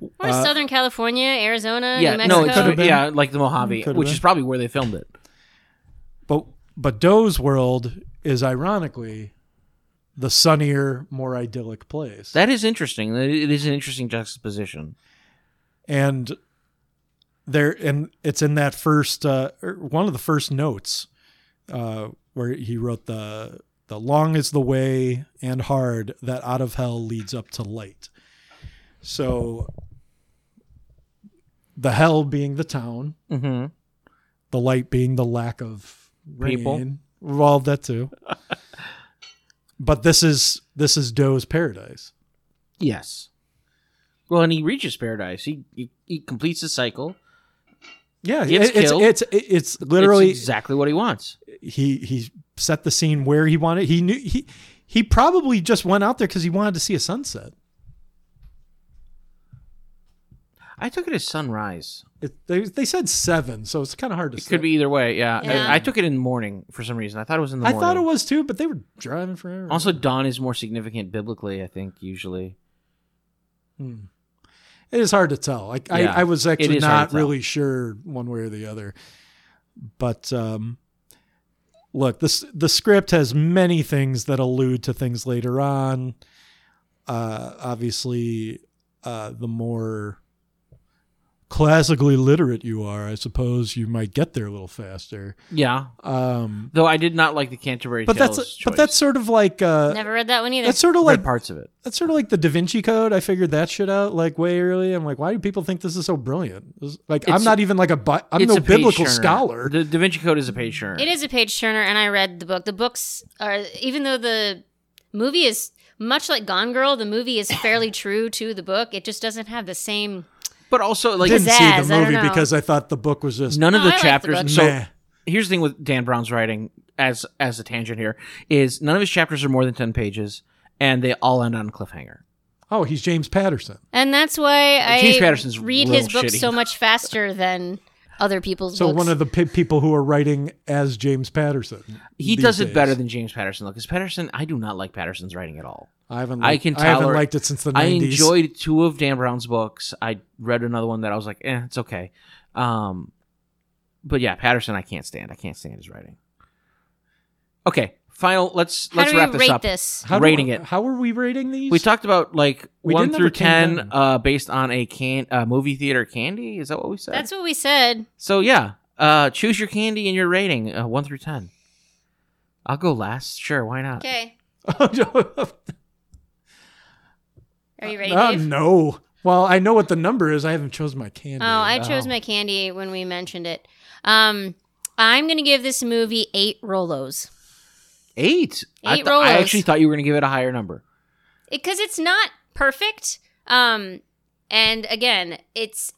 S2: or
S3: uh,
S2: Southern California, Arizona,
S1: Yeah, no,
S2: New Mexico.
S1: it's
S3: Could've been.
S1: yeah, like the Mojave,
S3: Could've
S1: which
S3: been.
S1: is probably where they filmed it.
S3: But but Doe's world is ironically the sunnier, more idyllic place.
S1: That is interesting. That- It is an interesting juxtaposition.
S3: and there and it's in that first uh or one of the first notes uh where he wrote the the long is the way and hard that out of hell leads up to light so the hell being the town
S1: Mm-hmm.
S3: the light being the lack of rain.
S1: People.
S3: well that too but this is this is doe's paradise
S1: Yes. Well, and he reaches paradise. He he, he completes the cycle.
S3: yeah
S1: Gets
S3: it- it's,
S1: killed.
S3: it's it's literally
S1: it's exactly what he wants.
S3: he he set the scene where he wanted he knew he he probably just went out there because he wanted to see a sunset
S1: I took it as sunrise.
S3: it, they, they said seven so it's kind of hard to
S1: It
S3: say.
S1: could be either way. Yeah,
S2: Yeah.
S1: I, I took it in the morning for some reason. I thought it was in the
S3: i
S1: morning.
S3: thought it was too but they were driving forever
S1: Also, dawn is more significant biblically. I think usually.
S3: Hmm. it is hard to tell like
S1: Yeah,
S3: I, I was actually
S1: is hard
S3: not
S1: to tell.
S3: really sure one way or the other but um look this the script has many things that allude to things later on uh obviously uh the more classically literate you are i suppose you might get there a little faster
S1: Yeah.
S3: um
S1: Though I did not like the Canterbury
S3: but
S1: Tales.
S3: that's but that's sort of like uh
S2: Never read that one either.
S3: that's sort of
S1: like
S3: like
S1: parts of it.
S3: that's sort of like the Da Vinci Code. I figured that shit out like way early. I'm like, why do people think this is so brilliant? It was- Like, I'm
S1: It's-
S3: not even like a bi- I'm
S1: It's
S3: no
S1: a page
S3: biblical
S1: turner.
S3: scholar.
S1: The Da Vinci Code is a page turner.
S2: It is a page turner, and I read the book. The books are, even though the movie is much like Gone Girl, the movie is fairly true to the book. It just doesn't have the same.
S1: But also, like
S3: Didn't see
S2: pizzazz,
S3: the
S2: I don't
S3: movie
S2: know.
S3: because I thought the book was just
S1: none of
S2: No,
S1: the
S2: I like the
S1: chapters.
S2: book.
S1: so
S3: meh.
S1: here's the thing with Dan Brown's writing as as a tangent here is none of his chapters are more than 10 pages and they all end on a cliffhanger.
S3: Oh, he's James Patterson.
S2: And that's why I
S1: James Patterson's
S2: read
S1: real
S2: his books
S1: shitty.
S2: so much faster than other people's
S3: So
S2: books.
S3: one of the pe- people who are writing as James Patterson.
S1: He
S3: these
S1: does it
S3: days.
S1: better than James Patterson though cuz Patterson I do not like Patterson's writing at all.
S3: I haven't.
S1: I
S3: Liked, I
S1: can
S3: haven't
S1: tolerate-
S3: liked it since the 90s.
S1: I enjoyed two of Dan Brown's books. I read another one that I was like, "Eh, it's okay." Um but yeah, Patterson I can't stand. I can't stand his writing. Okay, final. Let's
S2: How
S1: let's
S2: do
S1: wrap
S2: we
S1: this
S2: rate
S1: up.
S2: this?
S3: How do-
S1: Rating it.
S3: How are we rating these?
S1: We talked about like
S3: We
S1: one
S3: didn't have
S1: through
S3: a countdown.
S1: ten, uh, based on a can uh, movie theater candy. Is that what we said?
S2: That's what we said.
S1: so yeah. Uh, choose your candy and your rating, uh, one through ten. I'll go last. Sure, why not?
S2: Okay.
S3: Oh, Are
S2: Are you ready,
S3: Uh,
S2: Dave?
S3: no. Well, I know what the number is. I haven't chosen my candy.
S2: Oh, I chose my candy when we mentioned it. Um, I'm gonna give this movie eight Rolos
S1: Eight. I,
S2: Eight
S1: th- I
S2: Rolos.
S1: actually thought you were going to give it a higher number.
S2: because it's not perfect. Um, and again, it's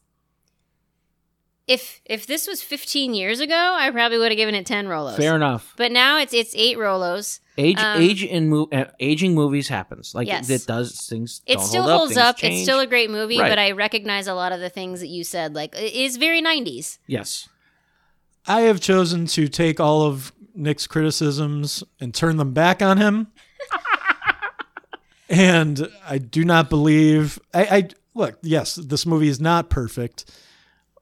S2: if if this was 15 years ago, I probably would have given it 10 Rolos.
S1: Fair enough.
S2: But now it's it's eight Rolos.
S1: Age,
S2: Um,
S1: age in mo- uh, aging movies happens. Like
S2: Yes.
S1: it, it does things.
S2: It
S1: don't
S2: still
S1: hold
S2: holds
S1: up.
S2: up.
S1: things
S2: It's still
S1: change.
S2: a great movie,
S1: Right.
S2: but I recognize a lot of the things that you said. Like it is very 90s.
S1: yes.
S3: I have chosen to take all of Nick's criticisms and turn them back on him. and I do not believe I, I look, yes, this movie is not perfect,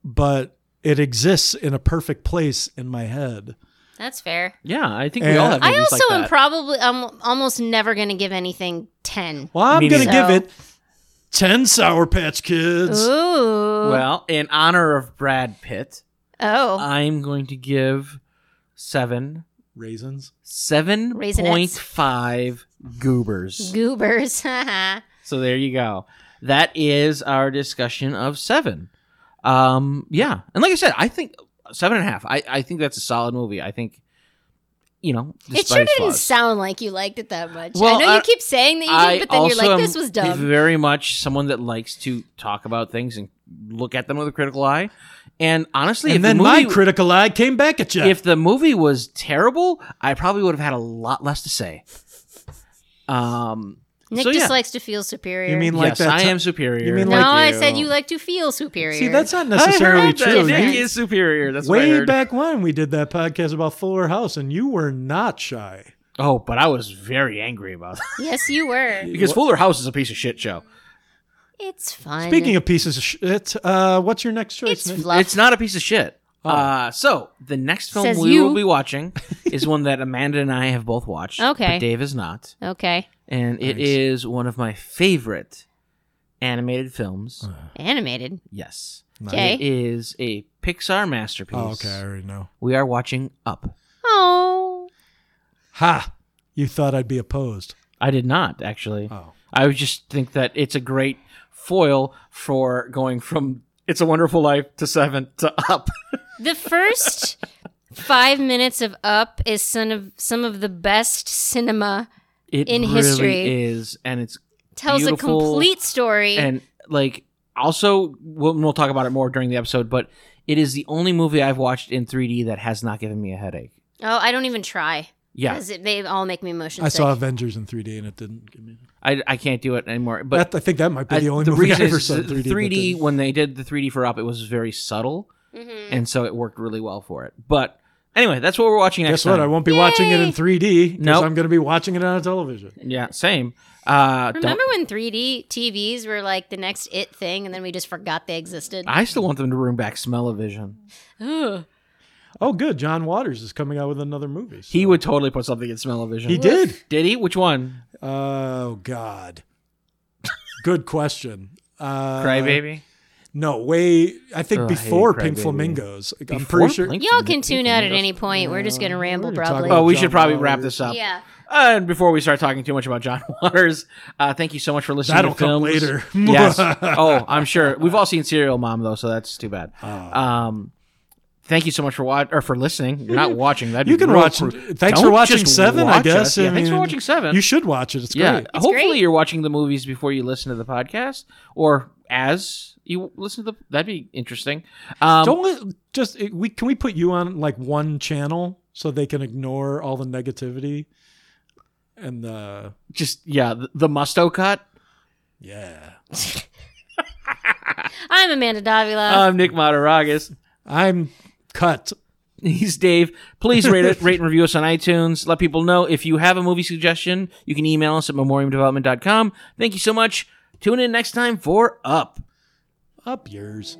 S3: but it exists in a perfect place in my head.
S2: That's fair.
S1: Yeah, I think we
S3: And-
S1: all have.
S2: I
S1: movies
S2: also
S1: like
S2: am
S1: that.
S2: probably um, almost never going to give anything 10.
S3: Well, I'm
S1: Me
S3: gonna
S2: neither.
S3: give it ten Sour Patch Kids.
S2: Ooh.
S1: Well, uh, in honor of Brad Pitt,
S2: oh.
S1: I'm going to give seven
S3: Raisins.
S1: seven point
S2: Raisinets.
S1: five goobers.
S2: Goobers. Haha.
S1: so there you go. That is our discussion of seven. Um, yeah, and like I said, I think seven and a half. I I think that's a solid movie. I think, you know,
S2: it
S1: despite
S2: sure
S1: its
S2: didn't
S1: flaws.
S2: sound like you liked it that much.
S1: Well,
S2: I know
S1: I-
S2: you keep saying that you
S1: I
S2: did, but then you're
S1: also
S2: like,
S1: am
S2: this was dumb.
S1: Very much someone that likes to talk about things and look at them with a critical eye. And honestly, if
S3: And then
S1: the
S3: my
S1: movie,
S3: critical eye came back at you.
S1: if the movie was terrible, I probably would have had a lot less to say. Um,
S2: Nick
S1: so,
S2: just
S1: yeah.
S2: likes to feel superior.
S3: You mean like
S1: yes,
S3: that
S1: I
S3: ti-
S1: am superior.
S3: you mean
S2: no,
S3: like
S2: I
S1: you.
S2: said you like to feel superior.
S3: See, that's not
S1: I heard
S3: necessarily
S1: that
S3: true.
S1: Nick
S3: You-
S1: is superior. That's what I
S3: Way
S1: heard.
S3: back when we did that podcast about Fuller House, and you were not shy.
S1: Oh, but I was very angry about that
S2: yes, you were.
S1: because Fuller House is a piece of shit show.
S2: It's fun.
S3: Speaking of pieces of shit, uh, what's your next choice?
S2: it's
S3: Nick?
S2: fluff.
S1: It's not a piece of shit.
S3: Oh.
S1: Uh, so the next film
S2: Says
S1: we
S2: you.
S1: will be watching is one that Amanda and I have both watched.
S2: Okay.
S1: but Dave is not,
S2: okay,
S1: and it is
S3: Nice.
S1: one of my favorite animated films.
S3: Uh-huh.
S2: animated.
S1: Yes,
S2: Okay.
S1: it is a Pixar masterpiece.
S3: Oh, okay, I already know.
S1: We are watching Up.
S2: Oh,
S3: Ha! You thought I'd be opposed.
S1: I did not actually.
S3: Oh,
S1: I would just think that it's a great foil for going from It's a Wonderful Life to Seven to Up.
S2: the first five minutes of Up is some of some of the best cinema.
S1: It
S2: In
S1: really
S2: history.
S1: is, and it's
S2: Tells
S1: Beautiful
S2: a complete story.
S1: and like also we'll, we'll talk about it more during the episode, but it is the only movie I've watched in 3D that has not given me a headache.
S2: oh, I don't even try.
S1: Yeah,
S2: Because it- they all make me motion
S3: I
S2: sick.
S3: saw Avengers in 3D and it didn't give me.
S1: I, I can't do it anymore. But
S3: That, I think that might be
S1: I-
S3: the only movie I
S1: reason
S3: ever
S1: is
S3: saw in
S1: the
S3: 3D. that
S1: 3D
S3: didn't.
S1: when they did the 3D for Up, it was very subtle,
S2: Mhm.
S1: and so it worked really well for it. But anyway, that's what we're watching next
S3: Guess what?
S1: time.
S3: I won't be watching it
S2: Yay!
S3: in 3D because
S1: Nope.
S3: I'm going to be watching it on television.
S1: yeah, same. Uh, don't-
S2: Remember when 3D TVs were like the next it thing, and then we just forgot they existed?
S1: I still want them to bring back Smell-O-Vision.
S2: Ugh.
S3: Oh, good. John Waters is coming out with another movie. so-
S1: He would totally put something in Smell-O-Vision.
S3: He did.
S1: Did he? Which one?
S3: Oh God. Good question. Uh,
S1: Crybaby.
S3: No, way. I think
S1: Oh, I hate
S3: before Pink
S1: Crybaby.
S3: Flamingoes. Like, I'm
S1: Before
S3: pretty sure.
S1: Blink-
S2: Y'all can tune out at any point. We're just
S3: Yeah,
S2: gonna ramble,
S3: we're gonna talk
S2: probably.
S1: Oh,
S3: about-
S1: we
S3: John
S1: should probably wrap
S3: Waters.
S1: this up.
S2: yeah.
S1: Uh, and before we start talking too much about John Waters, uh, thank you so much for listening.
S3: That'll
S1: to
S3: come
S1: films.
S3: later.
S1: yes. Oh, I'm sure we've all seen Serial Mom though, so that's too bad.
S3: Oh.
S1: Um, thank you so much for watch or for listening. You're not watching. That'd
S3: You
S1: be
S3: can
S1: real
S3: watch-
S1: cru-
S3: thanks
S1: Don't
S3: for watching
S1: just
S3: Seven, I
S1: watch
S3: guess.
S1: us.
S3: I
S1: Yeah, thanks for
S3: mean,
S1: watching Seven.
S3: You should watch it. It's
S1: yeah.
S3: great.
S1: Hopefully,
S2: great.
S1: you're watching the movies before you listen to the podcast, or as you listen to the. That'd be interesting. Um,
S3: Don't let, just it- we can we put you on like one channel so they can ignore all the negativity and uh, the
S1: just yeah, the, the Musto cut.
S3: yeah.
S2: I'm Amanda Davila.
S1: I'm Nick Mataragas.
S3: I'm cut.
S1: He's Dave. Please rate it, rate and review us on iTunes. Let people know if you have a movie suggestion, you can email us at memoriamdevelopment.com. Thank you so much. Tune in next time for Up.
S3: Up yours.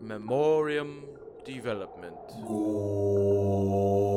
S4: Memoriam Development.
S5: Oh.